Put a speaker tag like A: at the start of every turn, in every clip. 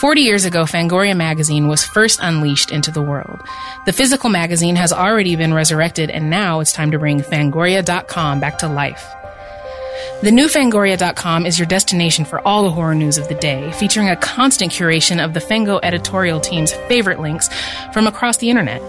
A: Forty years ago, Fangoria magazine was first unleashed into the world. The physical magazine has already been resurrected, and now it's time to bring Fangoria.com back to life. The new Fangoria.com is your destination for all the horror news of the day, featuring a constant curation of the Fango editorial team's favorite links from across the internet.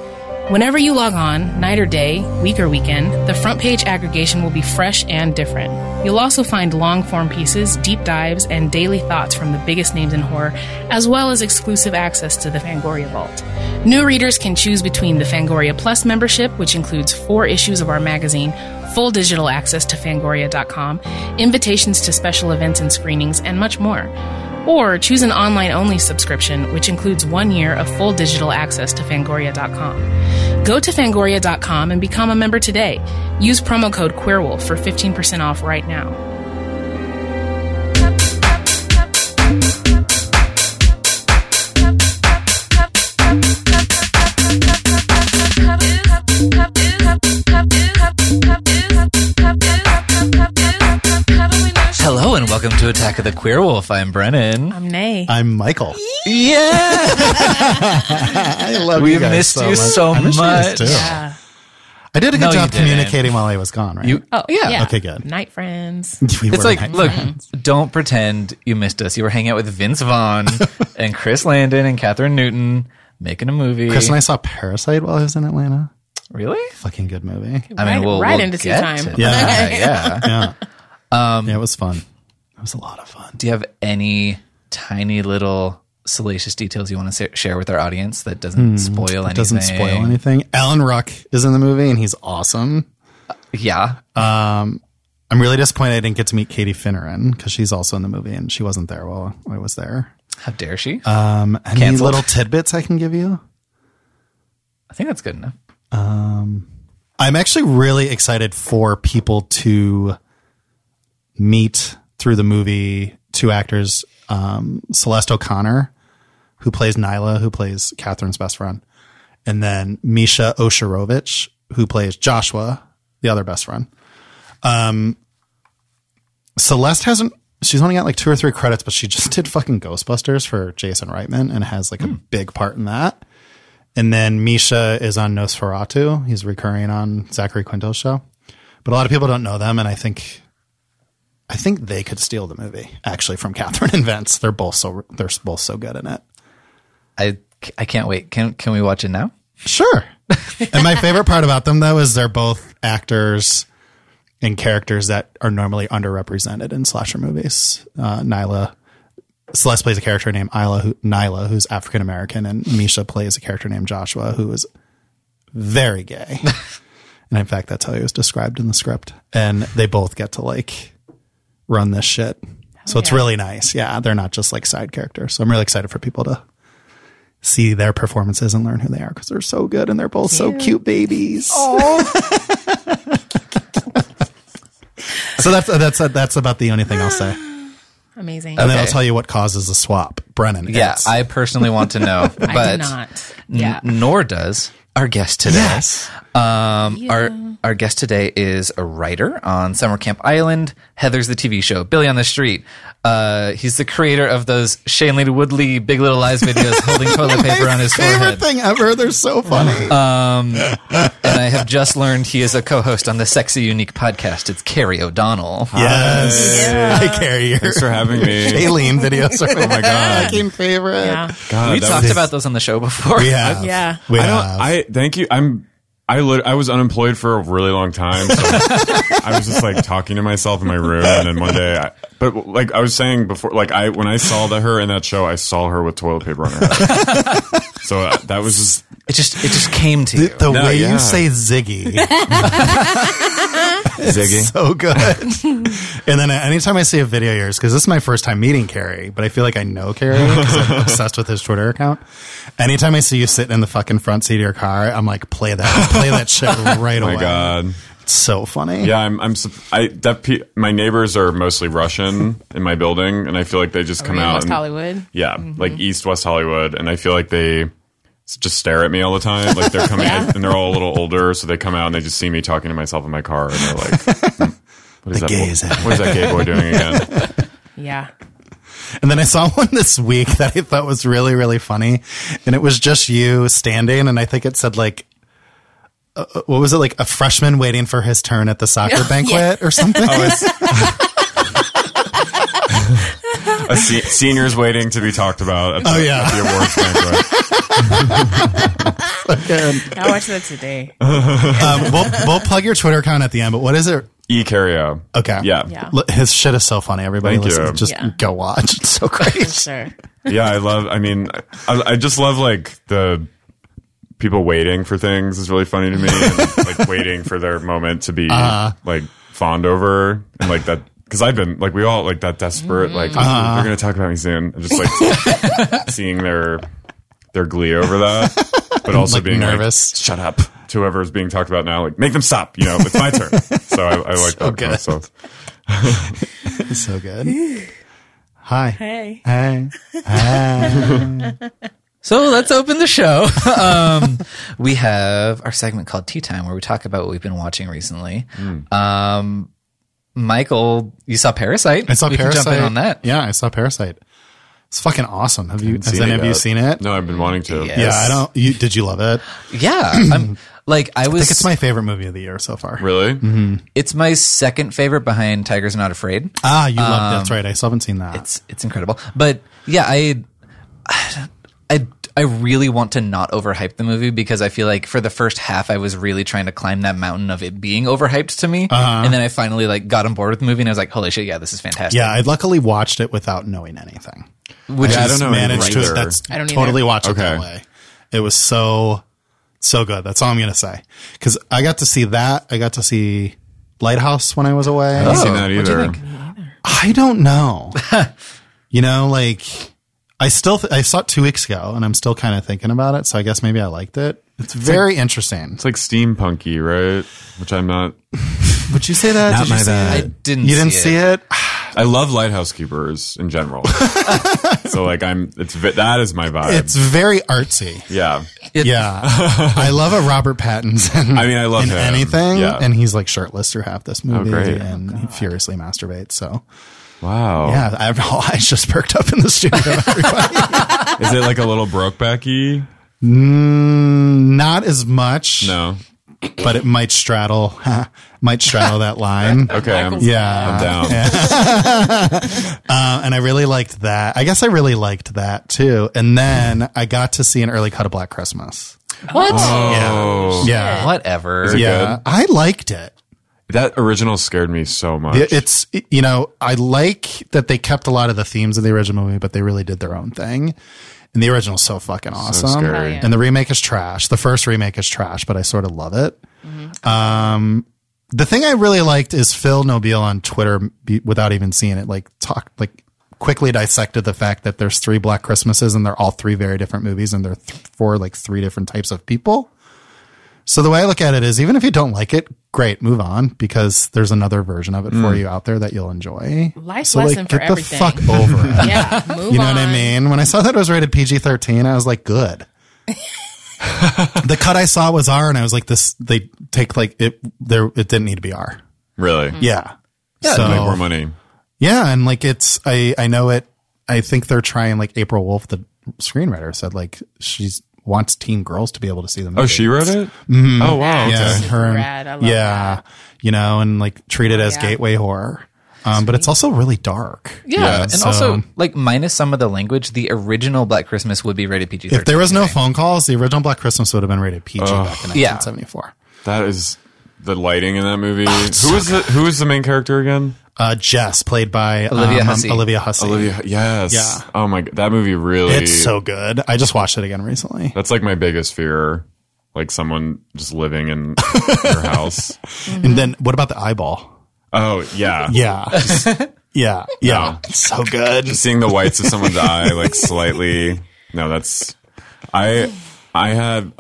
A: Whenever you log on, night or day, week or weekend, the front page aggregation will be fresh and different. You'll also find long form pieces, deep dives, and daily thoughts from the biggest names in horror, as well as exclusive access to the Fangoria Vault. New readers can choose between the Fangoria Plus membership, which includes four issues of our magazine, full digital access to fangoria.com, invitations to special events and screenings, and much more. Or choose an online only subscription, which includes one year of full digital access to fangoria.com. Go to fangoria.com and become a member today. Use promo code QueerWolf for 15% off right now.
B: Hello and welcome to Attack of the Queer Wolf. I'm Brennan.
A: I'm Nay.
C: I'm Michael.
B: Yeah,
C: I love
B: we
C: you guys
B: missed
C: so
B: you
C: much.
B: so
C: I miss you guys,
B: much.
C: too. I did a good
B: No, you
C: job
B: didn't.
C: communicating while I was gone, right?
B: You,
A: Oh, yeah.
C: Okay, good.
A: Night friends.
C: We
B: it's
C: were
B: like,
C: nice.
B: look, don't pretend you missed us. You were hanging out with Vince Vaughn and Chris Landon and Catherine Newton making a movie.
C: Chris and I saw Parasite while I was in Atlanta.
B: really?
C: Fucking good movie.
B: I
A: Right- right into two
B: get
A: time.
B: to
C: Yeah.
B: that, yeah.
C: Yeah.
B: Um,
C: yeah, it was fun. It was a lot of fun.
B: Do you have any tiny little salacious details you want to sa- share with our audience that doesn't spoil anything?
C: Hmm. Doesn't spoil anything. Alan Ruck is in the movie and he's awesome.
B: Yeah.
C: I'm really disappointed I didn't get to meet Katie Finneran because she's also in the movie and she wasn't there while I was there.
B: How dare she?
C: Um, any
B: Canceled.
C: little tidbits I can give you?
B: I think that's good enough.
C: I'm actually really excited for people to meet through the movie two actors, um, Celeste O'Connor, who plays Nyla, who plays Catherine's best friend, and then Misha Oshirovich, who plays Joshua, the other best friend. Um, Celeste hasn't. She's only got like two or three credits, but she just did fucking Ghostbusters for Jason Reitman and has like a big part in that. And then Misha is on Nosferatu. He's recurring on Zachary Quinto's show. But a lot of people don't know them, and I think I think they could steal the movie actually from Catherine and Vince. They're both so they're both so good in it.
B: I I can't wait. Can can we watch it now?
C: Sure. and my favorite part about them though is they're both actors and characters that are normally underrepresented in slasher movies. Uh, Nyla Celeste plays a character named Isla, who, Nyla, who's African American, and Misha plays a character named Joshua, who is very gay. and in fact, that's how he was described in the script. And they both get to like run this shit. So it's
A: yeah.
C: really nice. Yeah, they're not just like side characters. So I'm really excited for people to see their performances and learn who they are because they're so good and they're both so cute babies. so that's that's that's about the only thing I'll say.
A: Amazing.
C: And then I'll
B: Okay.
C: tell you what causes the swap. Brennan.
B: Yeah,
C: it's-
B: I personally want to know, but
A: I did not.
B: n-
A: Yeah.
B: nor does our guest today.
C: Yes.
B: Um, Our our guest today is a writer on Summer Camp Island. Heather's the TV show. Billy on the Street. Uh, he's the creator of those Shane Lee Woodley Big Little Lies videos, holding toilet paper on his
C: Favorite
B: forehead.
C: thing ever. They're so funny.
D: Uh,
B: And I have just learned he is a co-host on the Sexy Unique podcast. It's Carrie O'Donnell.
C: yes. I carry your
D: Thanks for having me.
C: Shailene videos. Are oh
D: my God.
C: Fucking favorite.
A: Yeah.
D: God,
B: we
D: that
B: talked
D: was-
B: about those on the show before.
C: We have.
A: Yeah.
C: We
D: I
C: have.
D: don't. I thank you. I'm. I lit, I was unemployed for a really long time. So I was just like talking to myself in my room, and then one day, I, but like I was saying before, like I when I saw the, her in that show, I saw her with toilet paper on her head. so uh, that was just
B: It just it just came to you.
C: the the
D: No,
C: way
D: yeah.
C: you say Ziggy,
D: Ziggy.
C: so good. and then anytime I see a video of yours, because this is my first time meeting Carrie, but I feel like I know Carrie because I'm obsessed with his Twitter account. Anytime I see you sitting in the fucking front seat of your car, I'm like, play that, play that shit right
D: Oh
C: away.
D: my god.
C: It's so funny.
D: Yeah, I'm. I'm. sup- I that pe- my neighbors are mostly Russian in my building, and I feel like they just come
A: We're in
D: out.
A: Oh, West
D: and-
A: Hollywood. Mm-hmm.
D: Yeah, like East West Hollywood, and I feel like they s- just stare at me all the time. Like they're coming, and they're all a little older, so they come out and they just see me talking to myself in my car, and they're like, "Hmm, "What
C: The
D: is that? boy-
C: gays.
D: what is that gay boy doing again?"
A: Yeah.
C: And then I saw one this week that I thought was really, really funny. And it was just you standing. And I think it said, like, uh, what was it? Like a freshman waiting for his turn at the soccer banquet or something.
D: A se- senior's waiting to be talked about at the,
C: Oh, yeah.
D: at the awards banquet.
A: I watched that today.
C: um, we'll, we'll plug your Twitter account at the end, but what is it?
D: E. Cario.
C: Okay.
D: Yeah.
A: Yeah.
C: L- His shit is so funny. Everybody
D: Thank
C: listen,
D: you.
C: just
A: Yeah.
C: go watch. It's so
A: For
C: great.
A: sure.
D: yeah i love i mean I, I just love like the people waiting for things is really funny to me and, like waiting for their moment to be
C: Uh-huh.
D: like fawned over and like that because i've been like we all like that desperate like
C: Mm. Uh-huh.
D: they're gonna talk about me soon and just like seeing their their glee over that but also
C: Like,
D: being
C: nervous.
D: like shut up to whoever's being talked about now like make them stop you know it's my turn so i, I like that
C: good.
D: for myself
C: It's so good. Hi.
A: Hey.
C: Hey.
B: So let's open the show. um, we have our segment called Tea Time, where we talk about what we've been watching recently. Um, Michael, you saw Parasite.
C: I saw
B: we can
C: Parasite.
B: jump in on that.
C: Yeah, I saw Parasite. It's fucking awesome. Have you? Has
D: Seen
C: any
D: it
C: of you
D: yet.
C: seen it?
D: no i've been wanting to
B: Yeah.
C: Yeah,
B: Yes.
C: I don't. You, did you love it?
B: Yeah, I'm like I was.
C: I think it's my favorite movie of the year so far.
D: really
C: Mm-hmm.
B: it's my second favorite behind Tigers Not Afraid.
C: Ah, you loved it. That's right. I still haven't seen that.
B: It's it's incredible. But yeah, I I I really want to not overhype the movie because I feel like for the first half I was really trying to climb that mountain of it being overhyped to me,
D: Uh-huh.
B: and then I finally like got on board with the movie and I was like, holy shit, yeah, this is fantastic.
C: yeah, I luckily watched it without knowing anything.
B: Which
D: Yeah, I
B: is
D: don't know
C: Managed to.
D: either.
C: That's
E: I don't
C: totally
E: either.
C: watch it that
D: Okay.
C: way. It was so so good. That's all I'm gonna say. Because I got to see that. I got to see Lighthouse when I was away.
D: i haven't seen that
B: what'd Oh, you
D: either
B: think?
C: I don't know. you know, like I still th- I saw it two weeks ago, and I'm still kind of thinking about it. So I guess maybe I liked it. It's very interesting.
D: It's like steampunky, right? Which I'm not.
C: Would you say that?
F: Not
C: Did you
F: my
C: see
F: bad.
B: I
C: it?
B: didn't.
C: You didn't see it?
D: I love lighthouse keepers in general. so like I'm. It's vi- that is my vibe.
C: It's very artsy.
D: yeah.
C: Yeah, I love a Robert Pattinson.
D: I mean, I love
C: in
D: him.
C: anything,
D: Yeah. Oh,
C: and he's like shirtless through half this movie,
D: great. Oh.
C: and he furiously masturbates. So
D: Wow.
C: yeah, I have all eyes just perked up in the studio. everybody.
D: Is it like a little brokebacky?
C: Mm, not as much,
D: No.
C: but it might straddle, might straddle that line.
D: Okay. I'm,
C: Yeah, Uh,
D: I'm down.
C: and I really liked that. I guess I really liked that too. And then I got to see an early cut of Black Christmas.
E: What?
D: Oh,
C: Yeah.
B: Whatever.
D: it
C: Yeah.
D: good?
C: I liked it.
D: that original scared me so much.
C: It- It's, you know, I like that they kept a lot of the themes of the original movie, but they really did their own thing. And the original's so fucking awesome.
D: scary. Oh, yeah.
C: And the remake is trash. The first remake is trash, but I sort of love it. Um, the thing I really liked is Phil Nobile on Twitter, be, without even seeing it, like talked, like quickly dissected the fact that there's three Black Christmases and they're all three very different movies and they're th- for like three different types of people. So the way I look at it is, even if you don't like it, great, move on because there's another version of it for
D: Mm.
C: you out there that you'll enjoy.
E: Life
C: so
E: lesson
C: like,
E: for
C: get the
E: everything.
C: fuck over it.
E: Yeah, move
C: Oh. You know what I
E: on.
C: mean? When I saw that it was rated PG thirteen, I was like, good. the cut I saw was R, and I was like, this. They take like it. There, it didn't need to be R.
D: Really.
E: Mm.
C: Yeah.
D: Make
C: so
D: more money.
C: yeah, and like it's. I I know it. I think they're trying. Like April Wolf, the screenwriter, said like she's wants teen girls to be able to see the movie.
D: Oh, she wrote it. Oh wow.
C: Mm-hmm.
D: Okay.
C: Yeah,
A: Super
C: her and-
A: rad. I love
C: yeah, you know, and like treat
B: Oh,
C: it as
A: Yeah.
C: gateway horror. Um, but it's also really dark.
B: Yeah,
D: Yeah,
B: and
C: so-
B: also like minus some of the language, the original Black Christmas would be rated PG.
C: If there was no phone calls, the original Black Christmas would have been rated PG back in
B: Yeah.
C: 1974.
D: That is the lighting in that movie.
C: Oh,
D: who is the Who is the main character again?
C: Uh, Jess, played by
B: Olivia
C: um,
B: Hussey.
C: Olivia Hussey.
D: Olivia. Yes.
C: Yeah.
D: Oh my god. That movie really.
C: It's so good. I just watched it again recently.
D: That's like my biggest fear, like someone just living in your house.
C: And then what about the eyeball?
D: Oh yeah,
C: Yeah. yeah. Yeah.
D: No.
C: It's so good.
D: Just seeing the whites of someone's eye, like slightly. No, that's I. I had.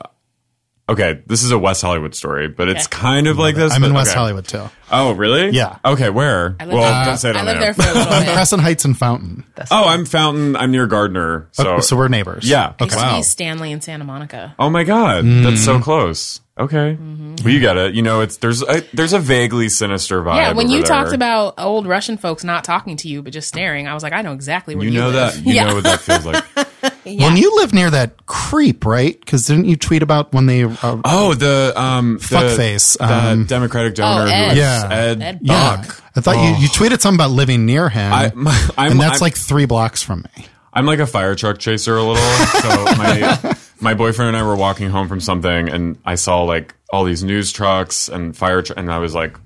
D: Okay, this is a West Hollywood story, but it's kind of like this.
C: I'm in
D: but-
C: West
D: okay.
C: Hollywood too.
D: Oh, really?
C: Yeah.
D: Okay, where?
A: I lived
D: well,
A: there-
D: don't say it
A: I
D: on
A: lived there
D: air.
A: for a little
C: I'm
A: bit.
C: Crescent Heights and Fountain.
D: oh, I'm Fountain. I'm near Gardner. So,
C: so we're neighbors.
D: yeah.
A: Used to
D: Wow.
A: be Stanley in Santa Monica.
C: Mm.
D: Oh my God, that's so close. Okay.
A: Mm-hmm.
D: Well, you got it. You know, it's there's a, there's a vaguely sinister vibe.
E: Yeah, when
D: over
E: you
D: there.
E: talked about old Russian folks not talking to you but just staring, I was like, I know exactly where
D: you
E: you,
D: know
E: live.
D: that you
E: yeah,
D: know what that feels like.
C: Well, and you live near that creep, right? Because didn't you tweet about when they? Uh,
D: Oh, the um, the-
C: Fuckface,
D: the
C: um,
D: Democratic donor. who
E: Oh, Ed.
D: was
C: Yeah.
D: Ed.
E: Ed
C: yeah,
E: Fuck.
C: I thought you, you tweeted something about living near him,
D: I, my, I'm,
C: and that's
D: I'm,
C: like three blocks from me.
D: I'm like a fire truck chaser a little. So my my boyfriend and I were walking home from something, and I saw like all these news trucks and fire, tr- and I was like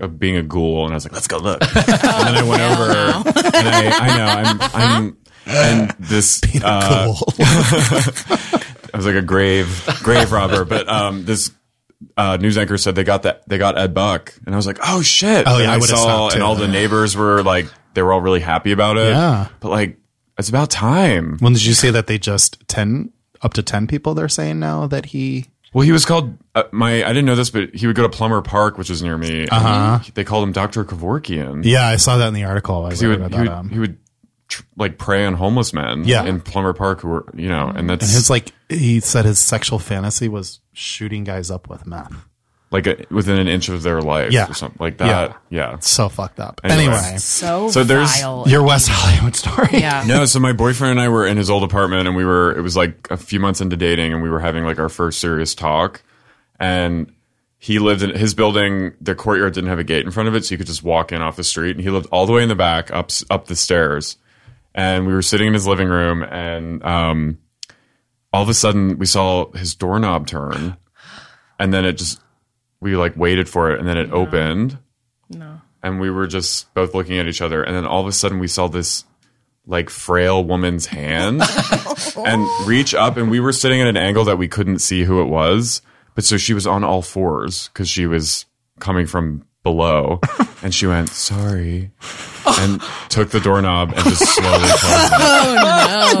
D: uh, being a ghoul, and I was like, let's go look. and then I
E: Oh,
D: went over, and I, I know I'm. I'm and this uh,
C: cool.
D: I was like a grave grave robber, but um, this uh, news anchor said they got that they got Ed Buck, and I was like, oh shit!
C: Oh,
D: And
C: yeah, I
D: I
C: would've
D: saw,
C: stopped,
D: and
C: too.
D: all the neighbors were like, they were all really happy about it.
C: Yeah.
D: but like, it's about time.
C: when did you say that they just ten up to ten people? They're saying now that he.
D: Well, he was called uh, my. I didn't know this, but he would go to Plumber Park, which is near me. and he- they called him Doctor Kevorkian.
C: Uh-huh. Yeah, I saw that in the article. I
D: he
C: read
D: would.
C: about
D: He would,
C: that, um,
D: he would tr- like prey on homeless men.
C: Yeah.
D: in Plumber Park, who were you know, and that's
C: His like he said his sexual fantasy was shooting guys up with meth.
D: like a, within an inch of their life.
C: Yeah.
D: or something like that. Yeah.
C: So fucked up.
D: Anyway.
C: Anyway,
E: so,
D: So there's-
E: vile.
C: your West Hollywood story.
E: yeah.
D: No, so my boyfriend and I were in his old apartment, and we were. It was like a few months into dating, and we were having like our first serious talk. And he lived in his building. The courtyard didn't have a gate in front of it, so you could just walk in off the street. And he lived all the way in the back, up up the stairs. And we were sitting in his living room, and um, all of a sudden we saw his doorknob turn, and then it just we like waited for it, and then it opened.
E: No.
D: And we were just both looking at each other, and then all of a sudden we saw this like frail woman's hand and reach up and we were sitting at an angle that we couldn't see who it was but so she was on all fours because she was coming from below and she went sorry and took the doorknob and just slowly closed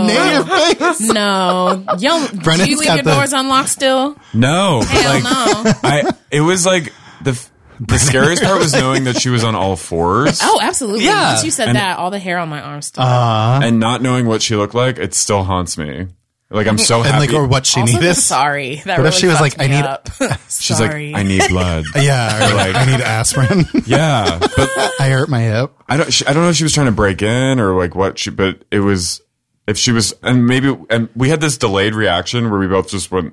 D: it
C: Negative face.
E: No. Yo, do
C: Brennan's
E: you leave
C: got
E: your
C: the-
E: doors unlocked still?
D: no but
E: Hell
D: like
E: no.
D: i it was like the f- the scariest part was knowing that she was on all fours
E: Oh, absolutely.
B: Yeah.
E: Once you said
D: And-
E: that, all the hair on my arm still.
D: and not knowing what she looked like it still haunts me like i'm so
C: And
D: happy
C: like, or what she
E: also,
C: needed.
E: just sorry. That
C: But
E: really
C: if she was
E: fucked
C: like, I
E: me
C: need-
E: up.
D: she's
E: sorry.
D: like i need blood
C: Yeah, or like I need aspirin.
D: yeah but
C: I hurt my hip.
D: I don't. She, I don't know if she was trying to break in or like what she, but it was if she was, and maybe, and we had this delayed reaction where we both just went,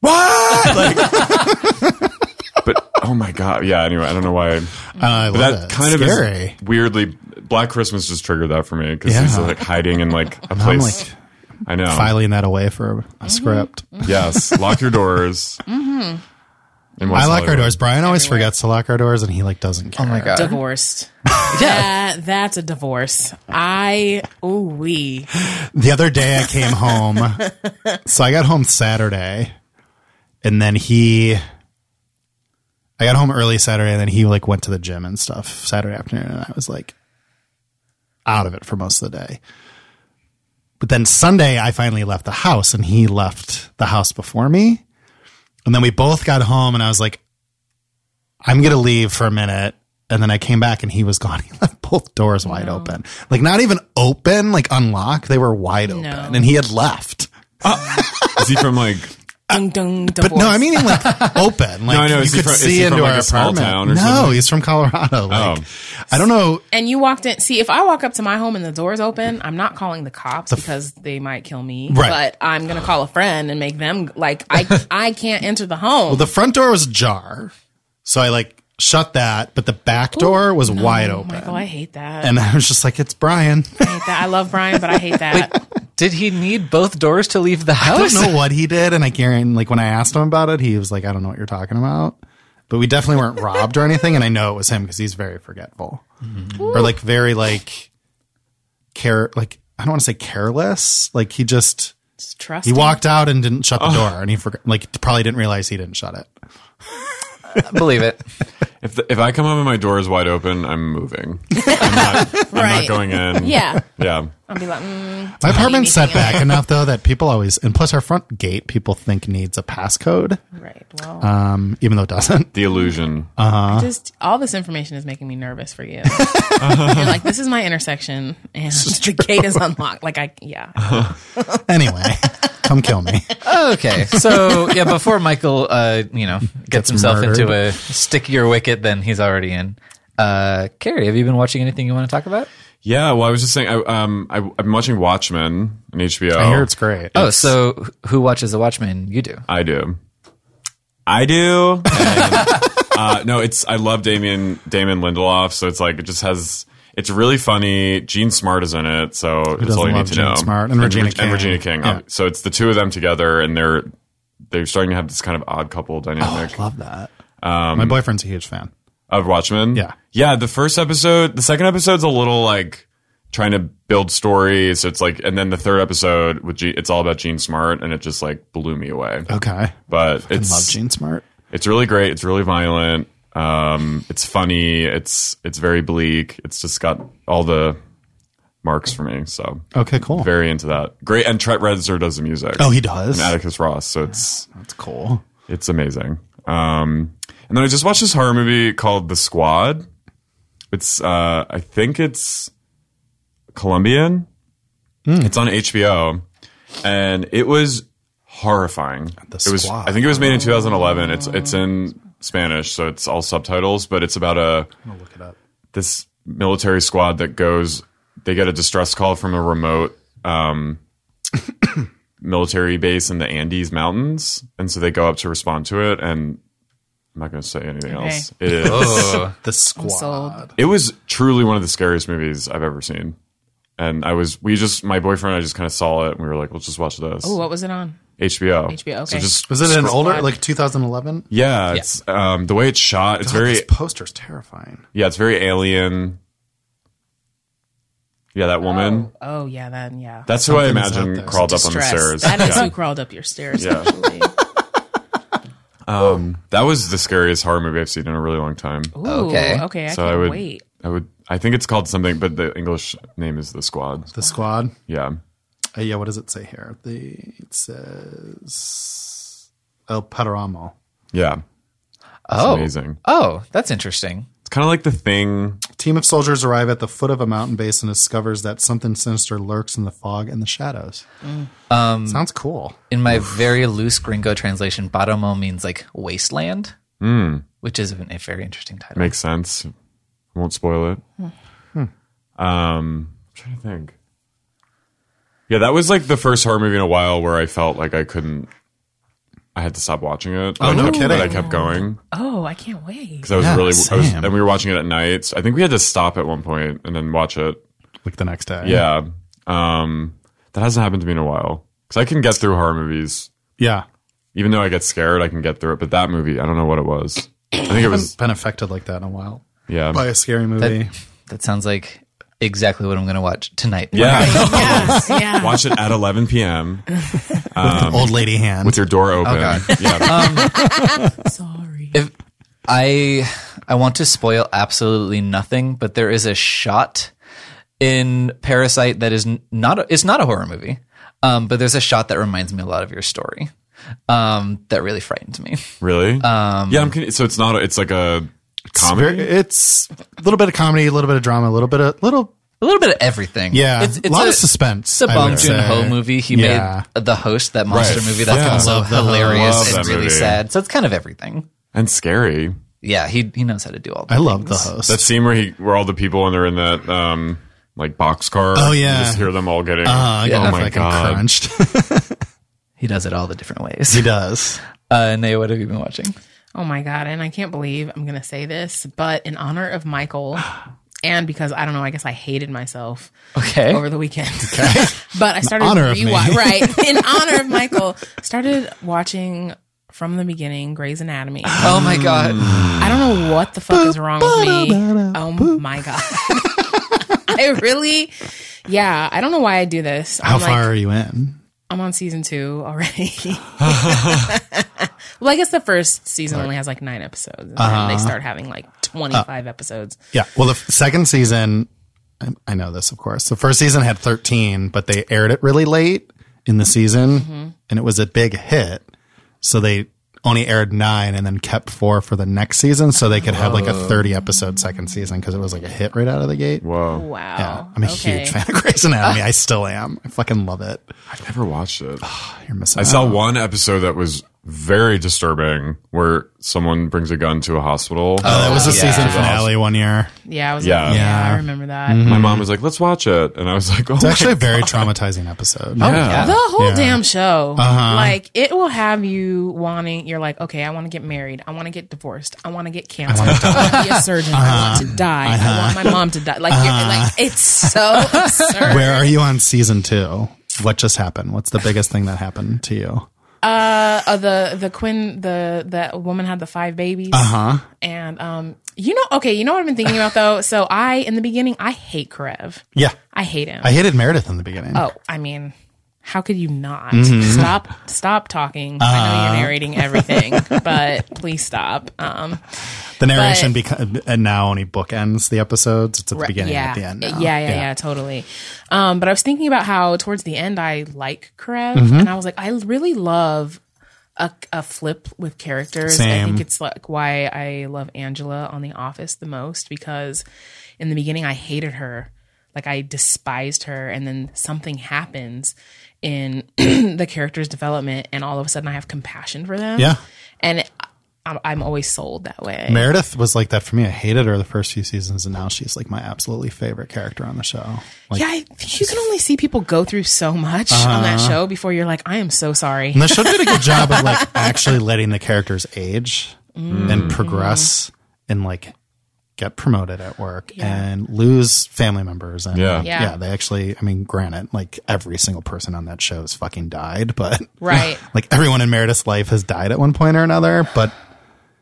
D: "What?" Like, but oh my god, yeah. Anyway, I don't know why.
C: Uh, I love
D: But that
C: it.
D: kind of
C: scary.
D: is weirdly Black Christmas just triggered that for me because he's
C: Yeah.
D: like hiding in like a
C: I'm
D: place. Mm-hmm.
C: like
D: I know.
C: filing that away for a script.
D: Yes, lock your doors. mm-hmm.
C: I lock our doors. Brian always forgets to lock our doors, and he like doesn't care.
D: Um,
B: Oh my god.
E: divorced. That- that's a divorce. I, ooh, we.
C: The other day I came home. so I got home Saturday and then he I got home early Saturday and then he like went to the gym and stuff Saturday afternoon and I was like out of it for most of the day. But then Sunday I finally left the house and he left the house before me. And then we both got home and I was like I'm going to leave for a minute. And then I came back and he was gone. He left both doors wide open. Like not even open, like unlocked. They were wide open
E: No.
C: and he had left.
D: Is he from like?
E: Dung, dung, divorce.
C: But no, I mean like open. Like
D: I know.
C: you
D: Is he
C: could
D: from- is
C: see
D: he from,
C: into
D: like,
C: our
D: a small
C: apartment.
D: town or
C: no,
D: something?
C: he's from Colorado. Like,
D: Oh.
C: I don't know.
E: and you walked in. See, if I walk up to my home and the door's open, I'm not calling the cops because they might kill me.
C: Right.
E: But I'm gonna call a friend and make them like I I can't enter the home.
C: The front door was ajar, so I like shut that, but the back door was wide
E: oh my
C: open.
E: god, I hate that.
C: And I was just like, it's Brian.
E: I hate that. I love Brian, but I hate that.
B: Did he need both doors to leave the
C: I
B: house?
C: don't know what he did. And I guarantee, like, when I asked him about it, he was like, I don't know what you're talking about. But we definitely weren't robbed or anything. And I know it was him because he's very forgetful
D: Mm-hmm.
C: or like very, like, care, like, I don't want to say careless. Like, he just,
E: Just trust.
C: he
E: him.
C: walked out and
D: Oh.
C: didn't shut the door and he forgot, like, probably didn't realize he didn't shut it.
B: Believe it.
D: If the, if I come home and my door is wide open, I'm moving. I'm not, I'm
E: Right.
D: not going in.
E: Yeah.
D: Yeah.
E: I'll be like, mm,
C: My apartment's set
E: anything
C: back enough though that people always, and plus our front gate, people think needs a passcode,
E: right. Well,
C: um, even though it doesn't.
D: The illusion.
C: Uh,
E: just all this information is making me nervous for you. You're like, this is my intersection, and the gate is unlocked. Like, I yeah,
C: Anyway, come kill me.
B: Okay, so yeah, before Michael, uh, you know, gets, himself into
C: murdered.
B: a stickier wicket than he's already in. Uh, Carrie, have you been watching anything you want to talk about?
D: Yeah. Well, I was just saying. I, um, I, I'm watching Watchmen on HBO.
C: I hear it's great.
B: Oh, so wh- who watches The Watchmen? You do.
D: I do. I do. And, uh, no, it's I love Damien Damon Lindelof, so it's like it just has it's really funny. Gene Smart is in it, so it's all
C: doesn't
D: you need
C: love
D: to
C: Gene
D: know.
C: Smart? And Regina King.
D: And Regina King.
C: Yeah.
D: So it's the two of them together, and they're they're starting to have this kind of odd couple
C: I
D: dynamic
C: love that.
D: Um,
C: My boyfriend's a huge fan.
D: of Watchmen.
C: Yeah.
D: yeah. The first episode, the second episode's a little like trying to build story, so it's like, and then the third episode with Gene, it's all about Gene Smart, and it just like blew me away.
C: Okay.
D: But it's
C: Oh, love Gene Smart.
D: it's really great. It's really violent. Um, it's funny. It's it's very bleak. It's just got all the marks for me. So
C: Okay, cool.
D: very into that. Great. And Trent Reznor does the music.
C: oh, he does.
D: and Atticus Ross. So it's
C: That's cool.
D: it's amazing. Um, and then I just watched this horror movie called The Squad. It's uh, I think it's Colombian.
C: Hmm.
D: It's on HBO, and it was horrifying.
C: The
D: it was.
C: Squad.
D: I think it was made in 2011. It's it's in Spanish, so it's all subtitles. But it's about a
C: Look it up.
D: this military squad that goes they get a distress call from a remote um, military base in the Andes mountains and so they go up to respond to it and I'm not going to say anything
E: Okay.
D: else it is
B: Oh,
C: The squad.
E: sold.
D: it was truly one of the scariest movies I've ever seen and I was we just my boyfriend and I just kind of saw it and we were like let's just watch this
E: Ooh, what was it on?
D: HBO
E: HBO,
D: so
E: okay.
D: just
C: Was it an older, like 2011?
D: yeah, it's um, the way it's shot it's very
C: This poster's terrifying.
D: yeah it's very alien yeah that woman
E: Oh yeah, then yeah.
D: That's who I
C: Something is out
D: imagine
C: there.
D: crawled up on the
E: Stress.
D: stairs.
E: That is
D: Yeah.
E: who crawled up your stairs.
D: Yeah.
E: actually.
D: Um, That was the scariest horror movie I've seen in a really long time.
E: Ooh,
B: Okay.
E: okay. Okay. I
D: so
E: can't
D: I would,
E: wait.
D: I would, I think it's called something, but the English name is The Squad.
C: The squad.
D: Yeah,
C: Uh, yeah, what does it say here? The it says El Panoramo.
D: yeah,
B: oh,
D: amazing.
B: Oh, that's interesting.
D: it's kind of like the thing.
C: Team of soldiers arrive at the foot of a mountain base and discovers that something sinister lurks in the fog and the shadows.
B: Mm.
C: Um, Sounds cool.
B: In my very loose gringo translation, Bottomo means like wasteland, which is an- a very interesting title.
D: Makes sense. I won't spoil it.
C: Hmm.
D: Um, I'm trying to think. Yeah, that was like the first horror movie in a while where I felt like I couldn't. I had to stop watching it. Oh,
C: no kidding.
D: But I kept going.
E: Oh, I can't wait.
D: because I was
C: Yeah,
D: really I was,
C: same.
D: and we were watching it at night. So I think we had to stop at one point and then watch it.
C: Like the next day.
D: Yeah, um, that hasn't happened to me in a while because I can get through horror movies,
C: Yeah.
D: even though I get scared. I can get through it, but that movie, I don't know what it was. I think it was
C: Been affected like that in a while
D: yeah,
C: by a scary movie.
B: That sounds like exactly what I'm going to watch tonight.
D: yeah.
E: Yes, yeah.
D: watch it at 11 p.m.
C: Old lady hand.
D: um, with your door open.
B: God.
D: Yeah,
E: Sorry.
B: If I I want to spoil absolutely nothing, but there is a shot in Parasite that is n- not a, it's not a horror movie, um, but there's a shot that reminds me a lot of your story. Um, that really frightened me.
D: really? Um, yeah, I'm. con- So it's not. A, it's like a comedy.
C: It's very- It's a little bit of comedy, a little bit of drama, a little bit of little
B: A little bit of everything.
C: yeah,
B: it's, it's
C: a lot of suspense.
B: It's a
C: I
B: Bong
C: would
B: Joon Ho
C: say.
B: movie. He
C: Yeah.
B: made the host that monster
D: Right.
B: movie that's
D: Yeah.
B: also
C: Love that-
B: hilarious
D: love
B: and
D: that
B: really
D: movie.
B: sad. So it's kind of everything.
D: and scary.
B: Yeah, he he knows how to do all.
C: I
B: That.
C: love the host.
D: That scene where he, where all the people and they're in that um, like box car.
C: Oh,
D: you
C: yeah.
D: just hear them all getting.
B: Yeah.
C: Uh, yeah,
B: Oh
D: my
C: my
D: God.
C: god, crunched.
B: He does it all the different ways.
C: he does.
B: Uh, Naya, what have you been watching?
E: Oh my god! And I can't believe I'm gonna say this, but in honor of Michael, and because I don't know, I guess I hated myself.
B: Okay.
E: over the weekend. but I started
C: honor of me.
E: rewa- right in honor of Michael. Started watching from the beginning Grey's Anatomy.
B: Oh my god.
E: I don't know what the fuck is wrong with me. Oh my god. I really yeah, I don't know why I do this.
C: How
E: I'm
C: far
E: like
C: are you in?
E: I'm on season 2 already.
A: Well, I guess the first season only has like nine episodes, and then
C: Uh-huh.
A: they start having like
C: Uh,
A: twenty-five episodes.
C: Yeah. Well, the f- second season, I, I know this, of course. The first season had 13, but they aired it really late in the season and it was a big hit. So they only aired nine and then kept four for the next season so they could have like a 30 episode second season because it was like a hit right out of the gate.
D: Whoa.
A: Wow,
C: Yeah. I'm a huge fan of Grey's Anatomy. I still am. I fucking love it.
D: I've never watched it.
C: You're missing
D: I
C: out.
D: saw one episode that was very disturbing where someone brings a gun to a hospital.
C: Oh, That was the
B: Yeah.
C: season finale one year.
A: Yeah, I was
D: Yeah.
A: like, yeah,
C: Yeah. Mm-hmm.
A: I remember that.
D: My mom was like, let's watch it. And I was like, oh,
C: Mm. It's actually a very traumatizing episode.
D: my God.
A: The whole
C: Yeah. Uh-huh.
A: damn show, like it will have you wanting. You're like, okay, I want to get married. I want to get divorced. I want to get cancer. I want to be a surgeon. I want
C: Uh-huh.
A: to die. I want my mom to die. Like, you're, like it's so absurd.
C: Where are you on season two? What just happened? What's the biggest thing that happened to you?
A: uh, the the Quinn the that woman had the five babies. Uh huh. And um, you know, okay, you know what I've been thinking about though. So I in the beginning, I hate Karev.
C: Yeah.
A: I hate him.
C: I hated Meredith in the beginning.
A: oh, I mean. How could you not stop? Stop talking. I know you're narrating everything, but please stop. Um,
C: the narration
A: but-
C: beca- and now only bookends the episodes. It's at the beginning
A: yeah.
C: and at the end. now.
A: Yeah, yeah, yeah, totally. Um, but I was thinking about how towards the end I like Karev,
C: Mm-hmm.
A: and I was like, I really love a, a flip with characters. I
C: Same.
A: think it's like why I love Angela on The Office the most because in the beginning I hated her, like I despised her, and then something happens in the character's development, and all of a sudden I have compassion for them.
C: Yeah.
A: and. I- I'm- I'm always sold that way.
C: Meredith was like that for me. I hated her the first few seasons, and now she's like my absolutely favorite character on the show. Like,
A: yeah, I think you can only see people go through so much on that
C: Uh-huh.
A: show before you're like, I am so sorry.
C: And the show did a good job of like actually letting the characters age
A: Mm.
C: and progress and like get promoted at work and lose family members and
D: Yeah.
A: Yeah.
C: they actually I mean granted like every single person on that show has fucking died but
A: Right.
C: like everyone in Meredith's life has died at one point or another but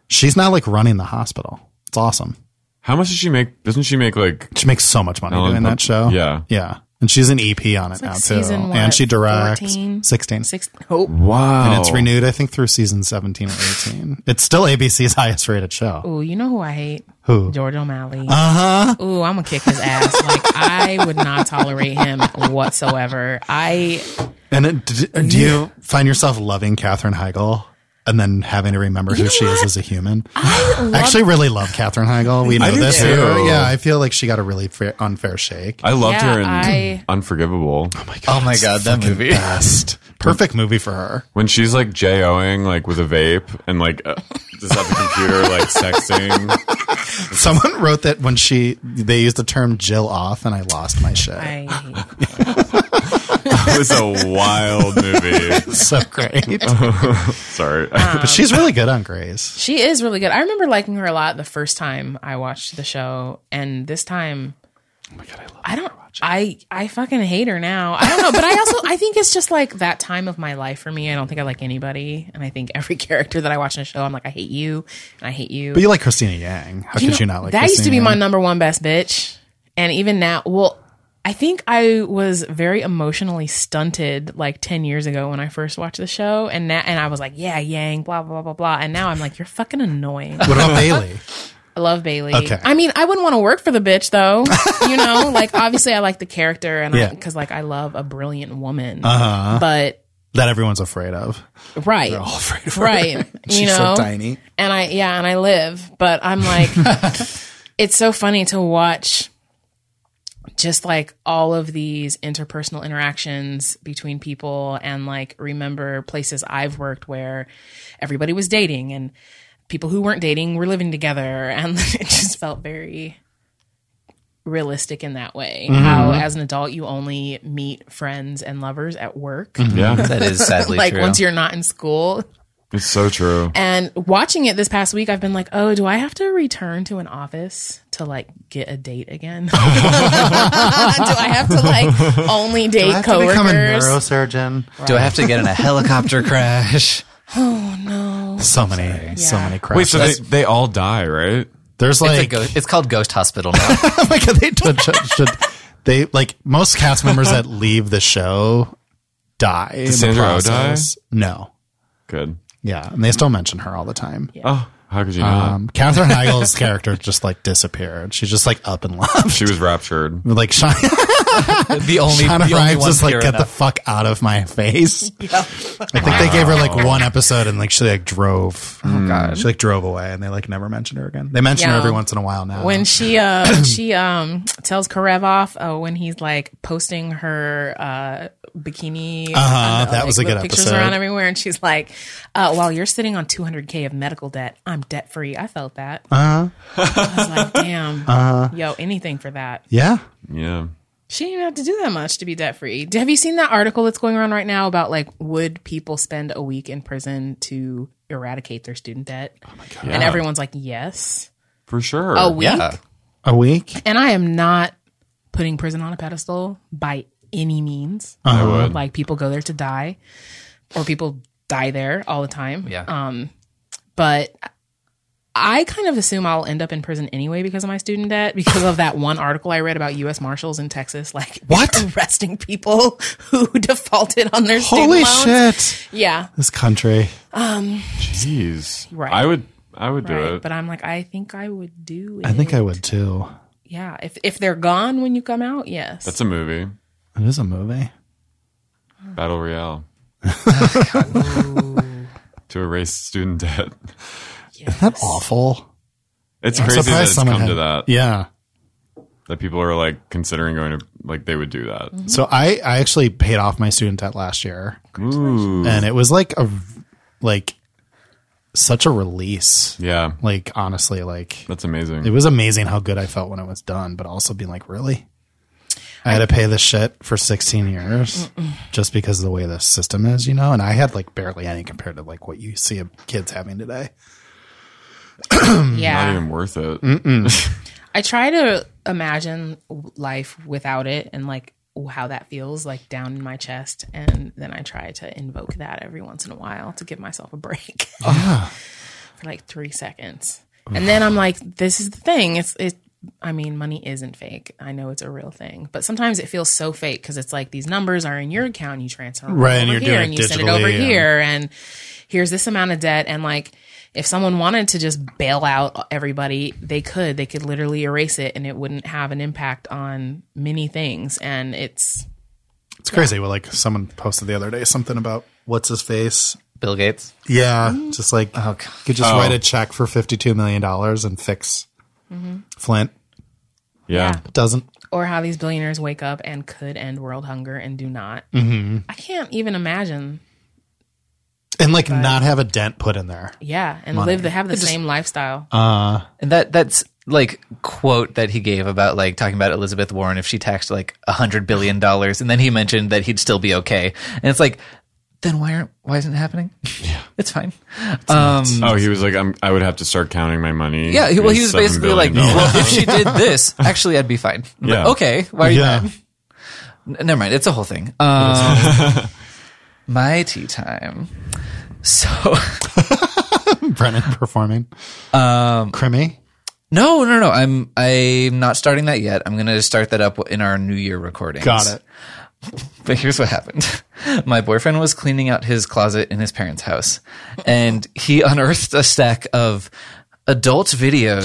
C: she's now like running the hospital it's awesome
D: how much does she make? Doesn't she make like,
C: she makes so much money
D: Oh,
C: doing
D: but-
C: that show
D: yeah.
C: yeah and she's an EP on
A: like
C: it now too
A: season, what,
C: and she directs
A: 14?
C: 16
A: Six, oh,
D: wow.
C: and it's renewed, I think, through season 17 or 18. It's still ABC's highest rated show.
A: ooh, you know who I hate?
C: Who?
A: George O'Malley. Uh
C: Uh-huh.
A: huh. Ooh, I'm gonna kick his ass. like I would not tolerate him whatsoever. I
C: And it, d- d- do you find yourself loving Katherine Heigl and then having to remember who she is as a human? I actually really love Katherine Heigl. We know
D: do
C: this.
D: too.
C: Yeah, I feel like she got a really fair, unfair shake.
D: I loved
A: Yeah,
D: her in
A: I-
D: Unforgivable.
B: Oh my god, that movie.
C: Best. Perfect movie for her.
D: When she's like JOing, like with a vape and like uh, just at the computer, like sexting.
C: Someone wrote that when she, they used the term Jill off, and I lost my shit.
A: I hate
D: It was a wild movie.
C: so great.
D: Sorry.
C: But she's really good on Grace.
A: She is really good. I remember liking her a lot the first time I watched the show, and this time, oh my god, I love. I don't. I I fucking hate her now. I don't know, but I also I think it's just like that time of my life for me. I don't think I like anybody, and I think every character that I watch in a show, I'm like, I hate you, and I hate you.
C: But you like Christina Yang. How could
A: know,
C: you not like
A: that used to be
C: Christina
A: my
C: Yang?
A: number one best bitch, and even now, well. I think I was very emotionally stunted like 10 years ago when I first watched the show and now, and I was like, yeah, Yang, blah blah blah blah. And now I'm like, you're fucking annoying.
C: What about Bailey?
A: I love Bailey.
C: Okay.
A: I mean, I wouldn't want to work for the bitch though. you know, like obviously I like the character and
C: Yeah. Uh-huh.
A: I cuz like I love a brilliant woman. But
C: that everyone's afraid of.
A: right.
C: afraid of
A: Right. you know. And I yeah, and I live, but I'm like it's so funny to watch just like all of these interpersonal interactions between people and like remember places I've worked where everybody was dating and people who weren't dating were living together and it just felt very realistic in that way how as an adult you only meet friends and lovers at work
D: yeah.
B: That is sadly
A: like
B: true.
A: once you're not in school
D: It's so true.
A: and watching it this past week, I've been like, oh, do I have to return to an office to like get a date again? do I have to like only date
C: I have to become a
A: coworkers?
C: neurosurgeon.
B: Do I have to get in a helicopter crash?
A: Oh,
C: So many, so many crashes.
D: Wait, so they, they all die, right?
B: It's,
C: There's
B: a
C: like,
B: ghost, it's called Ghost Hospital now.
C: oh my god, they don't- should, should they like most cast members that leave the show die. in the
D: Sandra Oh die?
C: process. No,
D: Good.
C: Yeah, and they still mention her all the time.
D: Oh, how could you not?
C: Um, Catherine Heigl's character just like disappeared. She's just like up and left.
D: she was raptured.
C: Like Shana,
B: The only,
C: Shana
B: the only
C: Rhimes
B: one
C: just like
B: pure
C: get the
B: enough.
C: fuck out of my face. I think they gave her like one episode and like she like drove. Oh god, she like drove away and they like never mentioned her again. They mention her
A: Yeah.
C: every once in a while now.
A: When she uh when she um tells Karev off uh, when he's like posting her uh bikini uh,
C: Uh-huh, that was a good
A: pictures
C: episode.
A: around everywhere and she's like uh while you're sitting on 200k of medical debt I'm debt free I felt that
C: Uh-huh.
A: I was like damn yo anything for that
C: yeah,
D: Yeah.
A: she didn't even have to do that much to be debt free have you seen that article that's going around right now about like would people spend a week in prison to eradicate their student debt oh my god and
D: Yeah.
A: everyone's like yes
D: For sure.
A: a week
B: Yeah.
C: a week.
A: and I am not putting prison on a pedestal by any means.
D: I would.
A: Like people go there to die, or people die there all the time.
B: Yeah.
A: Um, but I kind of assume I'll end up in prison anyway because of my student debt, because of that one article I read about U.S. Marshals in Texas, like
C: What?
A: arresting people who defaulted on their
C: Holy
A: student loans.
C: shit!
A: Yeah.
C: This country.
D: Jeez.
A: Right.
D: I would. I would do
A: Right.
D: it.
A: But I'm like, I think I would do it.
C: I think I would too.
A: yeah. If if they're gone when you come out, yes.
D: That's a movie.
C: It is a movie.
D: Battle Royale. to erase student debt.
C: Isn't that awful?
D: It's crazy that it's come to that.
C: Yeah.
D: That people are like considering going to like they would do that.
C: So I I actually paid off my student debt last year,
B: Mm-hmm.
D: Ooh.
C: and it was like a like such a release.
D: Yeah.
C: Like honestly, like
D: That's amazing.
C: it was amazing how good I felt when it was done, but also being like, really, I had to pay this shit for 16 years just because of the way the system is, you know. And I had like barely any compared to like what you see kids having today.
A: yeah.
D: Not even worth it.
A: I try to imagine life without it and like how that feels like down in my chest and then I try to invoke that every once in a while to give myself a break for like 3 seconds. And then I'm like this is the thing. It's it I mean money isn't fake. I know it's a real thing, but sometimes it feels so fake cuz it's like these numbers are in your account, you transfer them
C: Right, and
A: over
C: you're
A: here
C: doing
A: and
C: it
A: you send it over
C: digitally, and-
A: here and here's this amount of debt and like if someone wanted to just bail out everybody they could they could literally erase it and it wouldn't have an impact on many things and it's
C: It's crazy. Well, like someone posted the other day something about what's his face.
B: Bill Gates.
C: Yeah, just like you could just
D: Oh.
C: write a check for 52 million dollars and fix Flint.
D: Yeah.
C: Doesn't
A: or how these billionaires wake up and could end world hunger and do not
C: Mm-hmm.
A: i can't even imagine
C: and like not have a dent put in there.
A: yeah and live the have the same lifestyle
C: Uh,
B: And that that's like quote that he gave about like talking about Elizabeth Warren if she taxed like a hundred billion dollars, and then he mentioned that he'd still be okay. And it's like, then why aren't why isn't it happening? Yeah, it's fine. um,
D: Oh, he was like, I'm, I would have to start counting my money.
B: yeah, he, well, he was
D: It's seven
B: basically like,
D: billion dollars.
B: well, if she did this, actually, I'd be fine. I'm like,
D: Yeah.
B: okay, why are you
C: Yeah.
B: mad? N- Never mind. It's a whole thing. Um, my tea time. So.
C: Brennan performing. Um Crimmy.
B: No, no, no. I'm I'm not starting that yet. I'm gonna start that up in our New Year recording.
C: Got it.
B: But here's what happened. My boyfriend was cleaning out his closet in his parents' house, and he unearthed a stack of adult videos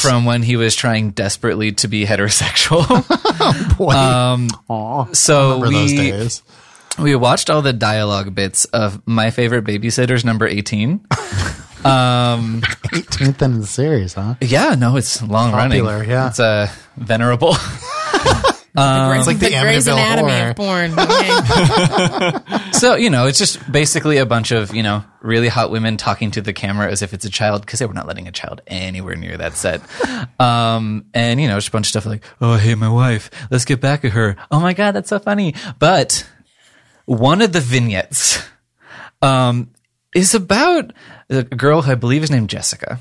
B: from when he was trying desperately to be heterosexual.
C: Oh,
B: Um,
C: Boy.
B: so
C: remember
B: we
C: those days.
B: we watched all the dialogue bits of my favorite babysitters number 18
C: 18th in the series, huh?
B: yeah no it's long
C: Popular,
B: running
C: yeah.
B: it's uh venerable
A: it's
C: like the
A: Grey's
C: Amityville
A: anatomy
C: horror.
A: of porn okay.
B: So, you know, it's just basically a bunch of, you know, really hot women talking to the camera as if it's a child because they were not letting a child anywhere near that set. Um, and, you know, just a bunch of stuff like, oh, I hate my wife. Let's get back at her. Oh my God, that's so funny. But one of the vignettes um, is about a girl who I believe is named Jessica.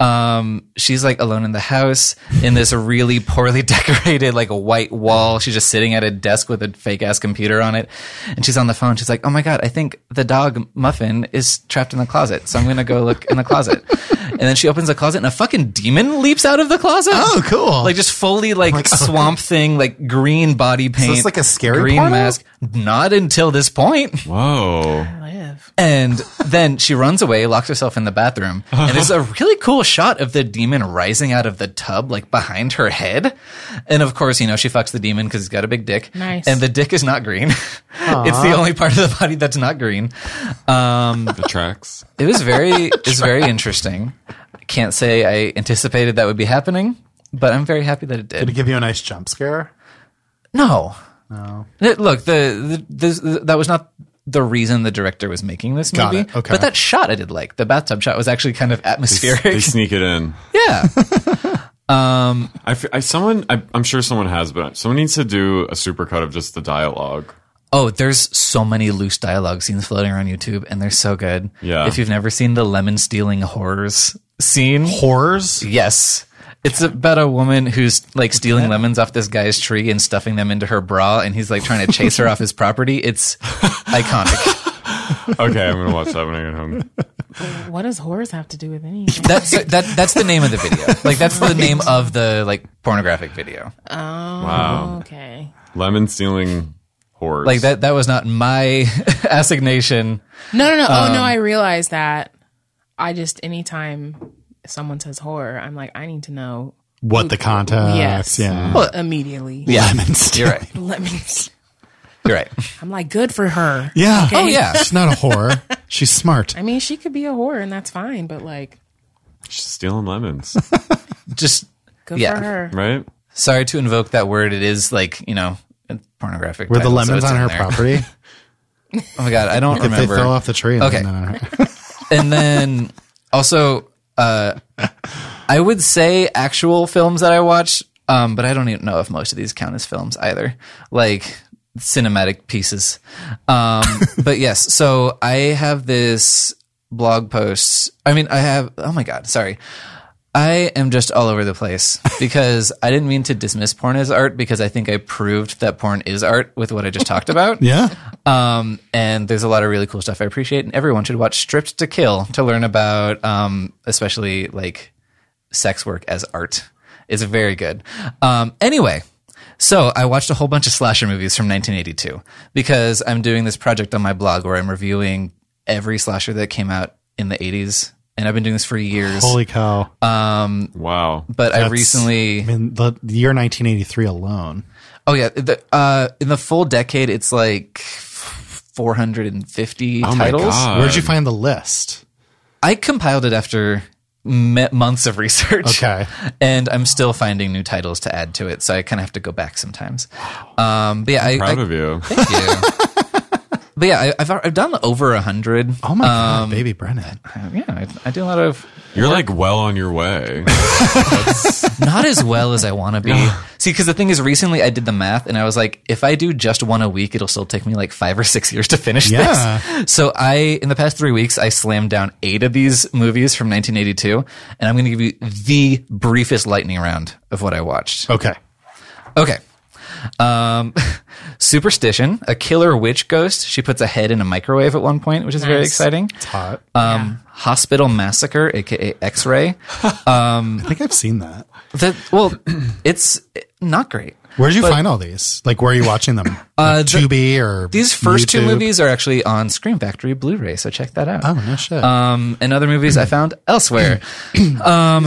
B: Um, she's like alone in the house in this really poorly decorated, like a white wall. She's just sitting at a desk with a fake ass computer on it. And she's on the phone. She's like, Oh my God, I think the dog Muffin is trapped in the closet. So I'm going to go look in the closet. and then she opens the closet and a fucking demon leaps out of the closet.
C: Oh, cool. Oh
B: Like just fully like, swamp thing, like green body paint.
C: this like a scary
B: green
C: porno?
B: mask. Not until this point.
D: Whoa.
A: Live.
B: And then she runs away, locks herself in the bathroom, and there's a really cool shot of the demon rising out of the tub, like behind her head. And of course, you know, she fucks the demon because he's got a big dick.
A: Nice.
B: And the dick is not green. it's the only part of the body that's not green. Um,
D: The tracks.
B: it was very, it was very interesting. I can't say I anticipated that would be happening, but I'm very happy that it did.
C: Did it give you a nice jump scare?
B: No. No. Look, the, the, the that was not the reason the director was making this
C: Got
B: movie.
C: it. Okay.
B: But that shot I did like. The bathtub shot was actually kind of atmospheric.
D: They sneak it in.
B: yeah.
D: I, f- I someone I, I'm sure someone has, but someone needs to do a supercut of just the dialogue.
B: Oh, there's so many loose dialogue scenes floating around YouTube and they're so good.
D: Yeah.
B: If you've never seen the lemon stealing horrors scene,
C: Horrors?
B: yes. It's about a woman who's like stealing lemons off this guy's tree and stuffing them into her bra, and he's like trying to chase her off his property. It's iconic.
D: Okay, I'm gonna watch that when I get home.
A: What does horrors have to do with anything?
B: That's that. That's the name of the video. Like that's the name of the like pornographic video.
D: Wow,
A: okay.
D: lemon stealing horse.
B: Like that. That was not my assignation.
A: No, no, no. oh no, I realize that. I just anytime someone says horror, I'm like, I need to know
C: What the context?
A: Yes.
C: Yeah.
A: immediately.
B: Yeah,
C: Lemons.
B: you're right.
A: Let me.
B: You're right.
A: I'm like, good for her.
C: Yeah.
B: Oh yeah.
C: She's not a whore. She's smart.
A: I mean, she could be a whore, and that's fine. But like,
D: She's stealing lemons,
B: Just
A: good
B: Yeah.
A: for her.
D: right?
B: sorry to invoke that word. It is like you know pornographic.
C: Were the
B: title, so
C: lemons
B: it's
C: on
B: in
C: her
B: there.
C: property?
B: Oh my god, I don't
C: Did they
B: remember.
C: fell off the tree? And
B: Okay.
C: landed on her?
B: and then also uh i would say actual films that i watch um but i don't even know if most of these count as films either like cinematic pieces um but yes so i have this blog post i mean i have oh my god sorry I am just all over the place because I didn't mean to dismiss porn as art because I think I proved that porn is art with what I just talked about.
C: Yeah.
B: Um, and there's a lot of really cool stuff I appreciate, and everyone should watch Stripped to Kill to learn about, um, especially like sex work as art. It's very good. Um, anyway, so I watched a whole bunch of slasher movies from 1982 because I'm doing this project on my blog where I'm reviewing every slasher that came out in the 80s, and I've been doing this for years.
C: Holy cow.
B: Uh,
D: Wow.
B: but I
C: That's-
B: recently
C: I mean, the, the year 1983 alone.
B: Oh yeah, the, uh, in the full decade, it's like 450
D: Oh my
B: titles.
D: god.
C: Where'd you find the list?
B: I compiled it after me- months of research.
C: Okay.
B: and I'm still finding new titles to add to it, so I kind of have to go back sometimes. Um, but yeah, I,
D: Proud
B: I-
D: of you.
B: thank you. but yeah, I, I've I've done over a hundred.
C: Oh my God, baby Brennan.
B: Yeah, I, I do a lot of
D: You're like well on your way.
B: not as well as I want to be. See, because the thing is, recently I did the math and I was like, if I do just one a week, it'll still take me like five or six years to finish
C: Yeah.
B: this. So I, in the past three weeks, I slammed down eight of these movies from 1982, and I'm going to give you the briefest lightning round of what I watched.
C: Okay.
B: Okay. Um, Superstition, a killer witch ghost. She puts a head in a microwave at one point, which is very
A: Nice.
B: exciting.
C: Hot.
B: Um, Hospital Massacre, aka X-Ray.
C: I think I've seen that.
B: The, well, it's not great.
C: Where'd you find all these? Like, where are you watching them?
B: Uh,
C: Like
B: the-
C: Tubi or
B: These first two
C: YouTube?
B: movies are actually on Scream Factory Blu-ray, so check that out.
C: Oh no shit!
B: Um, and other movies I found elsewhere. um,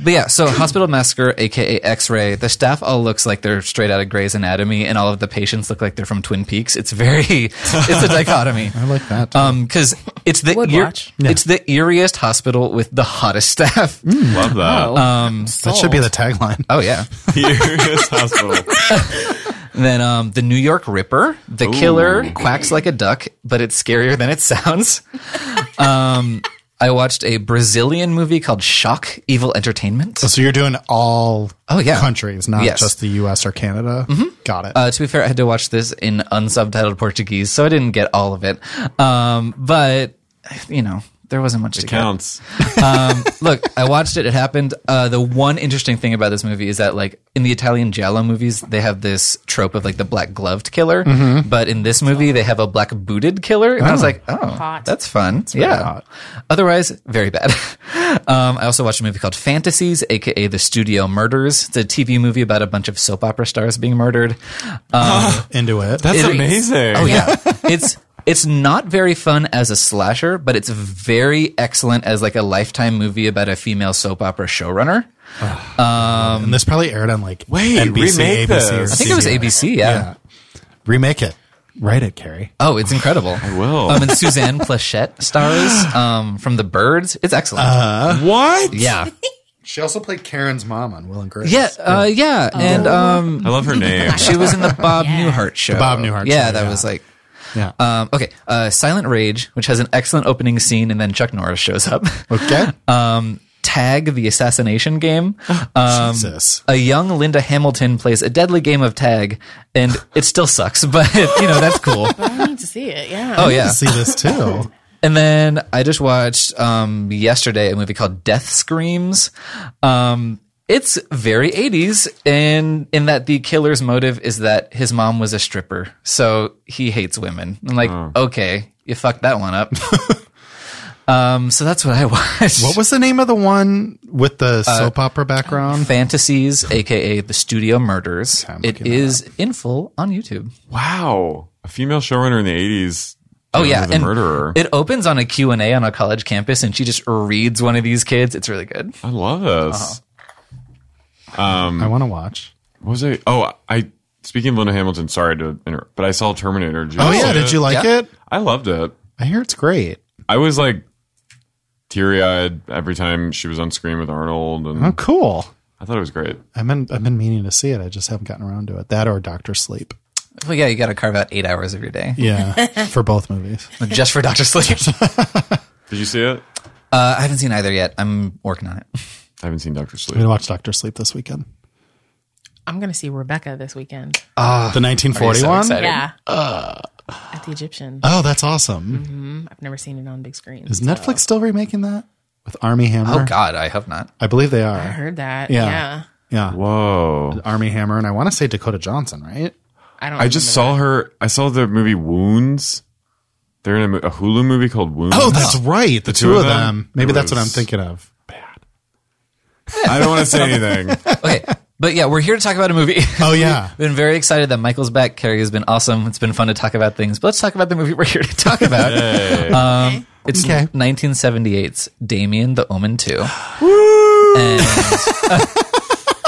B: but yeah, so Hospital Massacre, aka X-Ray, the staff all looks like they're straight out of Grey's Anatomy, and all of the patients look like they're from Twin Peaks. It's very, it's a dichotomy.
C: I like that.
B: Um, because it's the
A: Would
B: eer-
A: watch.
B: it's the eeriest hospital with the hottest staff.
C: Mm.
D: Love that.
A: um,
C: that should be the tagline.
B: Oh yeah.
D: Furious Hospital.
B: Then um, the New York Ripper, the killer quacks like a duck, but it's scarier than it sounds. Um, I watched a Brazilian movie called Shock Evil Entertainment.
C: So you're doing all
B: Oh, yeah.
C: countries, not
B: Yes.
C: just the U.S. or Canada. Got it.
B: Uh, to be fair, I had to watch this in unsubtitled Portuguese, so I didn't get all of it. Um, but you know, there wasn't much to
D: It
B: get.
D: counts.
B: um, look, I watched it. It happened. Uh, the one interesting thing about this movie is that, like, in the Italian Giallo movies, they have this trope of like the black gloved killer, but in this movie, they have a black booted killer, and I was like, Mm-hmm. oh, that's fun. yeah. Otherwise, very bad. um, I also watched a movie called Fantasies, aka The Studio Murders. It's a TV movie about a bunch of soap opera stars being murdered.
C: into it.
D: That's
B: It is.
D: amazing.
B: Oh yeah, it's it's not very fun as a slasher, but it's very excellent as like a lifetime movie about a female soap opera showrunner.
C: and this probably aired on like
D: Wait,
C: NBC,
D: remake
C: ABC. Or
D: this.
B: I think it was
C: CBS.
B: ABC. Yeah.
C: Remake it. Write it, Carrie.
B: Oh, it's incredible. I
D: will.
B: Um, and Suzanne Plachette stars um, from The Birds. It's excellent.
C: Uh,
D: What?
B: yeah.
C: She also played Karen's mom on Will and Grace.
B: Yeah. Uh, yeah. And um,
D: I love her name.
B: she was in the Bob Newhart show.
C: Bob Newhart
B: Yeah,
C: show,
B: that
C: yeah.
B: was like
C: Yeah.
B: Um, okay, uh, Silent Rage, which has an excellent opening scene, and then Chuck Norris shows up.
C: okay.
B: Um, Tag, the assassination game. Um,
C: Jesus.
B: a young Linda Hamilton plays a deadly game of tag, and it still sucks, but you know that's cool.
A: I need to see it. Yeah.
B: Oh
C: I
B: yeah.
C: see this too.
B: And then I just watched um, yesterday a movie called Death Screams. Um, it's very 80s, and in that the killer's motive is that his mom was a stripper, so he hates women. I'm like,
C: Oh.
B: okay, you fucked that one up. um, so that's what I watched.
C: What was the name of the one with the
B: Uh,
C: soap opera background?
B: Fantasies, aka the Studio Murders.
C: I'm
B: It
C: looking that
B: is in full on YouTube.
D: Wow. A female showrunner in the 80s.
B: Oh
D: you know,
B: yeah,
D: The murderer.
B: It opens on a Q and A on a college campus, and she just reads one of these kids. It's really good.
D: I love
B: Uh-huh.
D: this. um,
C: I want to watch.
D: What was I? Oh, I. Speaking of Linda Hamilton, sorry to interrupt, but I saw Terminator. Did you
C: Oh,
D: see
C: yeah.
D: it?
C: Did you like
B: Yeah.
C: it?
D: I loved it.
C: I hear it's great.
D: I was like teary eyed every time she was on screen with Arnold, and
C: Oh, cool.
D: I thought it was great.
C: I've been, I've been meaning to see it. I just haven't gotten around to it. That or Doctor Sleep.
B: Well, yeah, you got to carve out eight hours of your day
C: Yeah. for both movies.
B: just for Doctor Sleep. uh,
D: Did you see it?
B: I haven't seen either yet. I'm working on it.
D: I haven't seen Doctor
C: I'm going
D: Sleep.
C: to watch Doctor Sleep this weekend.
A: I'm gonna see Rebecca this weekend.
C: the 1941?
B: excited?
A: Yeah. At the Egyptian.
C: oh, that's awesome.
A: I've never seen it on big screen.
C: Is Netflix still remaking that with Army Hammer?
B: Oh God, I hope not.
C: I believe they
A: I
C: are.
A: heard that.
C: Yeah.
A: Yeah.
C: Yeah.
D: Whoa!
C: Army Hammer, and I want to say Dakota Johnson, right?
A: I don't.
D: I just saw her. I saw the movie Wounds. They're in a, mo- a Hulu movie called Wounds.
C: Oh, that's right. The, two, of them. Maybe
D: It
C: that's what I'm
D: was-
C: thinking of.
D: I don't want to say anything.
B: Okay, but yeah, we're here to talk about a movie.
C: Oh, yeah.
B: been very excited that Michael's back. Carrie has been awesome. It's been fun to talk about things, but let's talk about the movie we're here to talk about. Um, it's
C: Okay.
B: 1978's Damien the Omen 2. And,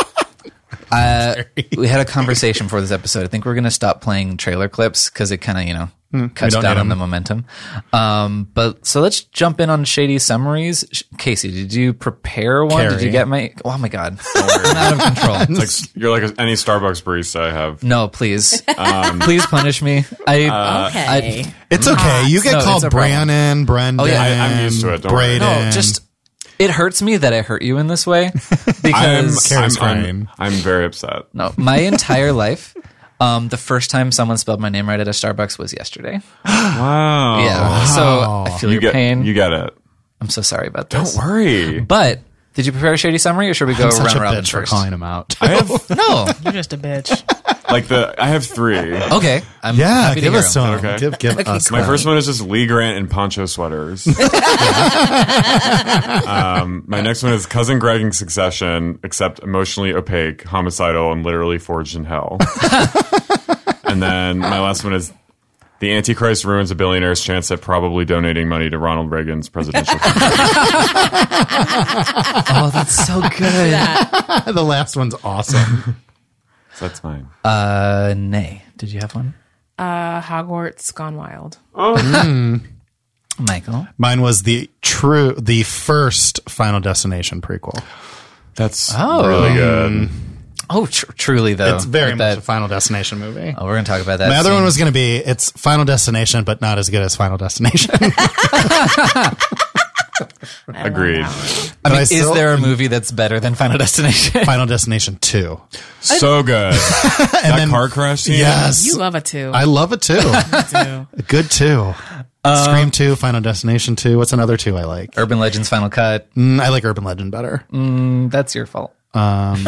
B: uh, we had a conversation for this episode. I think we're going to stop playing trailer clips because it kind of, you know, cuts
C: Hmm. don't
B: down
C: need
B: on the momentum. Um, but so let's jump in on shady summaries. Sh- Casey, did you prepare one? Did
C: Carrie.
B: you get my. Oh my God. I'm out of control.
D: It's like you're like any Starbucks barista I have.
B: No, please.
C: Um,
B: please punish me. I.
C: uh,
A: Okay.
B: uh, I-
C: It's okay. You get
B: No,
C: called
B: it's a problem.
C: Brannon, Brendan.
B: yeah. I-
D: I'm used to it. Don't worry.
C: Braden.
B: No, just it hurts me that I hurt you in this way
D: I'm,
B: because
D: I'm,
C: Karen's
D: I'm,
C: crying.
D: I'm very upset.
B: no, my entire life, um, the first time someone spelled my name right at a Starbucks was yesterday.
D: Wow.
B: Yeah,
C: Oh,
B: so I feel
D: You
B: your
D: get
B: pain.
D: you got it.
B: I'm so sorry about
D: Don't
B: this.
D: worry.
B: But did you prepare a shady summary, or should we go
C: I'm such
B: round
C: a
B: robin
C: bitch for
B: first?
C: calling him out.
D: I have
B: No,
A: You're just a bitch.
D: like the I have three.
B: okay, I'm
C: yeah,
B: happy to
C: give
B: hear
C: us
B: them.
C: some.
D: Okay.
C: Give, give us
D: My
C: one.
D: first one is just Lee Grant and poncho sweaters. um, my next one is cousin Greg in Succession, except emotionally opaque, homicidal, and literally forged in hell. and then my last one is the Antichrist ruins a billionaire's chance at probably donating money to Ronald Reagan's presidential. campaign.
B: Oh, that's so good.
C: the last one's awesome.
D: so that's mine.
B: uh, nay, did you have one,
A: Uh, Hogwarts Gone Wild.
B: Michael?
C: Mine was the true, the first Final Destination prequel.
D: That's really good.
B: Oh, tr- truly though,
C: It's very
B: Like
C: much
B: that-
C: a Final Destination movie.
B: Oh, we're gonna talk about that.
C: My other
B: soon.
C: one was going to be it's Final Destination, but not as good as Final Destination. But
A: I love
D: Agreed.
A: that one.
B: I mean,
C: I
B: is
C: still-
B: there a movie that's better than Final Destination?
C: Final Destination Two?
D: So good. that
C: then-
D: car crash. Scene,
C: Yes,
A: You love it too.
C: I love it too.
A: do.
C: good too.
B: Um,
C: Scream Two, Final Destination Two. What's another two I like?
B: Urban Legends Final Cut.
C: Mm, I like Urban Legend better.
B: Mm. That's your fault.
A: I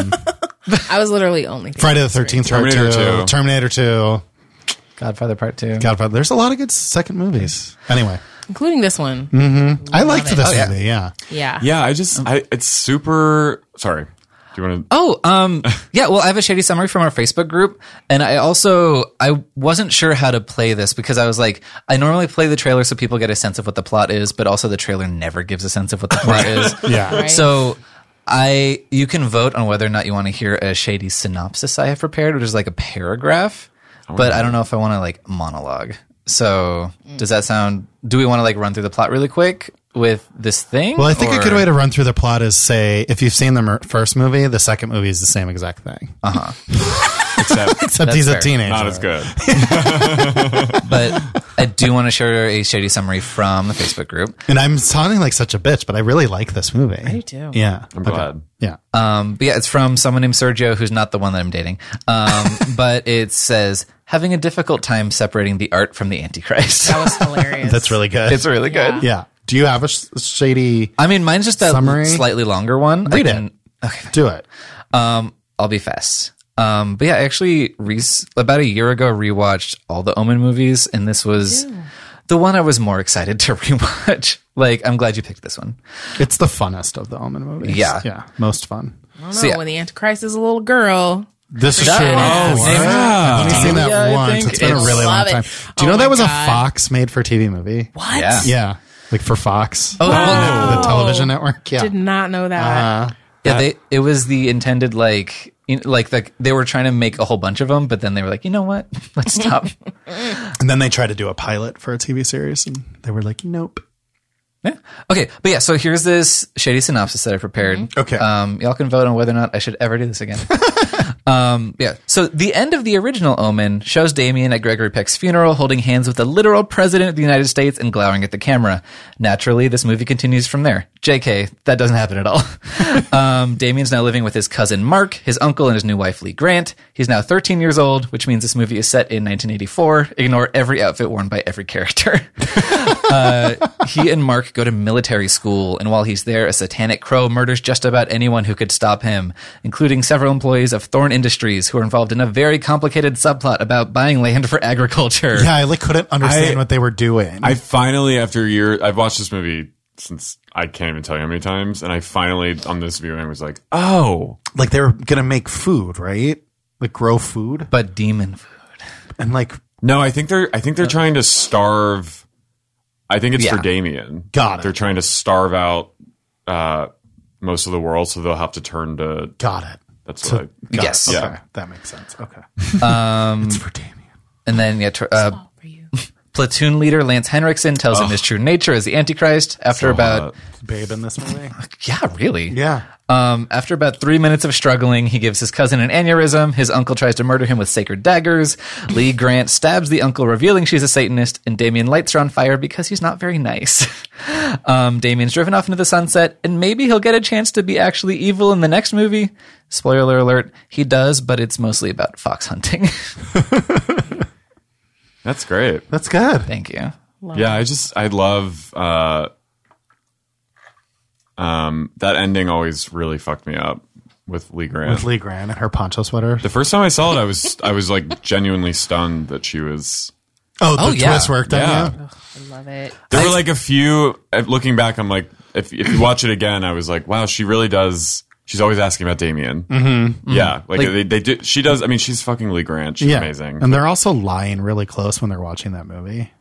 A: was literally only thinking
C: Friday the Thirteenth,
D: Terminator
C: Two,
D: Two.
C: Terminator Two,
B: Godfather Part Two.
C: Godfather. There's a lot of good second movies. Anyway,
A: including this one.
C: I liked this
B: Oh, yeah.
C: movie. Yeah,
A: Yeah.
D: Yeah, I just, I, it's super. Sorry. Do you want to?
B: Oh, um, yeah. Well, I have a shady summary from our Facebook group, and I also I wasn't sure how to play this because I was like, I normally play the trailer so people get a sense of what the plot is, but also the trailer never gives a sense of what the plot is.
C: yeah.
A: Right.
B: So I you can vote on whether or not you want to hear a shady synopsis I have prepared, which is like a paragraph. But I don't know if I want to like monologue. So does that sound? Do we want to like run through the plot really quick with this thing?
C: Well, I think
B: or-
C: a good way to run through the plot is say if you've seen the mer- first movie, the second movie is the same exact thing,
D: Except
C: except he's a
B: fair.
C: teenager.
D: not as good.
B: but I do want to share a shady summary from the Facebook group.
C: And I'm sounding like such a bitch, but I really like this movie. I do
A: too.
C: Yeah,
D: I'm
C: Okay.
D: glad.
C: Yeah, Uh,
B: Um, but yeah, it's from someone named Sergio, who's not the one that I'm dating. Um, but it says having a difficult time separating the art from the antichrist.
A: That was hilarious.
C: that's really good.
B: it's really good.
C: yeah. Do you have a sh- shady?
B: I mean, mine's just that
C: Summary?
B: slightly longer one.
C: Read
B: I can-
C: it. Do it.
B: Um, I'll be fast. Um, but yeah, I actually re- about a year ago rewatched all the Omen movies, and this was the one I was more excited to rewatch. like, I'm glad you picked this one.
C: It's the funnest of the Omen movies.
B: Yeah.
C: yeah, most fun.
A: I don't know.
B: So, yeah.
A: When the Antichrist is a little girl,
C: This is true. Oh,
D: yeah.
C: I've only seen that
B: Yeah, I
C: once.
B: think
C: It's been a
B: it's-
C: really long
A: Love it.
C: time. Do you
A: Oh
C: know
A: my
C: that was
A: God.
C: a Fox made for TV movie?
A: what?
B: Yeah.
C: Yeah, like for Fox,
B: Oh, well,
C: the television network. Yeah,
A: Did not know that.
B: yeah. They, it was the intended like, in, like the, they were trying to make a whole bunch of them, but then they were like, you know what? Let's stop.
C: and then they tried to do a pilot for a TV series, and they were like, "Nope."
B: Yeah. Okay. But yeah, so here's this shady synopsis that I prepared.
C: Okay.
B: Um, y'all can vote on whether or not I should ever do this again. um, yeah. So the end of the original Omen shows Damien at Gregory Peck's funeral holding hands with the literal president of the United States and glowering at the camera. Naturally, this movie continues from there. JK, that doesn't happen at all. um, Damien's now living with his cousin Mark, his uncle, and his new wife Lee Grant. He's now 13 years old, which means this movie is set in 1984. Ignore every outfit worn by every character. Uh, he and Mark go to military school, and while he's there, a satanic crow murders just about anyone who could stop him, including several employees of Thorn Industries who are involved in a very complicated subplot about buying land for agriculture.
C: Yeah, I like couldn't understand
D: I-
C: what they were doing.
D: I finally, after a year, I've watched this movie since I can't even tell you how many times, and I finally on this viewing was like, oh,
C: like they were gonna make food, right? Like grow food
B: But demon food.
C: and like
D: no, I think they're, I think they're trying to starve. I think it's
B: Yeah.
D: for Damien.
C: Got it.
D: They're trying to starve out uh, most of the world, so they'll have to turn to.
C: got it.
D: That's what. I,
C: Got
B: Yes.
C: it. Okay.
D: Yeah.
C: that makes sense. Okay, it's for Damien.
B: And then, yeah, tr- uh,
A: Oh, For you.
B: platoon leader Lance Henriksen tells him his true nature is the Antichrist after about,
D: hot.
C: Babe in this movie.
B: yeah, really?
C: Yeah,
B: Um, after about three minutes of struggling, he gives his cousin an aneurysm. His uncle tries to murder him with sacred daggers. Lee Grant stabs the uncle, revealing she's a Satanist, and Damien lights her on fire because he's not very nice. um, Damien's driven off into the sunset, and maybe he'll get a chance to be actually evil in the next movie. Spoiler alert, he does, but it's mostly about fox hunting.
D: that's great.
C: that's good.
B: Thank you.
D: Yeah, I just I love uh um that ending always really fucked me up with Lee Grant.
C: With Lee Grant and her poncho sweater.
D: the first time I saw it, I was I was like genuinely stunned that she was.
C: Oh, the
B: Oh, yeah.
C: twist worked on
D: Yeah.
C: you.
A: I love it.
D: There were like a few. uh, Looking back, I'm like, if if you watch it again, I was like, wow, she really does. She's always asking about Damien. Mm-hmm. Yeah, like,
B: Like-
D: they, they do. She does. I mean, she's fucking Lee Grant. She's
C: Yeah, Um,
D: amazing.
C: And they're also lying really close when they're watching that movie.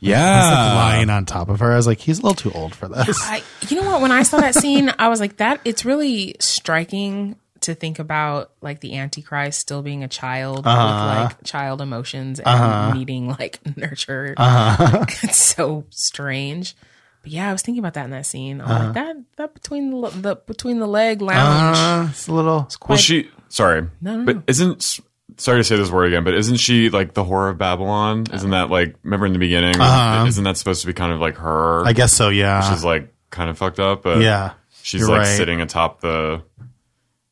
D: yeah,
C: lying on top of her. I was like, he's a little too old for this.
A: I, you know what? When I saw that scene, I was like, that. It's really striking to think about, like the Antichrist still being a child with like child emotions and needing like nurture. it's so strange. But yeah, I was thinking about that in that scene. I'm like that that between the, le- the between the leg lounge.
C: Uh, it's a little.
A: is quite,
D: Well, she. Sorry,
A: No, no,
D: but
A: no.
D: isn't sorry to say this word again, but isn't she like the whore of Babylon? Isn't that like remember in the beginning? Isn't that supposed to be kind of like her?
C: Uh-huh. I guess so. Yeah.
D: she's like kind of fucked up, but
C: yeah.
D: she's
C: you're
D: like
C: right.
D: sitting atop the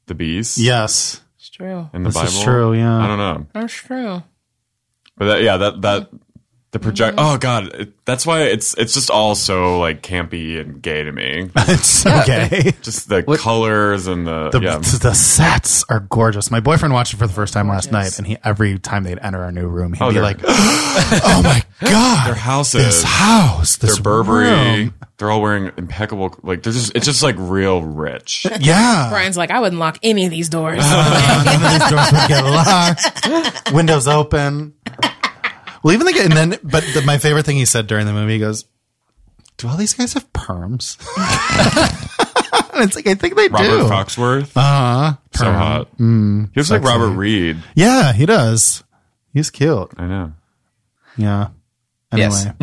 D: the beast.
C: Yes.
A: it's true.
D: in the
C: This
D: Bible.
C: is true, yeah.
D: I don't know,
A: That's true.
D: but that, yeah, that that The project. Oh god, it, that's why it's it's just all so like campy and gay to me.
C: It's okay.
D: just the colors and the,
C: The,
D: yeah.
C: the sets are gorgeous. My boyfriend watched it for the first time last night, and he every time they'd enter our new room, he'd be
D: they're-
C: like, "Oh my god,
D: Their houses.
C: this house, this
D: They're Burberry.
C: room."
D: They're all wearing impeccable. Like they're just. It's just like real rich.
C: yeah."
A: Brian's like, I wouldn't lock any of these doors.
C: Uh, none of these doors would get locked. Windows open. Well, even the and then, but the, my favorite thing he said during the movie, he goes, "Do all these guys have perms?" and it's like I think they
D: Robert
C: do. Uh-huh. Mm.
D: Foxworth. Uh huh. So hot. he looks like
C: sexy.
D: Robert Reed.
C: Yeah, he does. He's cute.
D: I know.
C: Yeah.
B: Yes.
C: Anyway,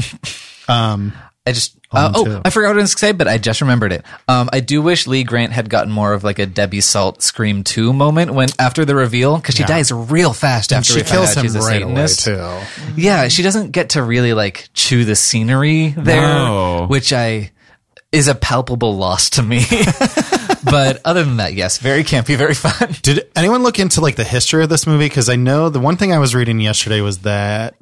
C: Um,
B: I just uh, oh,
C: two.
B: I forgot what I was gonna say, but I just remembered it. Um, I do wish Lee Grant had gotten more of like a Debbie Salt Scream Two moment when after the reveal because she dies real fast after
C: she
B: we find
C: kills
B: out
C: him
B: she's a
C: right away
B: Satanist.
C: too.
B: Yeah, she doesn't get to really like chew the scenery there,
D: No.
B: which I is a palpable loss to me. but other than that, yes, very campy, very fun.
C: Did anyone look into like the history of this movie? Because I know the one thing I was reading yesterday was that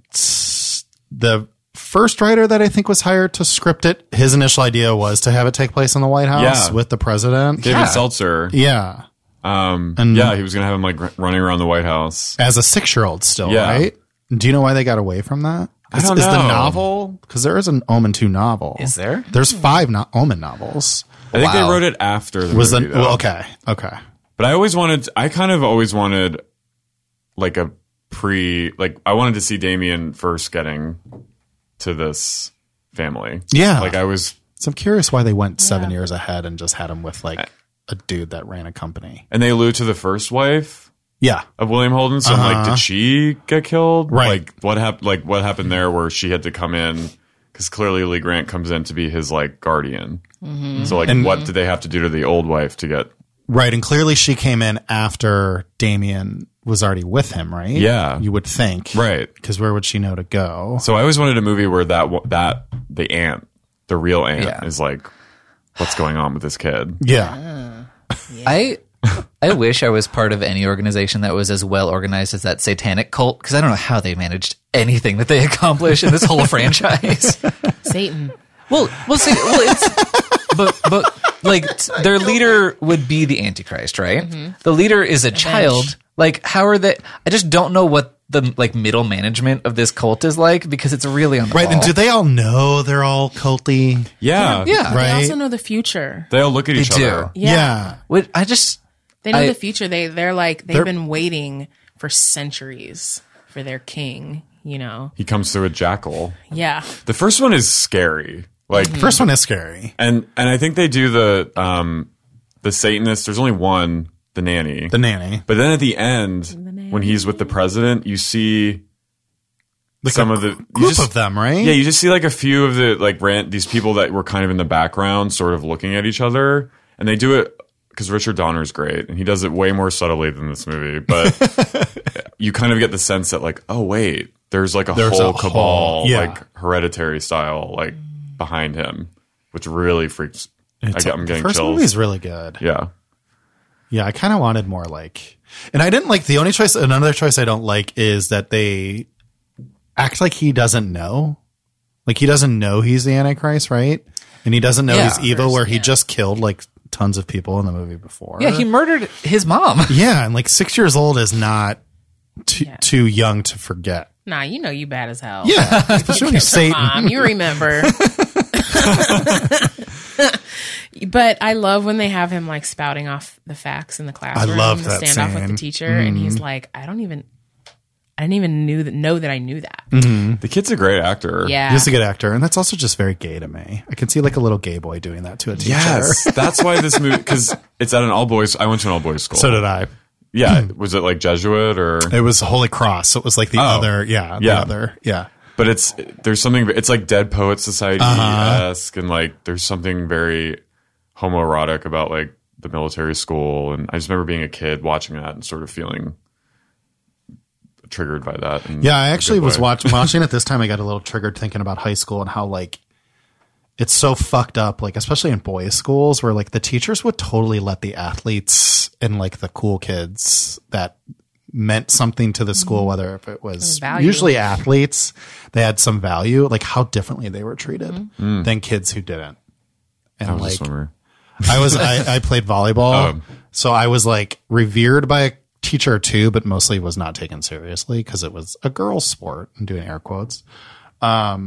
C: the first writer that I think was hired to script it, his initial idea was to have it take place in the White House
D: Yeah.
C: with the president.
D: David Seltzer.
C: Yeah.
D: Um,
C: And-
D: yeah, he was gonna have him like r- running around the White House.
C: As a six year old still,
D: Yeah.
C: right? Do you know why they got away from that?
D: I don't
C: is the
D: know.
C: novel because there is an Omen two novel.
B: Is there?
C: There's five no- Omen novels.
D: I
B: Wow.
D: think they wrote it after the
C: Was the
D: movie, though.
C: well, okay? Okay.
D: But I always wanted. I kind of always wanted like a pre. Like I wanted to see Damien first getting to this family.
C: Yeah.
D: Like I was.
C: So I'm curious why they went seven years ahead and just had him with like a dude that ran a company.
D: And they allude to the first wife
C: Yeah.
D: of William Holden. So I'm like, did she get killed?
C: Uh-huh. Right.
D: Like what happened? Like what happened there where she had to come in? Because clearly Lee Grant comes in to be his like guardian. So like, what did they have to do to the old wife to get?
C: Right, and clearly she came in after Damien was already with him, right?
D: Yeah.
C: You would think.
D: Right.
C: Because where would she know to go?
D: So I always wanted a movie where that wa- that the aunt, the real aunt, is like, what's going on with this kid?
C: Yeah.
B: I I wish I was part of any organization that was as well organized as that satanic cult because I don't know how they managed anything that they accomplished in this whole franchise.
A: Satan.
B: Well, we'll see. Well, it's but but like t- their leader would be the Antichrist, right? The leader is a child. Like, how are they? I just don't know what the like middle management of this cult is like because it's really on the
C: Right,
B: Ball.
C: and do they all know they're all culty?
D: Yeah,
B: yeah,
A: They
C: Right?
A: also know the future.
D: They all look at each
B: do.
D: other.
A: Yeah.
B: Would- I just
A: They know
B: I-
A: the future. They they're like they've
C: They're-
A: been waiting for centuries for their king, you know.
D: He comes through a jackal.
A: Yeah.
D: The first one is scary. Like,
A: Hmm.
C: First one is scary.
D: and and I think they do the um the Satanist. There's only one, the nanny.
C: The nanny.
D: but then at the end, when he's with the president, you see
C: Like
D: some
C: a
D: of the you
C: Group
D: just-
C: of them, right?
D: Yeah, you just see like a few of the like rant these people that were kind of in the background, sort of looking at each other, and they do it because Richard Donner's great, and he does it way more subtly than this movie. But you kind of get the sense that like, oh wait, there's like a
C: There's
D: whole
C: a whole-
D: cabal,
C: yeah.
D: like hereditary style, like behind him, which really freaks. I
C: It's-
D: get, I'm getting
C: first
D: chills.
C: movie's really good.
D: yeah,
C: Yeah, I kind of wanted more like, and I didn't like the only choice. Another choice I don't like is that they act like he doesn't know, like he doesn't know he's the Antichrist, right? And he doesn't know
B: Yeah.
C: he's evil. Where he just killed like tons of people in the movie before.
B: yeah, he murdered his mom.
C: yeah, and like six years old is not too too young to forget.
A: Nah, you know you bad as hell.
C: Yeah, especially when you're Satan.
A: Mom, you remember. but I love when they have him like spouting off the facts in the classroom.
C: love
A: the standoff
C: that
A: with
C: scene. Mm-hmm.
A: the teacher, and he's like, I don't even I didn't even knew that know that I knew that.
D: the kid's a great actor.
A: Yeah.
C: He's Mm-hmm. a good actor, and that's also just very gay to me. I can see like a little gay boy doing that to a teacher.
D: Yes, that's why this movie because it's at an all boys. I went to an all boys school.
C: So did I.
D: yeah, was it like Jesuit or
C: It was Holy Cross. So it was like the other, yeah, the
D: Oh. Yeah.
C: other, yeah.
D: but it's there's something it's like dead poet society esque
C: Uh-huh.
D: and like there's something very homoerotic about like the military school and i just remember being a kid watching that and sort of feeling triggered by that in
C: Yeah, I
D: a good
C: actually was
D: way.
C: watch, watching it this time. I got a little triggered thinking about high school and how like it's so fucked up. Like especially in boys' schools, where like the teachers would totally let the athletes and like the cool kids that meant something to the school,
D: Mm-hmm.
C: whether if it was
A: Value.
C: usually athletes, they had some value, like how differently they were treated than kids who didn't. And
D: I Mm-hmm. was
C: like,
D: a swimmer.
C: I was I, I played volleyball, so I was like revered by a teacher or two, but mostly was not taken seriously because it was a girl sport. I'm doing air quotes. Um,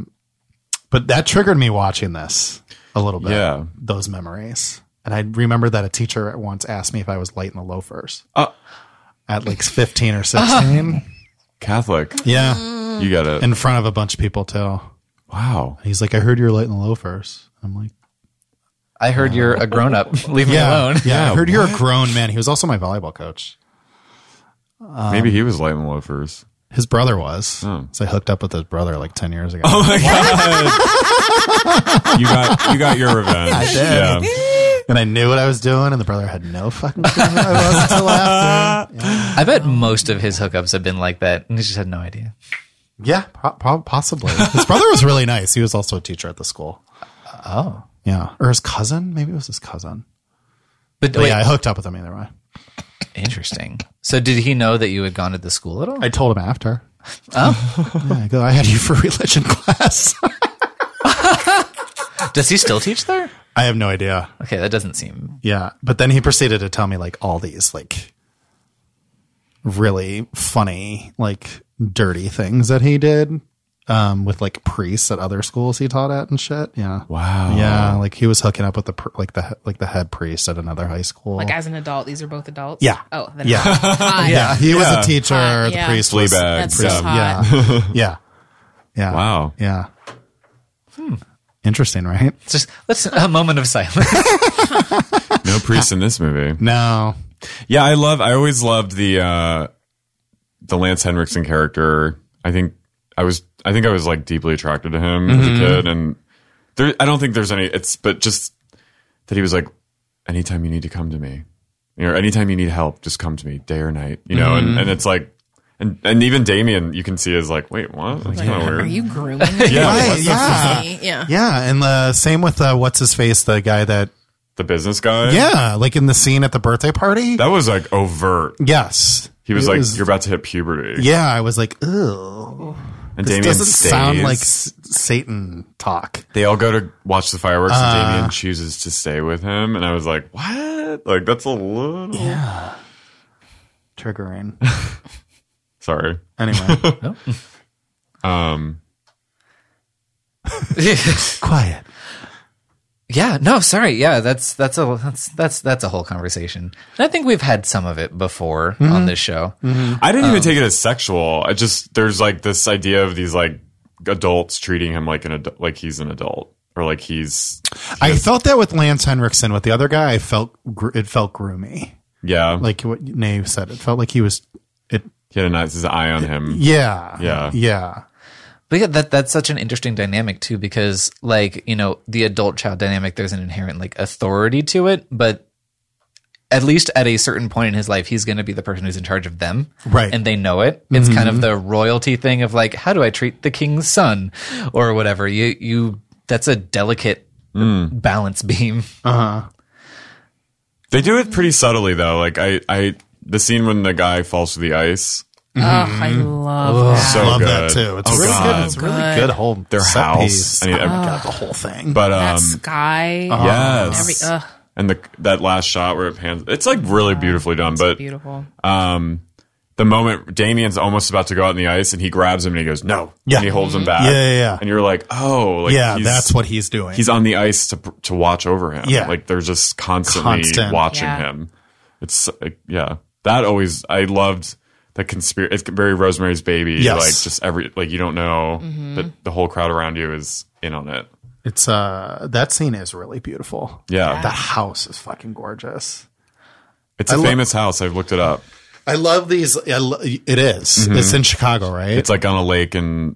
C: but that triggered me watching this a little bit.
D: Yeah.
C: those memories, and I remember that a teacher once asked me if I was light in the loafers.
D: Oh.
C: At like 15 or 16.
D: Catholic.
C: Yeah.
D: You got it.
C: In front of a bunch of people, too.
D: wow.
C: He's like, I heard you're light in the loafers. I'm like,
B: I heard you're a grown up. Leave me
C: yeah,
B: alone.
C: Yeah. I heard you're a grown man. He was also my volleyball coach. um,
D: Maybe he was lighting loafers.
C: His brother was. So I hooked up with his brother like 10 years ago.
D: Oh my god! you got you got your revenge. I
C: did. And I knew what I was doing, and the brother had no fucking clue who I was until after.
B: I bet most of his hookups have been like that, and he just had no idea.
C: Yeah, po- po- possibly. His brother was really nice. He was also a teacher at the school. Oh. Yeah. Or his cousin. Maybe it was his cousin.
B: But,
C: But
B: wait,
C: yeah, I hooked up with him either way.
B: interesting. So did he know that you had gone to the school at all?
C: I told him after. Oh. yeah, I go, I had you for religion class.
B: Does he still teach there?
C: I have no idea.
B: Okay, that doesn't seem.
C: Yeah, but then he proceeded to tell me like all these like really funny, like dirty things that he did um with like priests at other schools he taught at and shit. Yeah.
D: Wow.
C: Yeah, like he was hooking up with the pr- like the he- like the head priest at another high school.
A: Like as an adult, these are both adults.
C: Yeah.
A: Oh, then
C: yeah.
A: Hi.
C: yeah, he
D: Yeah.
C: was a teacher,
A: Hot,
C: the
A: yeah.
C: priest was
D: Fleabag.
A: That's so
D: yeah.
A: hot.
C: Yeah. yeah. Yeah.
D: Wow.
C: Yeah.
A: Hmm.
C: Interesting, right?
B: It's just let's a moment of silence.
D: No priest in this movie.
C: No.
D: Yeah, I love. I always loved the uh, the Lance Henriksen character. I think I was. I think I was like deeply attracted to him as
C: Mm-hmm.
D: a kid, and there. I don't think there's any. It's but just that he was like, anytime you need to come to me, you know, anytime you need help, just come to me, day or night, you know.
C: Mm-hmm.
D: And, and it's like, and and even Damien, you can see is like, wait, what? That's kind of
A: Are
D: weird.
A: you grooming me?
D: yeah,
C: Right,
D: what?
C: yeah.
A: yeah.
C: Yeah, and the same with uh, what's his face, the guy that
D: the business guy.
C: Yeah, like in the scene at the birthday party.
D: that was like overt.
C: yes,
D: He was
C: It
D: like, you're about to hit puberty.
C: yeah, I was like, ooh,
D: and
C: this
D: Damien
C: doesn't
D: stays.
C: sound like s- Satan talk.
D: they all go to watch the fireworks and Damien chooses to stay with him and I was like, What? Like that's a little
C: Triggering.
D: sorry.
C: Anyway,
D: Um
C: quiet.
B: yeah, no, sorry. Yeah, that's that's a that's that's that's a whole conversation. And I think we've had some of it before on this show.
D: I didn't even take it as sexual. I just there's like this idea of these like adults treating him like an adult like he's an adult. Or like he's
C: I felt that with Lance Henriksen. With the other guy, I felt gr- it felt groomy.
D: yeah.
C: Like
D: Like
C: what Nave said, it felt like he was. It.
D: he had a nice his eye on him.
C: Yeah.
D: Yeah.
C: Yeah.
B: But yeah, that that's such an interesting dynamic too, because like you know the adult child dynamic, there's an inherent like authority to it, but at least at a certain point in his life, he's going to be the person who's in charge of them,
C: Right. Mm-hmm.
B: And they know it. It's kind of the royalty thing of like, how do I treat the king's son, or whatever. You you that's a delicate balance beam.
D: They do it pretty subtly though. Like I I the scene when the guy falls through the ice.
C: Mm-hmm.
A: Oh, I love that.
D: So
C: Love
D: good.
C: that too. It's
D: oh,
C: really
D: God.
C: good. It's really good whole
D: Their
C: set
D: house.
C: piece.
D: I mean,
C: oh my
D: every-
C: god, the whole thing.
D: But
A: that
D: um
A: sky.
D: yes.
A: Every, uh, ugh,
D: and the that last shot where it pans it's like really beautifully done but
A: beautiful.
D: um the moment Damien's almost about to go out in the ice and he grabs him and he goes no
C: Yeah. Mm-hmm.
D: and he holds him back
C: Yeah, yeah, yeah.
D: and you're like oh like
C: yeah,
D: he's-
C: that's what he's doing.
D: he's on the ice to to watch over him
C: Yeah.
D: like they're just constantly
C: Constant.
D: watching
A: Yeah.
D: him it's uh, yeah that always I loved the conspiracy it's very Rosemary's Baby
C: Yes.
D: like just every like you don't know that the whole crowd around you is in on it
C: it's uh that scene is really beautiful.
D: yeah,
C: That house is fucking gorgeous.
D: it's a
C: lo-
D: famous house I've looked it up
C: I love these. I lo- it is. It's in Chicago, right?
D: Mm-hmm. It's like on a lake in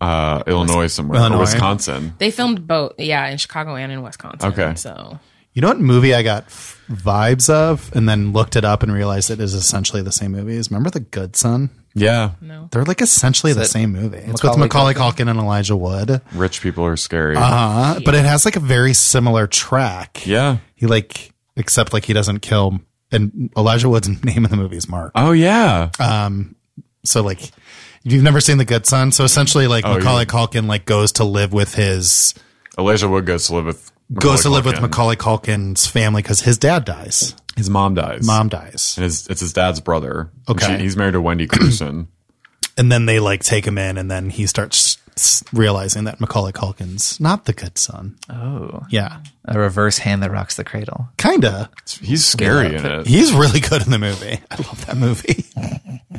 D: uh, Illinois somewhere
C: Illinois.
D: or Wisconsin.
A: They filmed both, yeah, in Chicago and in Wisconsin.
D: Okay.
A: So
C: you know what movie I got f- vibes of, and then looked it up and realized it is essentially the same movie. Is remember The Good Son?
D: Yeah,
C: They're like essentially the same movie. It's with
B: Macaulay
C: Macaulay Culkin and Elijah Wood,
D: rich people are scary.
C: uh, but it has like a very similar track.
D: Yeah,
C: he like except like he doesn't kill and Elijah Wood's name in the movie is Mark.
D: Oh yeah.
C: uh, So like, if you've never seen The Good Son, so essentially like
D: Oh,
C: Macaulay Culkin like goes to live with his
D: Elijah Wood goes to live with
C: goes to live with
D: Culkin.
C: Macaulay Culkin's family because his dad dies,
D: His mom dies.
C: mom dies,
D: And his, it's his dad's brother. And
C: Okay.
D: she- he's married to Wendy Crewson.
C: and then they like take him in, and then he starts s- realizing that Macaulay Culkin's not the good son. Oh, yeah,
B: A reverse hand that rocks the cradle.
C: kinda.
D: he's scary in it.
C: He's really good in the movie. I love that movie.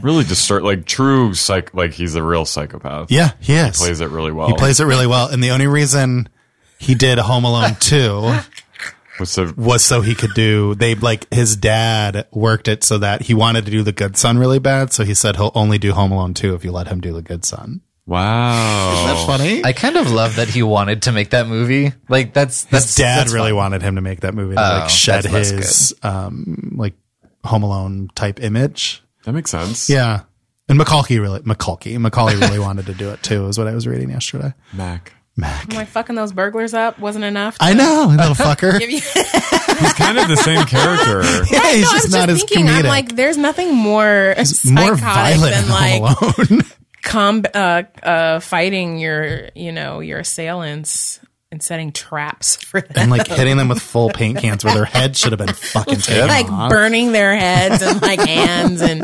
D: Really disturbed. Like true psych. Like he's a real psychopath.
C: Yeah, he is.
D: Plays it really well.
C: He plays it really well, and the only reason he did Home Alone two
D: What's the
C: was so he could do they like his dad worked it so that he wanted to do the good son really bad so he said he'll only do home alone 2 if you let him do the good son
D: wow?
C: that's funny
B: I kind of love that he wanted to make that movie. Like that's that's
C: his dad
B: that's
C: really wanted him to make that movie to like shed
B: that's less
C: his um like home alone type image
D: That makes sense.
C: yeah and McCulkey really McCulkey Macaulay really wanted to do it too is what I was reading yesterday
D: Mac.
A: I'm like fucking those burglars up wasn't enough. To
C: I know little fucker
A: give you.
D: He's kind of the same character.
C: yeah he's
A: I'm
C: just not as
A: I'm
C: comedic
A: like, there's nothing more psychotic
C: more violent
A: than
C: than
A: like
C: Home Alone
A: com- uh, uh, fighting your, you know, your assailants and setting traps for them.
C: and like hitting them with full paint cans where their head should have been fucking taken
A: Like
C: off.
A: burning their heads and like hands and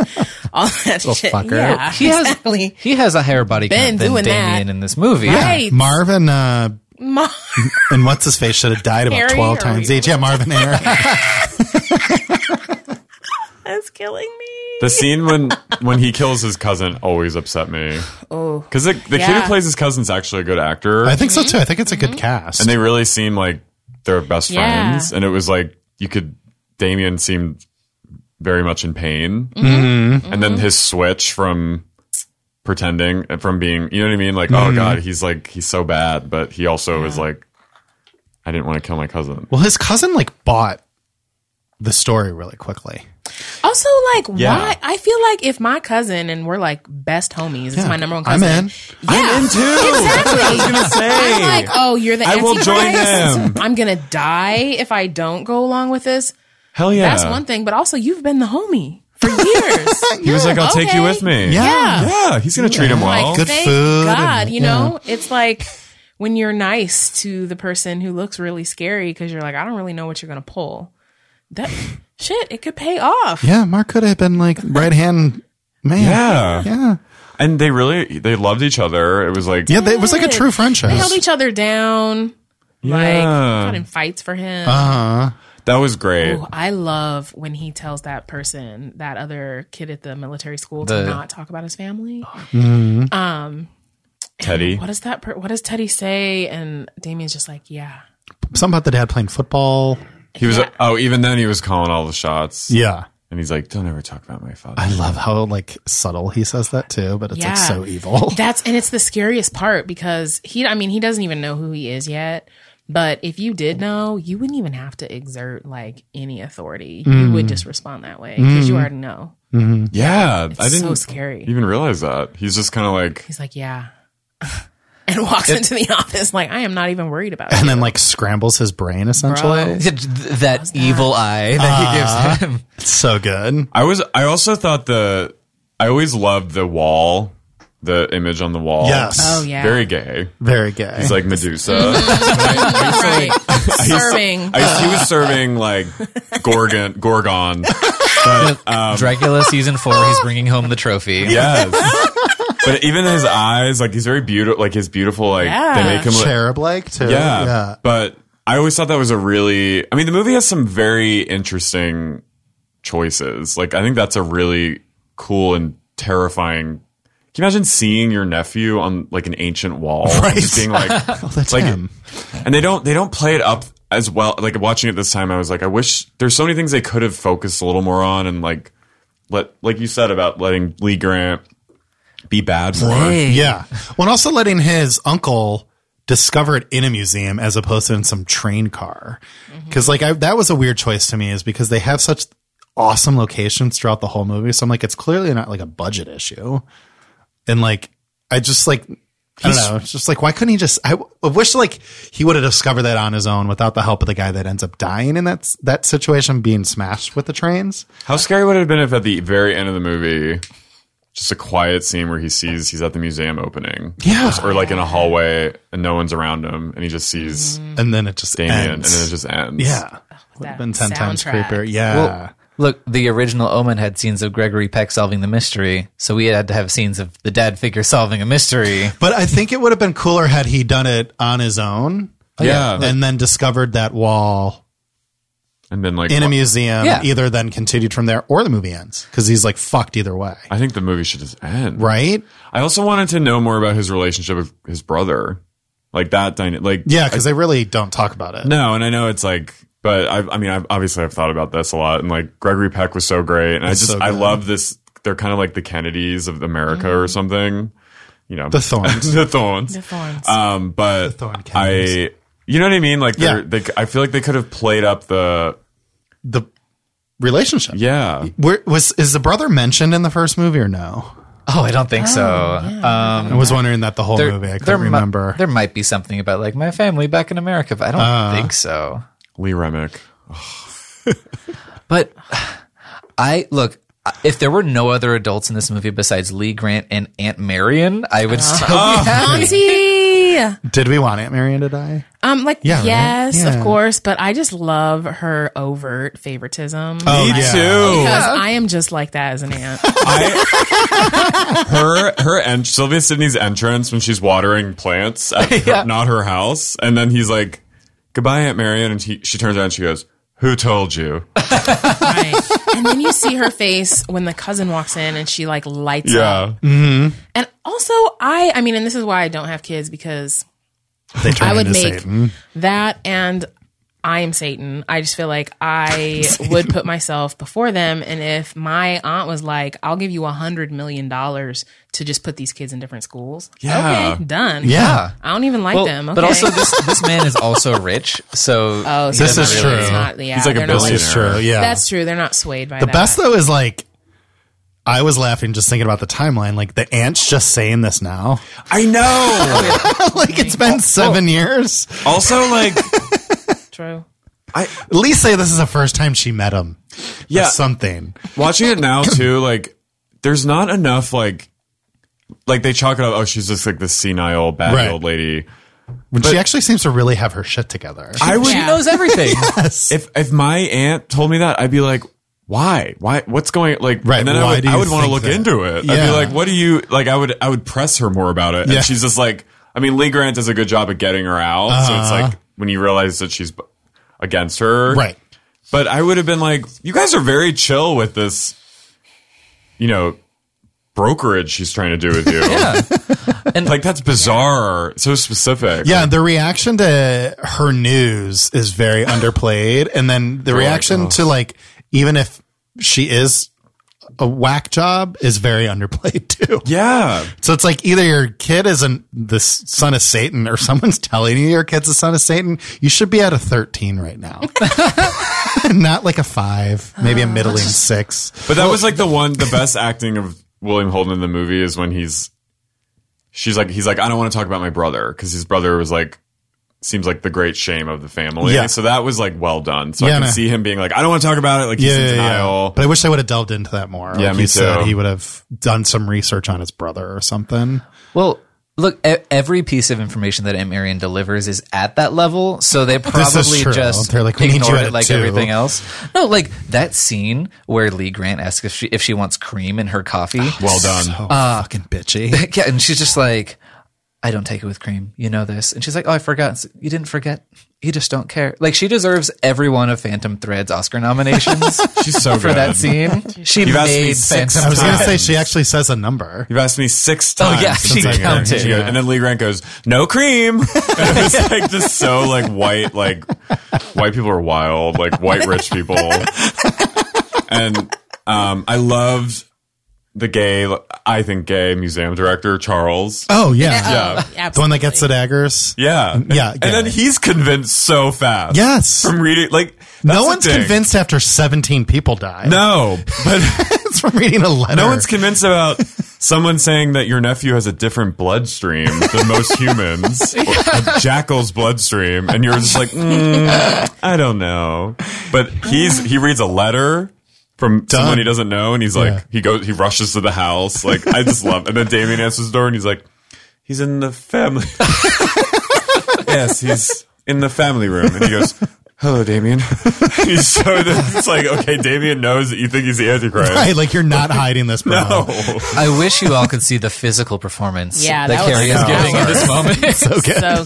A: all that shit.
B: fucker.
A: Yeah,
B: He has
A: exactly.
B: he has a higher body
A: Been
B: count than
A: doing
B: Damien
A: that.
B: in this movie.
A: Right.
C: Marvin uh,
A: Ma-
C: and what's his face should have died about
A: Harry
C: twelve
A: or
C: times each. Yeah, Marvin Air.
A: That's killing me.
D: The scene when when he kills his cousin always upset me. Oh, because the, the kid
A: Yeah.
D: who plays his cousin's actually a good actor,
C: I think so too. I think it's a
A: Mm-hmm.
C: good cast.
D: and they really seem like they're best
A: Yeah.
D: friends. And it was like you could Damien seemed very much in pain,
A: Mm-hmm.
D: and then his switch from pretending from being you know what I mean, like oh god, he's like he's so bad, but he also is like I didn't want to kill my cousin.
C: well, his cousin like bought the story really quickly.
A: Also, like,
D: Yeah.
A: why? I feel like if my cousin and we're like best homies, it's my number one cousin.
C: I'm in.
A: I'm in too. Exactly. I was gonna say. I'm like, oh, you're the.
D: I will
A: Antichrist.
D: join them.
A: I'm gonna die if I don't go along with this.
D: Hell yeah,
A: That's one thing, but also you've been the homie for years.
D: He was like, I'll take you
A: Okay.
D: with me.
A: yeah. Oh
D: yeah, he's gonna treat him
A: Like,
D: well.
C: Good
A: thank
C: food
A: God,
C: and-
A: you know, it's like when you're nice to the person who looks really scary because you're like, I don't really know what you're gonna pull. That shit, it could pay off.
C: Yeah, Mark could have been like right hand man.
D: Yeah.
C: Yeah.
D: And they really they loved each other. It was like
C: Yeah, they, it was like a true friendship.
A: They held each other down. Like,
D: Yeah.
A: got in fights for him.
C: Uh,
D: that was great.
A: Ooh, I love when he tells that person, that other kid at the military school,
B: The-
A: to not talk about his family.
D: Teddy.
A: What does that? Per- what does Teddy say? And Damien's just like, yeah,
C: something about the dad playing football.
D: He was oh, even then he was calling all the shots.
C: Yeah.
D: And he's like, Don't ever talk about my father.
C: I love how like subtle he says that too, but it's
A: Yeah.
C: like so evil.
A: that's and it's the scariest part because he. I mean, he doesn't even know who he is yet. But if you did know, you wouldn't even have to exert like any authority. You
D: Mm.
A: would just respond that way because you already know.
D: yeah. Mm. I
A: It's
D: didn't
A: so scary.
D: even realize that. He's just kinda like
A: He's like, yeah. And walks into the office like I am not even worried about
C: and
A: it.
C: then like scrambles his brain
A: Oh,
C: essentially.
B: Th- That evil eye that he gives him.
C: It's so good.
D: I was I also thought the I always loved the wall, the image on the wall.
C: Yes.
A: Oh yeah,
D: Very gay.
C: Very gay.
D: He's like Medusa.
A: right. Serving.
D: I, he was serving like Gorgon Gorgon.
B: Dracula season four, he's bringing home the trophy.
D: Yes. but even his eyes, like he's very beautiful. Like his beautiful, like
A: Yeah.
D: they make him. Look, yeah.
C: cherub like too.
D: But I always thought that was a really. I mean, the movie has some very interesting choices. Like I think that's a really cool and terrifying. Can you imagine seeing your nephew on like an ancient wall,
C: Right.
D: Just being like,
C: Oh, that's
D: like,
C: him.
D: and they don't they don't play it up as well. Like watching it this time, I was like, I wish there's so many things they could have focused a little more on, and like let like you said about letting Lee Grant be bad more.
B: Hey.
C: Yeah. Well, and also letting his uncle discover it in a museum as opposed to in some train car.
D: Mm-hmm.
C: Because, like, I, that was a weird choice to me, is because they have such awesome locations throughout the whole movie. So I'm like, it's clearly not like a budget issue. And, like, I just like, I don't know. It's just like why couldn't he just? I, w- I wish like he would have discovered that on his own without the help of the guy that ends up dying in that s- that situation, being smashed with the trains.
D: How scary would it have been if at the very end of the movie, just a quiet scene where he sees he's at the museum opening,
C: Yeah.
D: or like in a hallway and no one's around him, and he just sees
C: And then it just
D: Mm-hmm. Damien,
C: Mm.
D: and
C: ends.
D: then it just ends.
C: yeah, would have been ten times
A: soundtrack.
C: creepier. Yeah,
B: Well, look, the original Omen had scenes of Gregory Peck solving the mystery, so we had to have scenes of the dad figure solving a mystery.
C: but I think it would have been cooler had he done it on his own.
D: Yeah.
C: and then discovered that wall
D: and then like
C: in a
D: wha-
C: museum.
B: Yeah.
C: Either then continued from there, or the movie ends because he's like fucked either way.
D: I think the movie should just end.
C: Right?
D: I also wanted to know more about his relationship with his brother, like that. Dyna- like
C: Yeah, because they really don't talk about it.
D: No, and I know it's like, but I've, I mean, I've, obviously I've thought about this a lot, and like Gregory Peck was so great, and I just
C: so
D: I
C: good.
D: love this. They're kind of like the Kennedys of America or something, you know,
C: The Thorns.
D: the Thorns,
A: The Thorns.
D: Um, but
C: Thorn
D: I,
C: Kennedys.
D: you know what I mean? Like,
C: Yeah.
D: they're they, I feel like they could have played up the
C: The relationship.
D: yeah.
C: Where was is the brother mentioned in the first movie or no?
B: Oh, I don't think so. Um,
C: I was wondering that the whole
B: there,
C: movie. I couldn't
B: there mi-
C: remember.
B: there might be something about like my family back in America, but I don't think so.
D: Lee Remick.
B: But I look. If there were no other adults in this movie besides Lee Grant and Aunt Marion, I
C: Oh.
B: would still be happy.
A: Auntie!
C: Did we want Aunt Marion to die?
A: Um, like
C: Yeah, right?
A: yes,
C: Yeah.
A: of course, but I just love her overt favoritism.
D: Oh.
C: Me
A: Like,
D: too.
A: Because I am just like that as an aunt.
D: I, her her en- Sylvia Sidney's entrance when she's watering plants at her, not her house, and then he's like, "Goodbye, Aunt Marion," and he, she turns around and she goes, "Who told you?"
A: right. And then you see her face when the cousin walks in and she like lights up. And also I I mean, and this is why I don't have kids because
C: They turn
A: I would
C: into
A: make
C: Satan.
A: that and I am Satan. I just feel like I would put myself before them. And if my aunt was like, I'll give you a hundred million dollars to just put these kids in different schools.
D: Yeah.
A: Okay, done.
C: Yeah.
A: I don't even like
B: Well,
A: them. Okay.
B: But also, this this man is also rich, so
A: oh, so
C: This
A: they're
C: is
A: not-
C: true.
A: it's not- yeah,
D: He's like a
A: they're not
D: billionaire.
C: It's true. Yeah.
A: That's true. They're not swayed by
C: the
D: uh,
A: that.
C: best though is like I was laughing just thinking about the timeline. Like the aunt's just saying this now.
D: I know.
C: like it's
D: Oh,
C: been seven years.
D: also, like,
A: True.
D: I
C: At least say this is the first time she met him.
D: yeah,
C: Or something.
D: watching it now too. Like, there's not enough like. Like they chalk it up. Oh, she's just like this senile, bad
C: Right.
D: old lady.
C: When she actually seems to really have her shit together.
D: I would
B: he knows everything.
D: if if my aunt told me that, I'd be like, why? Why? What's going like?
C: Right,
D: And then
C: why
D: I would,
C: do you
D: I would want to
C: think
D: look
C: that?
D: into it. I'd
C: Yeah.
D: be like, what do you like? I would I would press her more about it.
C: Yeah.
D: And she's just like, I mean, Lee Grant does a good job at getting her out. So it's
C: Uh-huh.
D: like when you realize that she's b- against her,
C: right.
D: But I would have been like, you guys are very chill with this, you know, brokerage she's trying to do with you. yeah.
B: And-
D: like that's bizarre, so specific.
C: Yeah, the reaction to her news is very underplayed. And then the reaction to like even if she is a whack job is very underplayed too.
D: Yeah.
C: So it's like either your kid isn't the son of Satan or someone's telling you your kid's the son of Satan. You should be at a 13 right now. Not like a five, maybe a middling six.
D: But that was like the one, the best acting of William Holden in the movie is when he's, she's like, he's like, I don't want to talk about my brother because his brother was like, seems like the great shame of the family.
C: Yeah.
D: So that was like well done. So
C: Yeah,
D: I can
C: no.
D: see him being like, I don't want to talk about it. Like he's
C: Yeah,
D: in
C: yeah, yeah.
D: denial.
C: But I wish I would have delved into that more.
D: Yeah,
C: Like
D: me
C: he said
D: too.
C: He would have done some research on his brother or something.
B: well, look, e- every piece of information that Aunt Marion delivers is at that level, so they probably
C: true.
B: just
C: They're like, "We need you
B: ignore
C: at
B: it
C: it
B: like
C: too."
B: everything else. No, like that scene where Lee Grant asks if she if she wants cream in her coffee.
D: Well done.
C: Oh, fucking bitchy.
B: yeah, and she's just like, I don't take it with cream. You know this. And she's like, Oh, I forgot. It's like, You didn't forget. You just don't care. Like she deserves every one of Phantom Thread's Oscar nominations
D: She's so
B: for
D: good.
B: that scene. She
D: You've asked me
B: made
D: six
B: Phantom
C: I was going to
D: Times.
C: say she actually says a number.
D: You've asked me six
B: Oh,
D: times.
B: yeah,
D: since
B: she
D: I came.
B: counted.
D: She goes- And then Lee Grant goes, no cream. And it was like just so like white, like white people are wild, like white rich people. And um, I loved the gay, I think gay museum director, Charles.
C: Oh, yeah.
D: Yeah.
C: The one that gets the daggers.
D: Yeah. And-
C: Yeah,
D: And,
C: gay.
D: then he's convinced so fast.
C: Yes.
D: From reading, like, that's
C: No
D: the
C: one's
D: thing.
C: convinced after 17 people die.
D: No, but
C: it's from reading a letter.
D: no one's convinced about Someone saying that your nephew has a different bloodstream than most humans, or a jackal's bloodstream, and you're just like, mm, I don't know. But he's he reads a letter from someone he doesn't know, and he's like,
C: Yeah.
D: he goes, he rushes to the house. Like I just love. And then Damien answers the door, and he's like, he's in the family. yes, he's in the family room, and he goes. Hello, Damien. he's so it's like okay. Damien knows that you think he's the Antichrist.
C: Right, like you're not hiding this.
D: No.
C: Promo.
B: I wish you all could see the physical performance
A: Yeah,
B: that,
A: that was
B: Carrie is
A: awesome.
B: giving in this moment.
C: So good.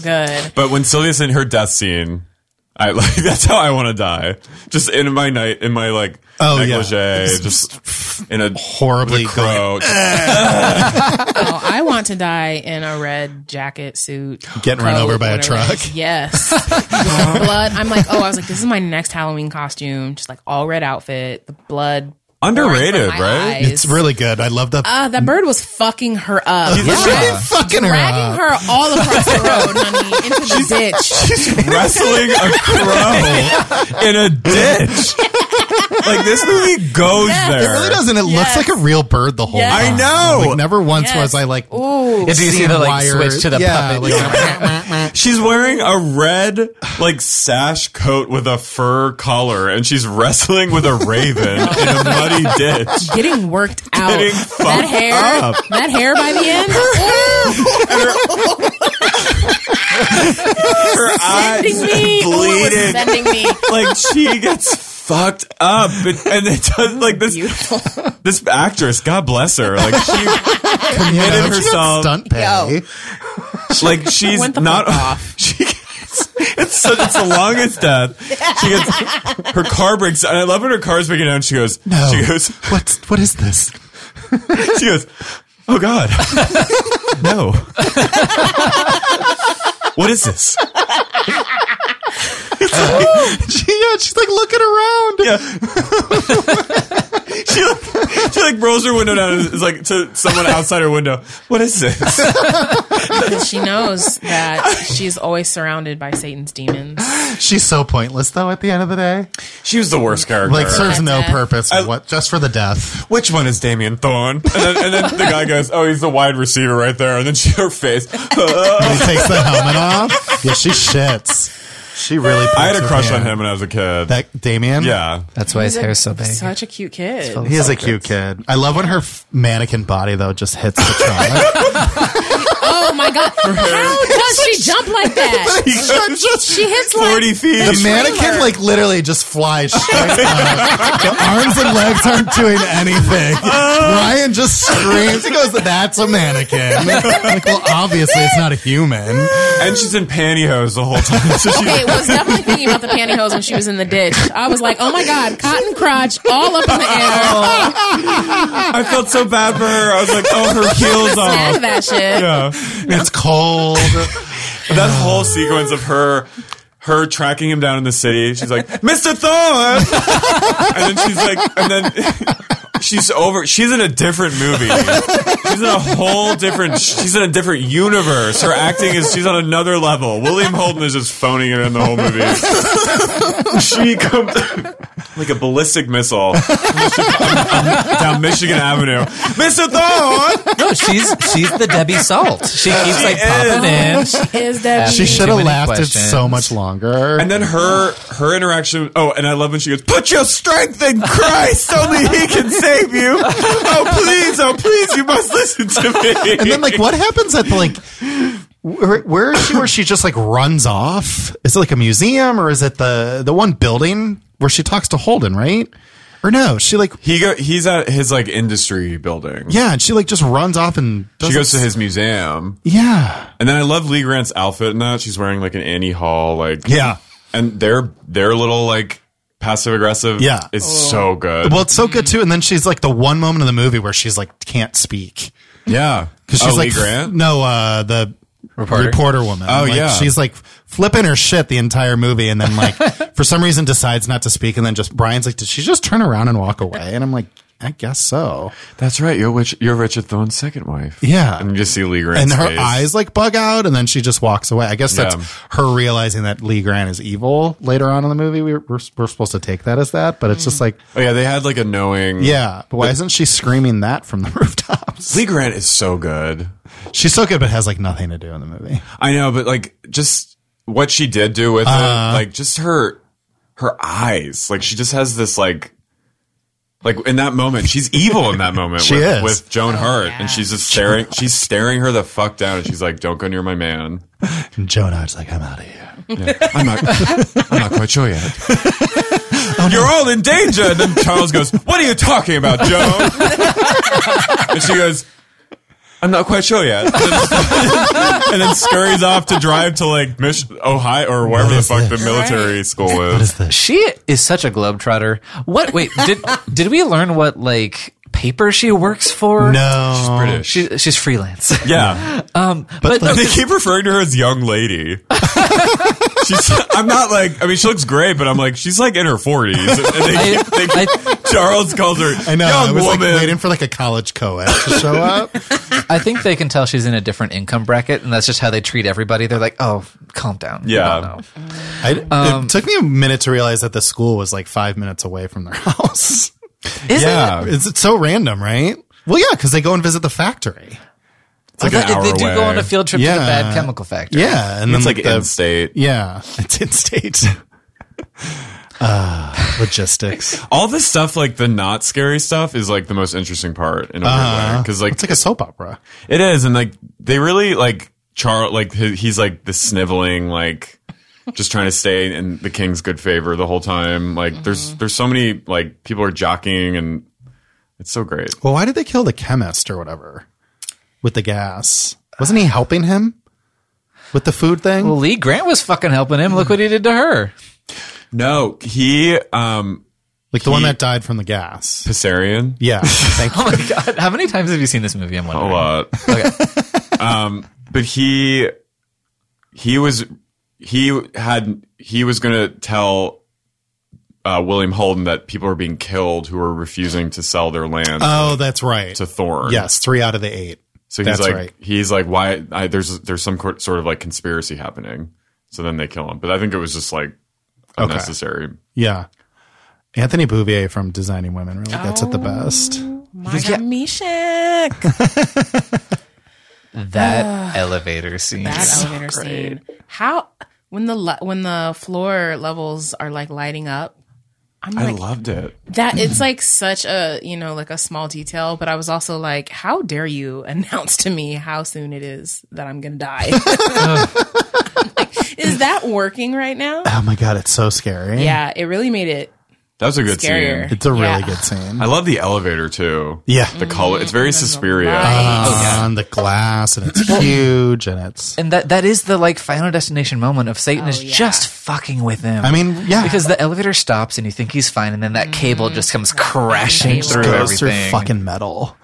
A: So good.
D: But when Sylvia's in her death scene, I like that's how I want to die. Just in my night, in my like
C: Oh, yeah.
D: negligee, just in a
C: Horribly
D: the crow.
A: Oh, I want to die in a red jacket suit.
C: Getting run
A: coat,
C: over by a
A: whatever it
C: truck.
A: is. Yes. blood. I'm like, oh, I was like, this is my next Halloween costume. Just like all red outfit, the blood.
D: Underrated,
A: pouring from my
D: right?
A: eyes.
C: It's really good. I love the
A: Ah, that bird was fucking her up.
C: She's fucking
A: Dragging
C: her up.
A: her all across the road, honey, into the ditch.
D: Wrestling a crow in a ditch. like this movie goes
C: It
D: there.
C: really doesn't. It
A: Yes.
C: looks like a real bird the whole
A: Yes.
C: time.
D: I know.
C: Like never once
A: Yes.
C: was I like.
A: Ooh.
B: Did you see
C: seeing
B: the like
C: wire-
B: switch to the
C: yeah,
B: puppet?
D: She's wearing a red like sash coat with a fur collar, and she's wrestling with a raven in a muddy ditch.
A: Getting worked out.
D: Getting
A: that
D: fucked
A: hair,
D: up.
A: that hair by the end,
D: Her
A: sending
D: eyes
A: me, Ooh, it was
D: bleeding.
A: sending me.
D: like she gets fucked up and, and it does like this
A: Beautiful.
D: this actress god bless her like she
C: committed
D: herself.
C: Stunt pay.
D: like she's
A: Went the
D: not
A: fuck off.
D: she gets it's such it's the longest death she gets her car breaks and i love when her car's breaking down she goes
C: No.
D: she goes
C: What's what is this?
D: she goes oh god no what is this Uh,
C: She, yeah, she's like looking around.
D: Yeah. she, like, she like rolls her window down and is like to someone outside her window. What is this?
A: Because she knows that she's always surrounded by Satan's demons.
C: She's so pointless though. At the end of the day,
D: She was the worst character.
C: like serves no
A: Death.
C: purpose. what just for the death?
D: Which one is Damian Thorne? And then, and then the guy goes, "Oh, he's the wide receiver right there." And then she, her face. I
C: He takes the helmet off. Yeah, she shits. She really.
D: had a
C: puts
D: crush
C: her
D: on
C: hand.
D: him when I was a kid.
C: That Damien.
D: yeah,
B: That's why his hair's so big.
A: Such a cute kid.
C: He is a cute kid. I love when her f- mannequin body though just hits the trunk.
A: Oh my god! How does she jump like that?
D: he goes
A: She hits like
D: forty feet.
C: the mannequin like literally just flies straight up. The arms and legs aren't doing anything.
D: Uh-huh.
C: Ryan just screams. He goes, "That's a mannequin." Like, well, obviously it's not a human.
D: and she's in pantyhose the whole time. So she,
A: Okay, was definitely thinking about the pantyhose when she was in the ditch. I was like, oh my god, cotton crotch all up in the air.
D: I felt so bad for her. I was like, "Oh, her heels
A: Snag
D: off."
A: that shit.
D: Yeah.
C: It's cold.
D: that whole sequence of her her tracking him down in the city she's like mr thorne and then she's like and then she's over she's in a different movie she's in a whole different she's in a different universe her acting is she's on another level william holden is just phoning it in the whole movie she comes like a ballistic missile down michigan avenue mr thorne
B: No, she's she's the Debbie Salt. She keeps like popping in.
A: Is that
C: She should have
B: many
C: lasted
B: questions.
C: so much longer.
D: And then her her interaction. Oh, and I love when she goes, "Put your strength in Christ. Only He can save you. Oh, please, oh, please, you must listen to me."
C: And then like what happens at the like where, where is she where she just like runs off? Is it like a museum or is it the the one building where she talks to Holden, right? Or no, she like
D: He go, he's at his like industry building.
C: yeah, and she like just runs off and
D: She
C: doesn't-
D: goes to his museum,
C: Yeah.
D: and then I love Lee Grant's outfit in that. She's wearing like an Annie Hall, like
C: Yeah.
D: and their their little like passive aggressive,
C: Yeah.
D: is so good.
C: Well, it's so good too and then she's like the one moment of the movie where she's like can't speak.
D: yeah,
C: Cuz she's
D: oh,
C: like
D: Lee Grant.
C: No, uh the
B: Reporter?
C: reporter, woman.
D: Oh,
C: Like,
D: yeah.
C: She's like flipping her shit the entire movie and then like for some reason decides not to speak and then just Brian's like did she just turn around and walk away? And I'm like I guess so.
D: That's right. You're Rich, you're Richard Thorne's second wife.
C: Yeah.
D: and you just see Lee Grant
C: and her eyes like bug out and then she just walks away i guess that's
D: Yeah.
C: her realizing that lee grant is evil later on in the movie we were, we're, we're supposed to take
D: Mm.
C: that as that but it's just like
D: Oh yeah, they had like a knowing.
C: yeah but why isn't she screaming that from the rooftop films.
D: Lee Grant is so good.
C: She's so good, but has like nothing to do in the movie.
D: I know, but like just what she did do with it,
C: Uh-huh.
D: like just her her eyes, like she just has this like like in that moment, she's evil in that moment
C: She
D: with,
C: is.
D: with Joan Hart, and she's just staring. She's staring her the fuck down, and she's like, "Don't go near my man."
C: And Joan Hart's like, I'm out of here.
D: I'm not. I'm not quite sure yet. You're all in danger. And then Charles goes, "What are you talking about, Joan?" and she goes, "I'm not quite sure yet." And then, and then scurries off to drive to like Mich- Ohio or wherever
C: What
D: the
C: is
D: fuck
C: this?
D: the military school
C: What
D: is.
C: is this?
B: She is such a globetrotter. What? Wait, did did we learn what like paper she works for?
C: No.
D: British.
B: she, she's freelance. Um,
D: yeah,
B: but no,
D: and they keep referring to her as young lady. She's, I'm not like. I mean, she looks great, but I'm like, she's like in her 40s. And they, keep- they, keep- Charles calls her
C: I know.
D: young
C: I was
D: woman.
C: like waiting for like a college co-ed to show up.
B: I think they can tell she's in a different income bracket, and that's just how they treat everybody. They're like, "Oh, calm down." You
D: Yeah.
B: don't know.
C: I, it took me a minute to realize that the school was like five minutes away from their house.
B: Is
D: Yeah.
B: it?
C: It's, it's so random, right? Well, yeah, because they go and visit the factory.
D: It's like
B: I
D: an
B: thought
D: hour
B: they do go
D: away.
B: on a field trip to the
C: Yeah.
B: bad chemical factory.
C: Yeah, and
D: It's
C: then
D: like
C: the,
D: in state.
C: yeah, it's in state. uh, logistics.
D: all this stuff like the not scary stuff is like the most interesting part in a weird way because Uh-huh. like
C: It's like a soap opera.
D: it is and like they really like charles like he- he's like the sniveling like just trying to stay in the king's good favor the whole time like there's there's so many like people are jockeying and it's so great
C: Well, why did they kill the chemist or whatever with the gas? Wasn't he helping him with the food thing?
B: Well, Lee Grant was fucking helping him. Look what he did to her.
D: no he um
C: like the one that died from the gas.
D: Pissarian
C: Yeah, thank you.
B: Oh my god! How many times have you seen this movie? I'm
D: a
B: wondering.
D: lot
B: Okay.
D: but he he was he had he was going to tell uh, William Holden that people are being killed who are refusing to sell their land
C: Oh, that's right.
D: to Thorn.
C: Yes, three out of the eight.
D: so he's
C: that's
D: like
C: right.
D: he's like why I, there's there's some cor- sort of like conspiracy happening. So then they kill him, but I think it was just like unnecessary.
C: Yeah. Anthony Bouvier from Designing Women really gets
A: Oh.
C: it the best. Oh
A: My God, Meshack.
B: That elevator scene.
A: That elevator scene. How when the li- when the floor levels are like lighting up, I'm
D: I
A: like
D: loved it.
A: that. It's like such a you know like a small detail, but I was also like, how dare you announce to me how soon it is that I'm gonna die? Like, is that working right now?
C: Oh my god, it's so scary.
A: Yeah, it really made it
D: That was a good
A: Scarier.
D: scene.
C: It's a really
A: Yeah. Mm.
C: good scene.
D: I love the elevator too.
C: yeah.
D: The color, it's very Suspiria.
B: Uh-huh.
A: Oh,
C: On the glass and it's huge and it's
B: and that that is the like final destination moment of
A: Oh,
B: Satan is just fucking with him.
C: I mean, yeah.
B: because the elevator stops and you think he's fine, and then that cable just comes
A: Mm-hmm.
B: crashing
A: Cable.
B: through
C: goes through
B: everything.
C: fucking metal.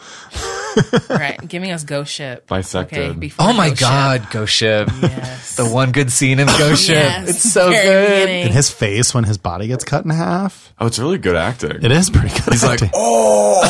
A: right, giving us Ghost Ship
D: Bisected.
A: before
B: oh my
A: Ghost Ship.
B: god, Ghost Ship!
A: Yes.
B: The one good scene in Ghost Ship.
A: Yes.
B: It's so
A: Very
B: good.
A: beginning.
C: And his face when his body gets cut in half.
D: Oh, it's really good acting.
C: It is pretty good.
D: He's like,
C: acting.
D: oh.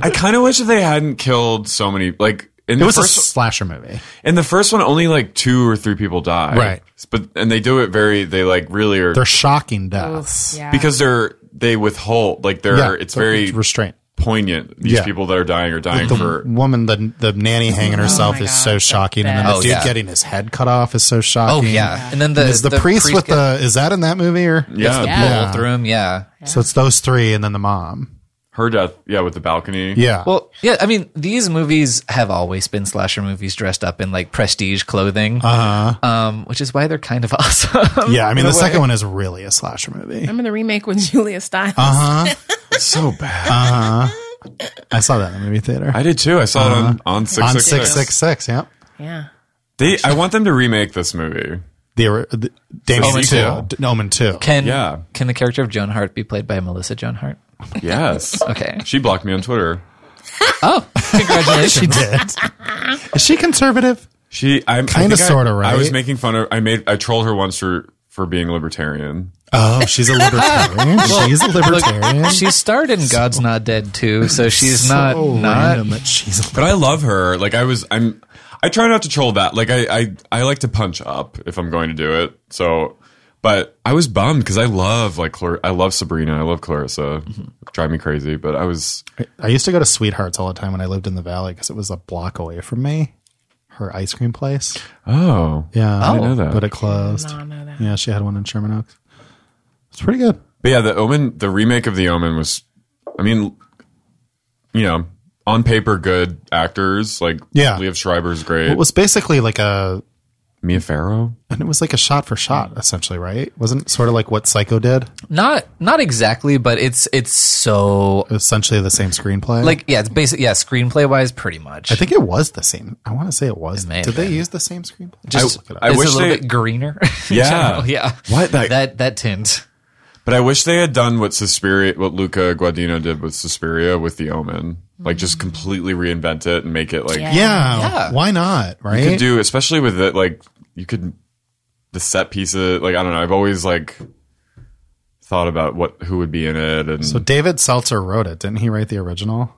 D: I kind of wish that they hadn't killed so many. Like
C: it
D: in the
C: was a
D: first,
C: slasher movie.
D: in the first one, only like two or three people die.
C: Right.
D: but and they do it very. They like really are
C: They're shocking deaths.
A: Yeah.
D: because they're they withhold. Like they're it's
C: so
D: very
C: restraint.
D: poignant. These
C: Yeah.
D: people that are dying are dying
C: The
D: for.
C: woman, the the nanny hanging herself
A: my
C: is
A: God,
C: so
A: that's
C: shocking, and then
A: bad.
C: the
B: Oh,
C: dude
B: yeah.
C: getting his head cut off is so
B: Oh
C: shocking.
B: yeah, and then the
C: And is the, priest, with the is that in that movie or
D: Yeah,
B: the
A: Yeah.
B: through him. Yeah.
C: So it's those three and then the mom.
D: her death. Yeah, with the balcony.
C: Yeah.
B: Well, yeah, I mean, these movies have always been slasher movies dressed up in like prestige clothing, uh-huh. um, which is why they're kind of awesome.
C: yeah. I mean,
B: in a
C: the
B: way.
C: second one is really a slasher movie.
A: Remember the remake with Julia Stiles?
B: Uh-huh.
D: so bad.
C: Uh-huh. I saw that in the movie theater.
D: I did too. I saw it on on six
C: Uh-huh. On six six six. Yeah.
A: Yeah.
D: They, I want them to remake this movie.
C: The, or- the Damien
D: Omen
C: two, D- Omen two.
B: Can
D: Yeah.
B: can the character of Joan Hart be played by Melissa Joan Hart?
D: Yes.
B: Okay.
D: She blocked me on Twitter.
B: Oh, congratulations.
C: She did. is she conservative?
D: She, I'm
C: Kinda,
D: of,
C: sorta,
D: I was
C: right?
D: making fun of. I made. I trolled her once for for being libertarian.
C: Oh, she's a libertarian. she's a libertarian.
B: she starred in God's Not Dead too, so she's
C: So
B: not not.
C: random that she's a
D: But I love her. Like I was. I'm. I try not to troll that. Like I. I. I like to punch up if I'm going to do it. So. But I was bummed because I love like Clar- I love Sabrina, I love Clarissa,
C: Mm-hmm.
D: drive me crazy. But I was
C: I used to go to Sweethearts all the time when I lived in the valley because it was a block away from me. Her ice cream place.
D: oh
C: Yeah,
D: I didn't know that.
C: But it closed.
A: know that.
C: Yeah, she had one in Sherman Oaks. It's pretty good.
D: But yeah, the Omen, the remake of the Omen was, I mean, you know, on paper good actors like
C: Yeah.
D: Liev Schreiber's great,
C: It was basically like a,
D: Mia Farrow.
C: and it was like a shot for shot essentially, right? Wasn't it sort of like what Psycho did.
B: Not not exactly, but it's it's so
C: Essentially the same screenplay.
B: like yeah, it's basic yeah, screenplay wise, pretty much.
C: I think it was the same. I want to say it was.
B: may have
C: Did they
B: been.
C: use the same screenplay?
B: just
D: I- I
B: it's
D: wish
B: a little
D: they-
B: bit greener. in
D: Yeah.
B: general, yeah.
D: What? That-
B: that that tint?
D: But I wish they had done what Suspiria, what Luca Guadagnino did with Suspiria with the Omen, like just completely reinvent it and make it like
C: yeah,
B: Yeah.
C: Why not? Right.
D: you could do, especially with it, like you could the set pieces. Like I don't know, I've always like thought about what who would be in it, and
C: so David Seltzer wrote it, didn't he? Write the original.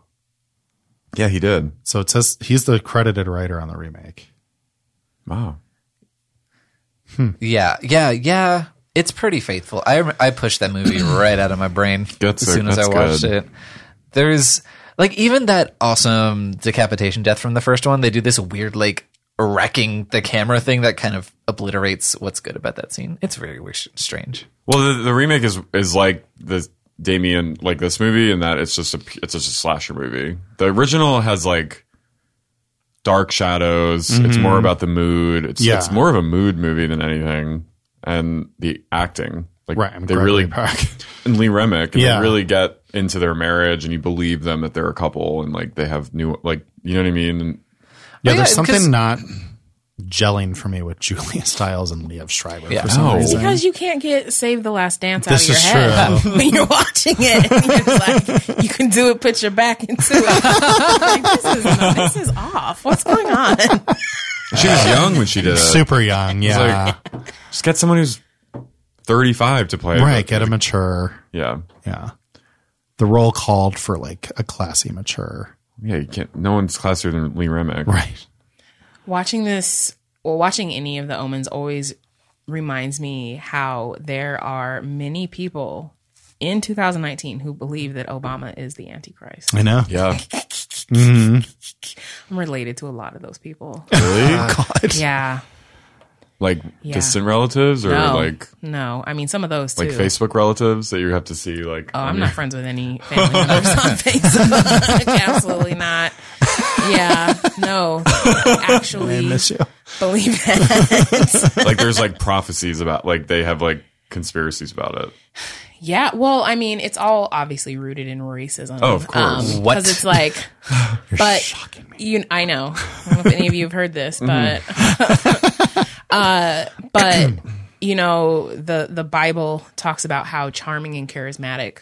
D: yeah, he did.
C: So it says he's the credited writer on the remake.
D: Wow.
B: Yeah, yeah, yeah. It's pretty faithful. I rem- I pushed that movie right out of my brain
D: That's
B: as
D: a-
B: soon as I
D: that's
B: watched
D: good.
B: it. There's like even that awesome decapitation death from the first one. They do this weird like wrecking the camera thing that kind of obliterates what's good about that scene. It's very weird, strange.
D: Well, the, the remake is is like the Damien like this movie, and that it's just a it's just a slasher movie. The original has like dark shadows. It's more about the mood. It's
C: Mm-hmm. Yeah.
D: it's more of a mood movie than anything, and the acting. Like
C: Right, I'm
D: they
C: Gregory
D: really
C: Peck.
D: and Lee Remick, and
C: Yeah.
D: they really get into their marriage, and you believe them that they're a couple, and like they have new like you know what I mean. And
C: Yeah,
B: yeah,
C: there's
B: 'cause-
C: something not gelling for me with Julia Stiles and Liev Schreiber
B: Yeah.
C: for some
D: No.
C: reason.
A: Because you can't get Save the Last Dance out
C: This
A: of your
C: is
A: head
C: true.
A: when you're watching it. You're just like, you can do it, put your back into it. Like, this, is, this is off. What's going on?
D: she was young when she did it.
C: Super young, yeah.
D: Just get someone who's thirty five to play. it.
C: right, get a mature.
D: Yeah.
C: Yeah. The role called for like a classy mature.
D: Yeah, you can't. No one's classier than Lee Remick.
C: Right.
A: Watching this, or watching any of the omens, always reminds me how there are many people in 2019 who believe that Obama is the Antichrist.
C: I know.
D: Yeah.
A: I'm related to a lot of those people.
D: Really?
A: yeah.
D: like
A: Yeah.
D: distant relatives or
A: No.
D: like
A: no. I mean, some of those too.
D: like Facebook relatives that you have to see like
A: Oh,
D: on
A: I'm
D: your-
A: not friends with any family members on Facebook. Absolutely not. Yeah, no, actually,
C: Miss you.
A: believe that.
D: like there's like prophecies about like they have like conspiracies about it.
A: yeah, well, I mean, it's all obviously rooted in racism.
D: Oh, of course.
B: What?
A: Because it's like, but you, I know. I don't know if any of you have heard this, but
D: Mm-hmm.
A: uh, but you know, the the Bible talks about how charming and charismatic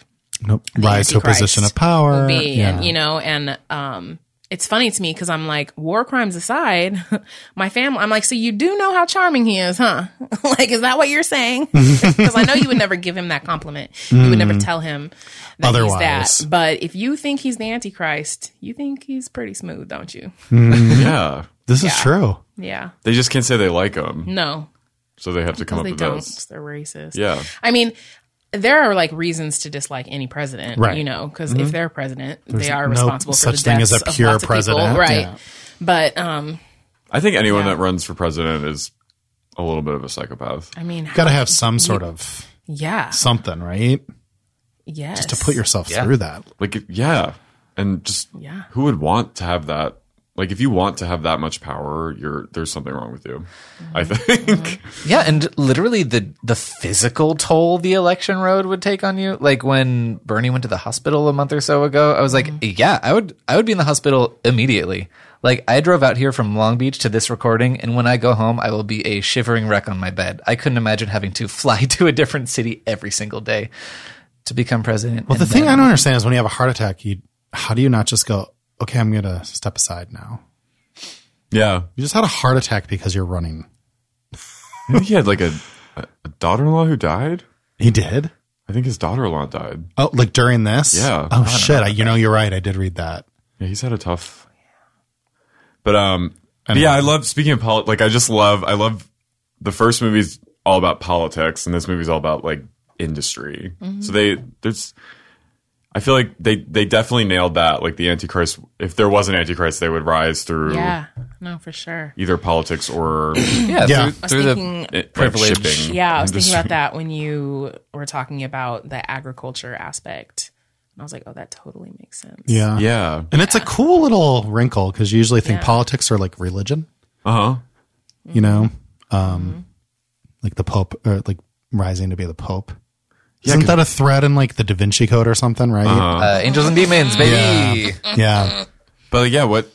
C: Nope. Rise to a position of
A: Antichrist
C: power.
A: will be
C: yeah.
A: and you know and um it's funny to me because i'm like war crimes aside my family i'm like so you do know how charming he is huh like is that what you're saying because i know you would never give him that compliment you would never tell him that
C: Mm. Otherwise.
A: he's that but if you think he's the antichrist you think he's pretty smooth don't you
D: yeah.
C: this is true.
A: yeah
D: They just can't say they like him,
A: no
D: so they have to come
A: because
D: up
A: they
D: with
A: don't
D: those.
A: they're racist
D: Yeah.
A: i mean there are like reasons to dislike any president,
C: Right. Mm-hmm.
A: You know, because if they're president, they are
C: no
A: responsible for the
C: such thing as
A: deaths
C: a
A: of
C: pure
A: lots of people,
C: president.
A: right?
C: Yeah.
A: But um,
D: I think anyone that runs for president is a little bit of a psychopath.
A: I mean,
C: Got to have some sort of
A: yeah,
C: something, right?
A: yes,
C: To put yourself through that.
D: Like if- yeah, and just
A: Yeah.
D: who would want to have that? Like if you want to have that much power, you're there's something wrong with you. I
A: Mm-hmm.
D: think.
B: Yeah, and literally the the physical toll the election road would take on you. Like when Bernie went to the hospital a month or so ago, I was like, yeah, I would I would be in the hospital immediately. Like I drove out here from Long Beach to this recording, and when I go home, I will be a shivering wreck on my bed. I couldn't imagine having to fly to a different city every single day to become president.
C: Well, the thing I don't understand is when you have a heart attack, you how do you not just go, okay, I'm going to step aside now?
D: Yeah.
C: You just had a heart attack because you're running.
D: I think he had like a, a daughter-in-law who died.
C: He did?
D: I think his daughter-in-law died.
C: Oh, like during this?
D: Yeah.
C: Oh, shit. I, you know, you're right. I did read that.
D: Yeah, he's had a tough.
A: Oh,
D: But um, but yeah, I love speaking of politics. Like, I just love, I love the first movie's all about politics, and this movie's all about like industry.
A: Mm-hmm.
D: So they there's. I feel like they, they definitely nailed that. Like the Antichrist, if there was an Antichrist, they would rise through
A: Yeah, no, for sure.
D: either politics or
B: Yeah,
C: Yeah.
B: through, through the
D: like,
B: Privilege.
D: shipping.
A: Yeah, I was thinking
D: industry.
A: about that when you were talking about the agriculture aspect. And I was like, oh, that totally makes sense.
C: Yeah.
D: Yeah.
C: And it's a cool little wrinkle because you usually think politics are like religion,
D: Uh huh.
C: you know,
D: Mm-hmm.
C: um, like the Pope or like rising to be the Pope. Isn't that a thread in like the Da Vinci Code or something, right?
D: Uh-huh.
B: uh, angels and demons, baby.
C: Yeah.
D: But like, yeah, what?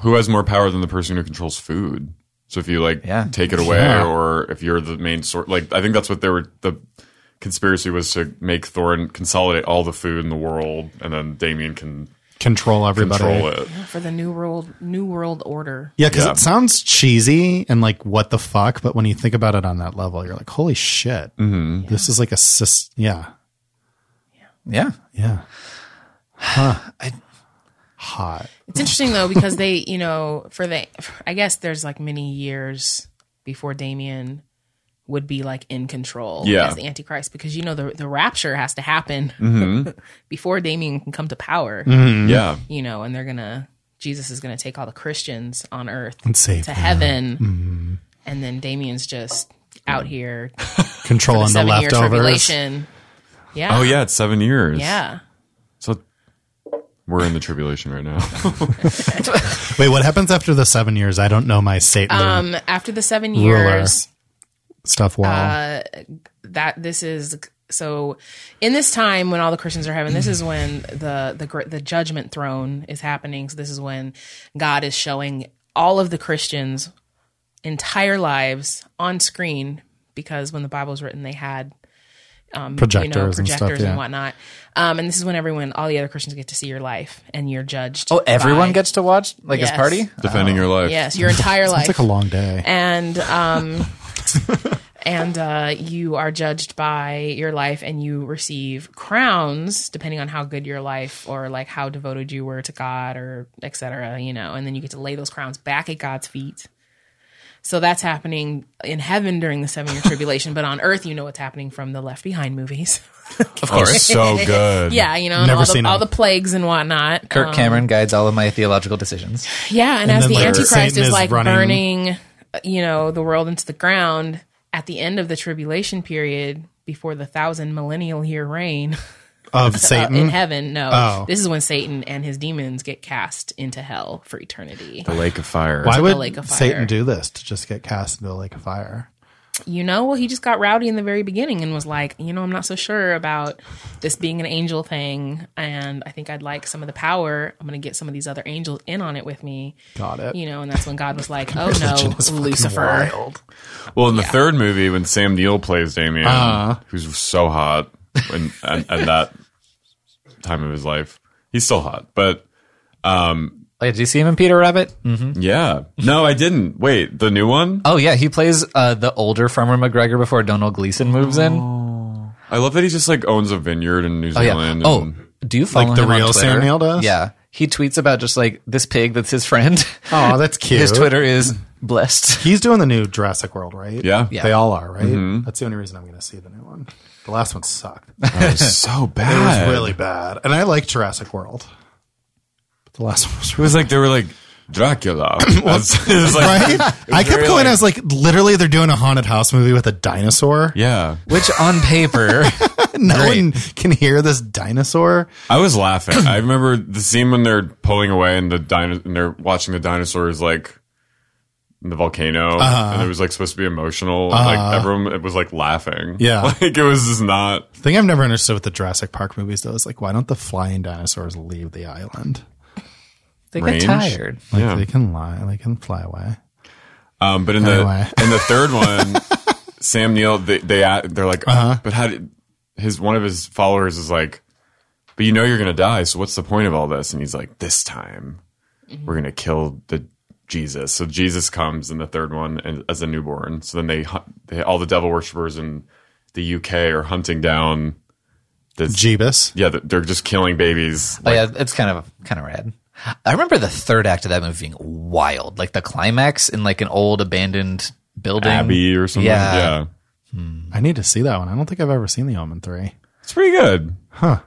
D: Who has more power than the person who controls food? So if you like
B: Yeah.
D: take it away,
C: Yeah.
D: or if you're the main source, like I think that's what they were. The conspiracy was to make Thorin consolidate all the food in the world, and then Damien can
C: Control everybody.
D: control it.
A: For the new world, new world order.
C: Yeah, because
D: Yeah.
C: it sounds cheesy and like what the fuck, but when you think about it on that level, you're like, holy shit,
D: Mm-hmm.
C: this is like a system. Yeah,
B: Yeah.
C: yeah. Huh. Hot.
A: It's interesting though because they, you know, for the, I guess there's like many years before Damien would be like in control
D: Yeah.
A: as the Antichrist because you know the the rapture has to happen
C: Mm-hmm.
A: before Damien can come to power.
D: Yeah,
A: You know, and they're gonna Jesus is gonna take all the Christians on earth
C: And Mm-hmm. save
A: to
C: them.
A: heaven, and then Damien's just out here
C: Control on the
A: seven year
C: leftovers.
A: tribulation. Yeah.
D: Oh yeah, it's seven years.
A: Yeah.
D: So we're in the tribulation right now.
C: Wait, what happens after the seven years? I don't know my state
A: Um, after the seven
C: Ruler.
A: years,
C: stuff well.
A: Uh, that this is so in this time when all the christians are heaven this is when the the gr- the judgment throne is happening so this is when god is showing all of the christians entire lives on screen because when the bible was written they had um,
C: projectors,
A: you know
C: and
A: projectors
C: stuff.
A: and,
C: Yeah.
A: whatnot um, and this is when everyone all the other christians get to see your life and you're judged
B: Oh, everyone
A: by-
B: gets to watch like his
A: Yes.
B: party.
D: Defending your life.
A: yes your entire life
C: It's like a long day.
A: and um and uh you are judged by your life and you receive crowns depending on how good your life or like how devoted you were to god or etc you know and then you get to lay those crowns back at god's feet so that's happening in heaven during the seven year tribulation but on earth you know what's happening from the left behind movies
D: Of course. Oh, so good.
A: yeah you know and
C: Never
A: all, the,
C: seen 'em.
A: all the plagues and whatnot
B: Kirk Cameron guides all of my theological decisions.
A: Yeah, and, as
C: then,
A: the
C: like,
A: Antichrist
C: Satan
A: is
C: is
A: like
C: running-
A: burning, you know, the world into the ground at the end of the tribulation period before the thousand millennial year reign
C: Of
A: uh, in
C: Satan.
A: heaven. No,
C: Oh.
A: this is when Satan and his demons get cast into hell for eternity.
D: The lake of fire.
C: Why
A: lake of
C: would
A: fire.
C: Satan do this to just get cast into the lake of fire?
A: You know, well, he just got rowdy in the very beginning and was like, you know, I'm not so sure about this being an angel thing, and I think I'd like some of the power. I'm going to get some of these other angels in on it with me.
C: Got it.
A: You know, and that's when God was like, oh no, Lucifer.
C: Wild.
D: Well, in the third movie, when Sam Neill plays Damien, who's so hot and at, at that time of his life, he's still hot. But
B: Like, did you see him in Peter Rabbit?
D: yeah, no, I didn't. Wait, the new one?
B: Oh yeah, he plays uh, the older farmer McGregor before Donald Gleason moves in.
D: I love that he just like owns a vineyard in New
B: Oh yeah.
D: Zealand.
B: Oh,
D: and-
B: do you follow
C: Like the
B: him on
C: real
B: Twitter?
C: Sam Neill does?
B: Yeah, he tweets about just like this pig that's his friend.
C: Oh, that's cute.
B: his Twitter is blessed.
C: He's doing the new Jurassic World, right?
D: yeah, Mm-hmm.
B: Yeah.
C: They all are, right? That's the only reason I'm going to see the new one. The last one sucked. It
D: That was so bad.
C: was really bad. And I like Jurassic World. But the last one was
D: It was like they were like Dracula. That's- it was like,
C: Right? I kept
D: very,
C: going
D: like-
C: as like literally they're doing a haunted house movie with a dinosaur.
D: Yeah,
B: Which on paper,
C: no
B: great.
C: one can hear this dinosaur.
D: I was laughing. I remember the scene when they're pulling away and the dino- and they're watching the dinosaurs like in the volcano, and it was like supposed to be emotional. and, Like everyone it was like laughing.
C: Yeah.
D: like it was just not.
C: The thing I've never understood with the Jurassic Park movies though is like why don't the flying dinosaurs leave the island?
B: they
D: Range?
B: get tired.
C: Like
D: Yeah.
C: they can lie, they can fly away.
D: Um, but in the
C: Anyway.
D: in the third one, Sam Neill they they a- they're like, "Uh, but how did his one of his followers is like, but you know you're gonna die, so what's the point of all this? And he's like, this time we're gonna kill the Jesus. So Jesus comes in the third one and, as a newborn. So then they, hunt- they all the devil worshippers in the UK are hunting down.
C: Jeebus.
D: Yeah, th- they're just killing babies.
B: oh yeah, it's kind of kind of rad. I remember the third act of that movie being wild. Like the climax in like an old abandoned building.
D: Abbey or something.
B: Yeah.
D: Yeah.
C: I need to see that one. I don't think I've ever seen The Omen 3.
D: It's pretty good.
C: Huh.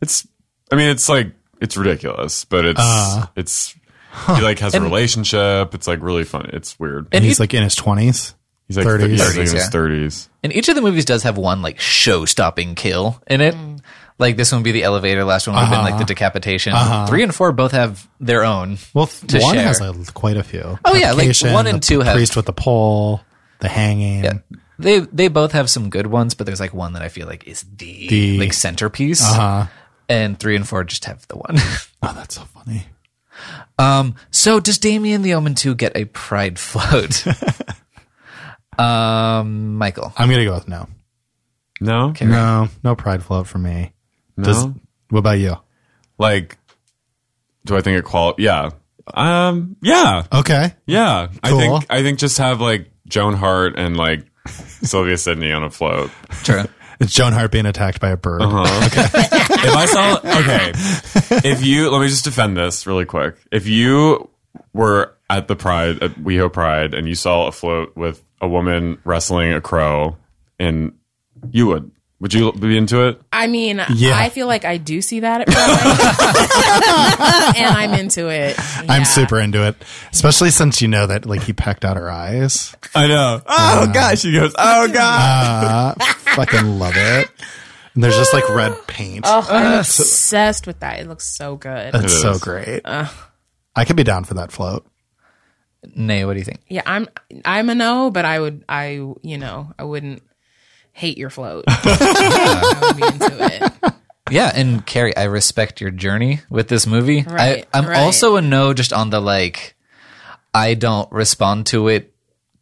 D: It's I mean it's like it's ridiculous, but it's
C: Uh.
D: it's he like has a relationship. It's like really fun. It's weird.
C: And
B: And
C: he's
B: each,
C: like in his 20s.
D: He's like
C: 30s.
D: thirties. He's like in
B: Yeah.
D: his thirties.
B: and each of the movies does have one like show-stopping kill in it. Like this one would be the elevator. Last one would have been like the decapitation. Three and four both have their own.
C: Well,
B: To
C: one
B: share.
C: has like, quite a few.
B: Oh, yeah, like,
C: Application,
B: one and
C: the
B: two have-
C: priest with the pole, the hanging.
B: They they both have some good ones, but there's like one that I feel like is the,
C: The-
B: like centerpiece. And three and four just have the one.
C: Oh, that's so funny.
B: Um, so does Damien the Omen 2 get a pride float? um, Michael.
C: I'm gonna go with no.
D: No?
C: No, no pride float for me.
D: No?
C: Does- what about you?
D: like do I think it qual yeah. Um yeah.
C: Okay.
D: Yeah.
C: Cool.
D: I think I think just have like Joan Hart and like Sylvia Sidney on a float.
B: True.
C: It's Joan Hart being attacked by a bird.
D: Uh-huh. if I saw okay, if you let me just defend this really quick. If you were at the Pride at WeHo Pride and you saw a float with a woman wrestling a crow, and you would would you be into it?
A: I mean,
C: Yeah.
A: I feel like I do see that at Pride. and I'm into it. Yeah.
C: I'm super into it, especially since you know that like he pecked out her eyes.
D: I know. Oh gosh, she goes. Oh god.
C: Fucking love it. And there's just like red paint.
A: Oh, I'm
C: Uh,
A: obsessed with that. It looks so good.
C: That's
D: It
C: so
D: is.
C: great. I could be down for that float.
B: Nay, what do you think?
A: Yeah, I'm I'm a no, but I would I you know, I wouldn't hate your float. I would be into it.
B: Yeah, and Carrie, I respect your journey with this movie.
A: Right,
B: I, I'm
A: right.
B: also a no just on the like I don't respond to it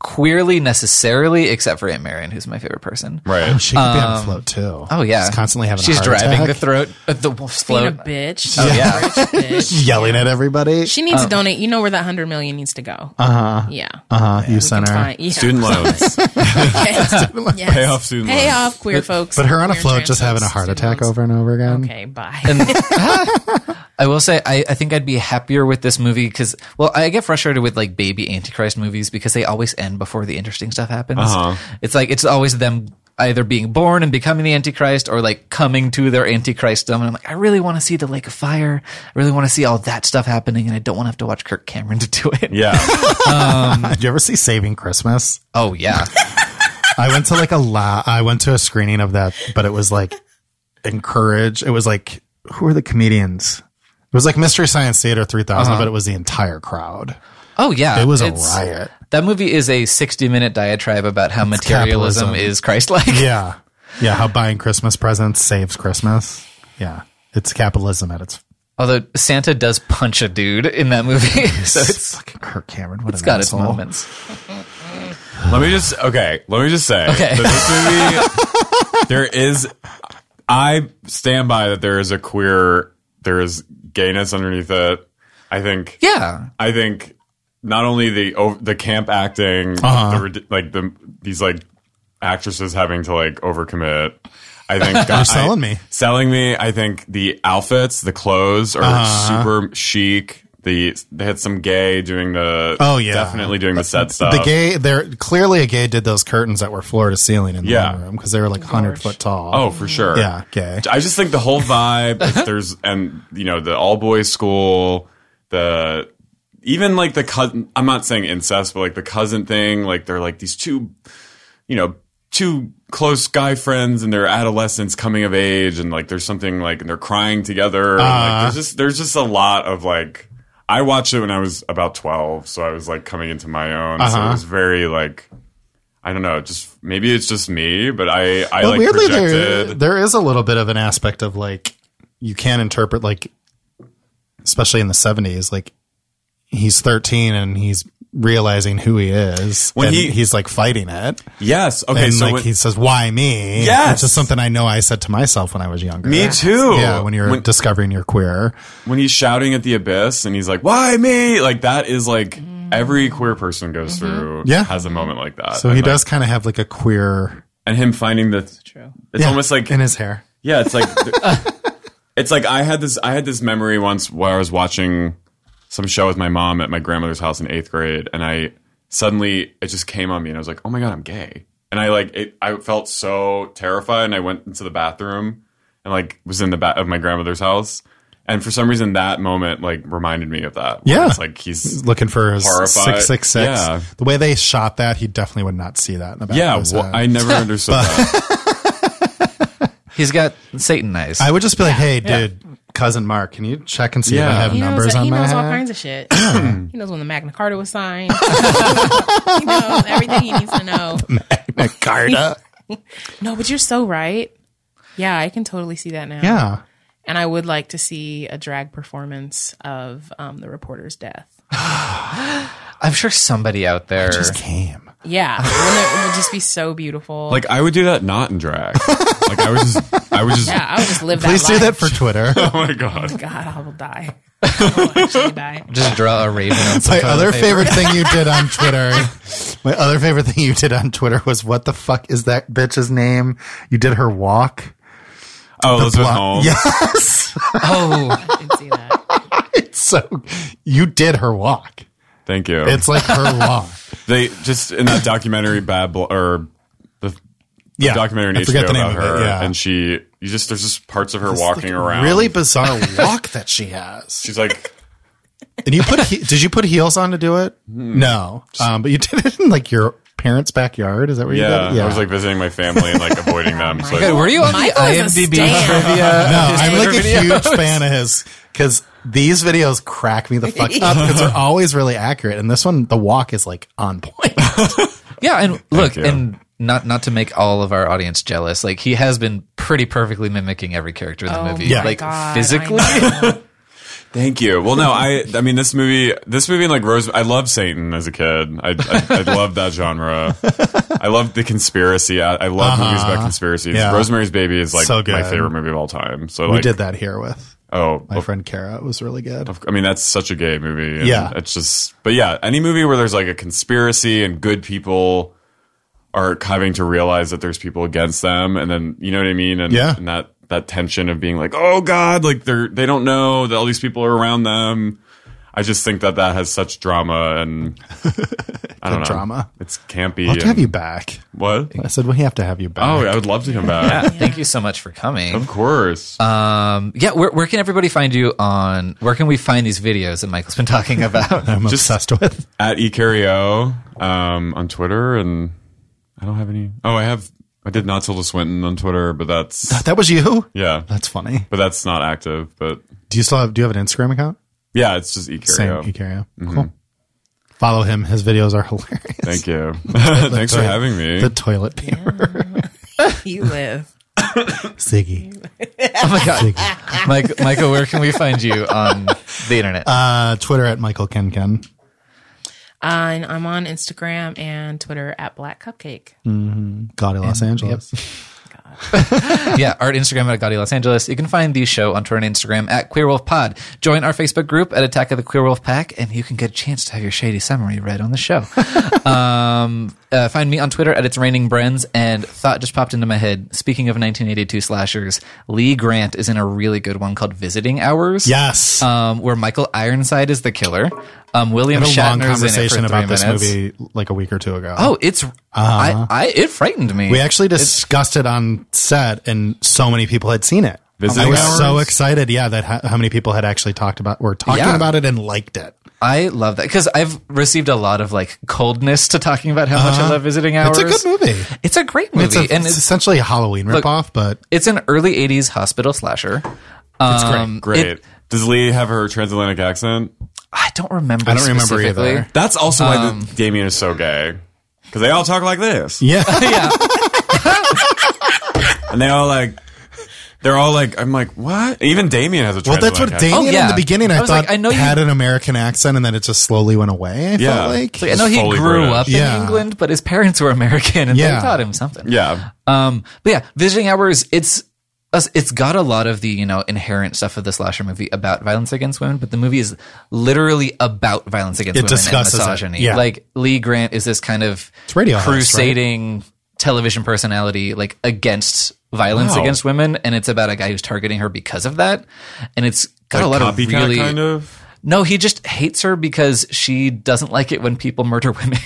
B: queerly necessarily, except for Aunt Marion, who's my favorite person.
D: Right.
C: She could be on a float too.
B: Oh yeah.
C: She's constantly having.
B: She's
C: a heart
B: driving the
C: attack,
B: throat uh, the wolf's
A: Being a
B: float.
A: bitch.
B: Oh yeah.
A: bitch.
C: yelling at everybody.
A: She needs to donate. You know where that hundred million needs to go. Uh huh. Yeah.
C: uh, you sent her.
A: Fine. Yeah.
D: Student loans.
A: Okay. yes.
D: Pay off student
A: Pay
D: loans.
A: off queer folks.
C: But her on a
A: queer
C: float
A: trans
C: just having a
A: folks,
C: heart
A: student
C: attack
A: loans.
C: over and over again.
A: Okay, bye.
B: I will say I, I think I'd be happier with this movie because well I get frustrated with like baby Antichrist movies because they always end before the interesting stuff happens.
D: Uh-huh.
B: It's like it's always them either being born and becoming the Antichrist or like coming to their Antichristdom and I'm like I really want to see the Lake of Fire. I really want to see all that stuff happening and I don't want to have to watch Kirk Cameron to do it.
D: Yeah.
C: Did you ever see Saving Christmas?
B: Oh yeah,
C: I went to like a la- I went to a screening of that, but it was like encourage. It was like who are the comedians? It was like Mystery Science Theater 3000, but it was the entire crowd.
B: oh yeah.
C: It was a
B: Uh-huh. It's-
C: riot.
B: That movie is a 60 minute diatribe about how materialism
C: capitalism.
B: is Christ like.
C: Yeah. Yeah, how buying Christmas presents saves Christmas. Yeah. It's capitalism at its
B: Although Santa does punch a dude in that movie, so it's
C: it's fucking Kirk Cameron. What an
B: got its
C: asshole.
B: moments.
D: let me just okay. Let me just say
B: Okay.
D: that this movie there is. I stand by that there is a queer. There is gayness underneath it. I think.
B: Yeah.
D: I think not only the o- the camp acting,
C: Uh-huh.
D: the rid- like the these like actresses having to like overcommit. I think you're
C: selling me.
D: Selling me. I think the outfits, the clothes are
C: Uh-huh.
D: super chic. The they had some gay doing the
C: Oh, yeah.
D: definitely doing the set stuff.
C: The gay, there clearly a gay did those curtains that were floor to ceiling in the
D: Yeah.
C: living room because they were like hundred foot tall.
D: oh for sure
C: yeah, gay.
D: I just think the whole vibe.
C: Uh-huh.
D: like, there's and you know the all boys school, the even like the cousin. I'm not saying incest, but like the cousin thing. Like they're like these two, you know, two close guy friends and their adolescents coming of age, and like there's something like and they're crying together. and,
C: Uh-huh.
D: like, there's just there's just a lot of like. I watched it when I was about 12, so I was like coming into my own. So
C: Uh-huh.
D: it was very like. I don't know. Just maybe it's just me, but I I
C: But
D: like
C: weirdly,
D: projected.
C: there there is a little bit of an aspect of like you can interpret like, especially in the seventies, like he's thirteen and he's realizing who he is
D: When
C: and
D: he-
C: he's like fighting it
D: Yes. Okay.
C: and
D: so
C: like
D: when-
C: he says why me
D: Yes.
C: which is something i know i said to myself when i was younger
D: me too.
C: yeah when you're
D: when,
C: discovering you're queer
D: when he's shouting at the abyss and he's like, "Why me?" Like that is like every queer person goes through.
C: Yeah.
D: Has a moment like that.
C: so
D: and
C: he
D: like-
C: does kind of have like a queer
D: And him finding the.
A: True.
D: It's
C: Yeah,
D: almost like
C: in his hair
D: yeah. It's like. it's like I had this. I had this memory once where I was watching some show with my mom at my grandmother's house in eighth grade, and I suddenly it just came on me and I was like, oh my God, I'm gay. And I like, it, I felt so terrified and I went into the bathroom and like was in the back of my grandmother's house. And for some reason, that moment like reminded me of that. where
C: Yeah.
D: It's like he's,
C: Looking for his
D: Horrified.
C: six six six.
D: Yeah.
C: The way they shot that, he definitely would not see that. In the back
D: yeah,
C: of his
D: wha-
C: head.
D: I never understood that.
B: He's got Satan eyes.
C: I would just be like, hey, dude, cousin Mark, can you check and see if
D: Yeah.
C: I have
D: He
A: He knows,
C: numbers on
A: he
C: my
A: knows all
C: head?
A: kinds of shit. he knows when the Magna Carta was signed. he knows everything he needs to know.
C: Carta.
A: No, but you're so right. Yeah, I can totally see that now.
C: yeah.
A: And I would like to see a drag performance of um, the reporter's death.
B: I'm sure somebody out there.
C: Just came.
A: Yeah. Wouldn't it, it would just be so beautiful.
D: Like I would do that not in drag. like I was just, I was just,
A: yeah, I would just live
C: Please
A: that
C: do
A: life.
C: that for Twitter.
D: oh my God.
A: God, I will die. I will actually die.
B: Just draw a raven on some
C: my
B: toilet
C: other
B: paper.
C: favorite thing you did on Twitter. my other favorite thing you did on Twitter was what the fuck is that bitch's name? You did her walk.
D: Oh, Elizabeth
C: blo-
D: Holmes.
C: Yes.
B: Oh,
A: I can see that.
C: so you did her walk.
D: Thank you.
C: It's like her walk.
D: they just in that documentary bad Bl- or the
C: Yeah.
D: documentary
C: I
D: on
C: forget
D: HBO
C: the name
D: about
C: of it,
D: her
C: yeah.
D: and she you just there's just parts of her walking around
C: Really bizarre walk that she has.
D: she's like
C: And you put he- did you put heels on to do it? No, um, but you did it in like your parents' backyard. Is that what you
D: yeah,
C: did?
D: I was like visiting my family and like avoiding them so
B: God,
D: like,
B: were you on
A: Michael is a
B: the IMDb
A: stan.
B: trivia?
C: no, Oh, I'm like a
B: Twitter
C: huge fan of his because these videos crack me the fuck up because they're always really accurate. And this one, the walk is like on point.
B: Yeah, and look,
D: you.
B: and not not to make all of our audience jealous, like he has been pretty perfectly mimicking every character in the movie,
C: my
B: like
A: Oh God, I
B: physically.
A: know.
D: thank you well no I I mean this movie this movie and like Rose I loved Satan as a kid I I, I loved that genre I loved the conspiracy I, I love movies about conspiracies
C: Uh-huh. Yeah.
D: Rosemary's Baby is like
C: So
D: my
C: good.
D: favorite movie of all time so
C: we
D: like
C: did that here with
D: oh
C: my friend Kara. It was really good.
D: I mean, that's such a gay movie. and
C: Yeah.
D: It's just, but yeah, any movie where there's like a conspiracy and good people are having to realize that there's people against them. And then, you know what I mean? And,
C: Yeah.
D: and that, that tension of being like, oh God, like they're, they don't know that all these people are around them. I just think that that has such drama and I don't know.
C: drama.
D: It's campy.
C: I'll have to have
D: and-
C: you back.
D: What?
C: I said we have to have you back.
D: Oh, I would love to come back.
B: Thank you so much for coming.
D: Of course.
B: Um, yeah, where, where can everybody find you on? Where can we find these videos that Michael's been talking about?
C: I'm obsessed with.
D: at ecario um, on Twitter, and I don't have any. Oh, I have. I did not Tilda Swinton on Twitter, but that's
C: That was you.
D: yeah,
C: That's funny.
D: but that's not active. But
C: Do you still have? Do you have an Instagram account?
D: yeah, it's just
C: Same
D: ecario.
C: Ikaria.
D: Mm-hmm.
C: Cool. Follow him. His videos are hilarious.
D: Thank you. Thanks for
C: toilet-
D: having me.
C: The toilet paper.
A: you live.
C: Ziggy.
B: Oh my god, Mike, Michael, where can we find you on the internet?
C: Uh, Twitter at Michael Ken Ken.
A: Uh, and I'm on Instagram and Twitter at Black Cupcake.
C: Gaudy Los Angeles.
B: yeah, art Instagram at Gaudi Los Angeles. You can find the show on Twitter and Instagram at Queer Wolf Pod. Join our Facebook group at Attack of the Queer Wolf Pack, and you can get a chance to have your shady summary read on the show. um, uh, find me on Twitter at It's Raining Brens. And thought just popped into my head. Speaking of 1982 slashers, Lee Grant is in a really good one called Visiting Hours.
C: Yes.
B: Um, where Michael Ironside is the killer. Um, William
C: had a long
B: Shatner is in
C: conversation
B: it for three
C: about this
B: minutes.
C: movie like a week or two ago.
B: Oh, it's I, I it frightened me.
C: we actually discussed it on set, and so many people had seen it.
D: Visiting
C: I was
D: hours?
C: so excited, yeah, that ho- how many people had actually talked about were talking
B: Yeah.
C: about it and liked it.
B: I love that because I've received a lot of like coldness to talking about how much I love visiting hours.
C: Uh-huh. It's a good movie.
B: It's a great movie,
C: It's, a,
B: and
C: it's
B: it's,
C: essentially a Halloween ripoff, but
B: it's an early '80s hospital slasher. Um,
C: it's great.
D: Great.
B: It-
D: Does Lee have her transatlantic accent?
B: I don't remember.
C: I don't remember
B: specifically.
C: either.
D: That's also why the, Um, Damien is so gay because they all talk like this,
C: Yeah,
B: yeah,
D: and they all like. They're all like, I'm like, what? Even Damien has a.
C: well, that's what
D: transatlantic accent.
C: Damien
B: Oh, yeah.
C: in the beginning I,
B: I was
C: thought
B: like, I know you-
C: had an American accent, and then it just slowly went away. I
D: Yeah.
C: felt like
B: I know he
D: Fully
B: grew
D: British.
B: up
C: Yeah.
B: in England, but his parents were American, and
C: Yeah.
B: they taught him something.
D: Yeah,
B: Um, but yeah, visiting hours. It's it's got a lot of the you know inherent stuff of the slasher movie about violence against women, but the movie is literally about violence against
C: It
B: women
C: discusses it,
B: and misogyny.
C: yeah.
B: Like Lee Grant is this kind of
C: Radiohead, right?
B: crusading television personality, like against violence
D: Wow.
B: against women, and it's about a guy who's targeting her because of that, and it's got a lot of
D: copycat
B: really
D: kind of.
B: no. He just hates her because she doesn't like it when people murder women.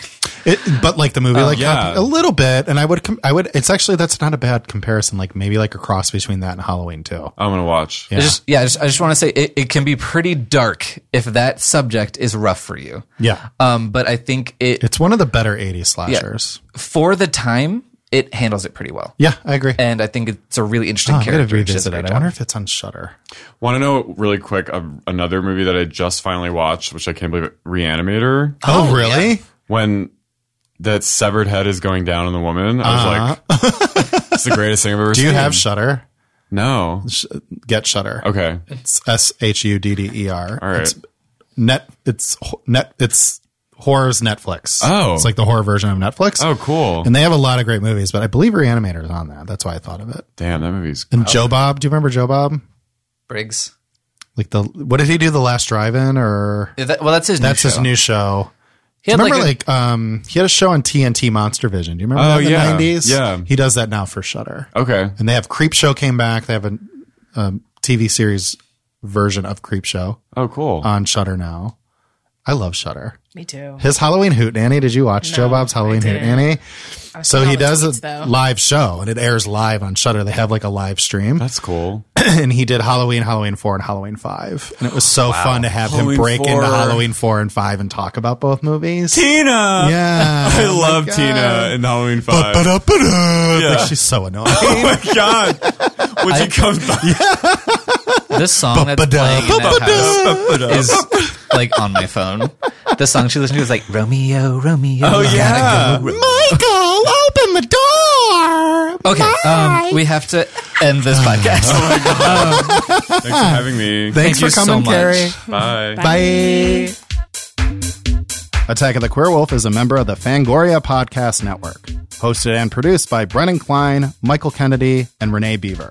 C: It, but like the movie, like
D: Oh, yeah.
C: copy- a little bit, and I would, com- I would. It's actually that's not a bad comparison. Like maybe like a cross between that and Halloween too.
D: I'm gonna watch.
B: I just, yeah, I just, I just want to say it, it can be pretty dark if that subject is rough for you.
C: Yeah,
B: Um, but I think it
C: it's one of the better '80s slashers.
B: for the time it handles it pretty well,
C: Yeah, I agree.
B: and I think it's a really interesting
C: Oh, I gotta
B: character. She does a
C: revisit
B: great
C: it. I
B: job.
C: wonder if it's on Shutter.
D: Want to know really quick uh, another movie that I just finally watched, which I can't believe it, Reanimator.
C: Oh, really?
D: When that severed head is going down on the woman, I was like, "It's the greatest thing I've ever
C: Do
D: seen."
C: you have Shutter?
D: no?
C: Sh- Get Shutter.
D: Okay,
C: It's S H U D D E R.
D: all right.
C: It's net. It's ho- net. It's horrors Netflix.
D: Oh.
C: it's like the horror version of Netflix.
D: Oh, cool.
C: And they have a lot of great movies, but I believe Reanimator is on that. That's why I thought of it.
D: Damn, that movie's.
C: And Joe Bob, do you remember Joe Bob?
B: Briggs.
C: Like the what did he do? The Last Drive-In or
B: Yeah, that- well, that's his.
C: that's
B: new
C: his
B: show.
C: new show.
B: He
C: Do
B: had
C: you remember
B: like
C: like, um he had a show on TNT Monster Vision. Do you remember
D: Oh,
C: that in the
D: yeah.
C: 90s?
D: Yeah.
C: He does that now for Shudder.
D: Okay,
C: And they have Creep Show came back. They have a um, TV series version of Creep Show
D: Oh, cool.
C: on Shudder now. I love Shudder.
A: Me too.
C: His Halloween Hoot Nanny. Did you watch Joe Bob's Halloween Hoot Nanny? So
A: saw
C: he
A: the
C: does a
A: tweets, though.
C: live show and it airs live on Shudder. They have like a live stream.
D: That's cool.
C: and he did Halloween, Halloween four, and Halloween five, and it was so fun to have
D: Halloween
C: him break
D: 4.
C: into Halloween four and five and talk about both movies.
D: Tina. Yeah. Oh
C: Yeah, Oh
D: I love Tina in Halloween Five.
C: Like,
D: Yeah.
C: she's so annoying.
D: oh my god! When she comes back,
B: this song that's
C: Ba-ba-da,
B: playing in that house is like on my phone. The song she listened to was like Romeo, Romeo.
D: oh
B: I
D: yeah,
C: Michael, open the door.
B: Okay, um, we have to end this
C: Oh,
B: podcast.
D: thanks for having me.
C: Thanks
B: you
C: for
B: so
C: coming,
B: much.
C: Carrie.
D: Bye.
C: Bye. Attack of the Queer Wolf is a member of the Fangoria Podcast Network, hosted and produced by Brennan Klein, Michael Kennedy, and Renee Beaver.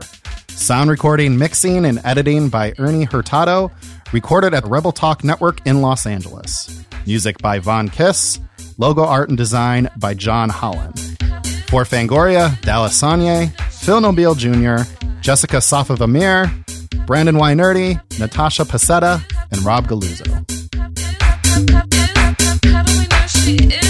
C: Sound recording, mixing, and editing by Ernie Hurtado, recorded at Rebel Talk Network in Los Angeles. Music by Von Kiss, logo art and design by John Holland. For Fangoria, Dallas Sanye, Phil Nobile Jr., Jessica Safov Amir, Brandon Wynerdy, Natasha Pasetta, and Rob Galuzzo.
F: How do we know she is?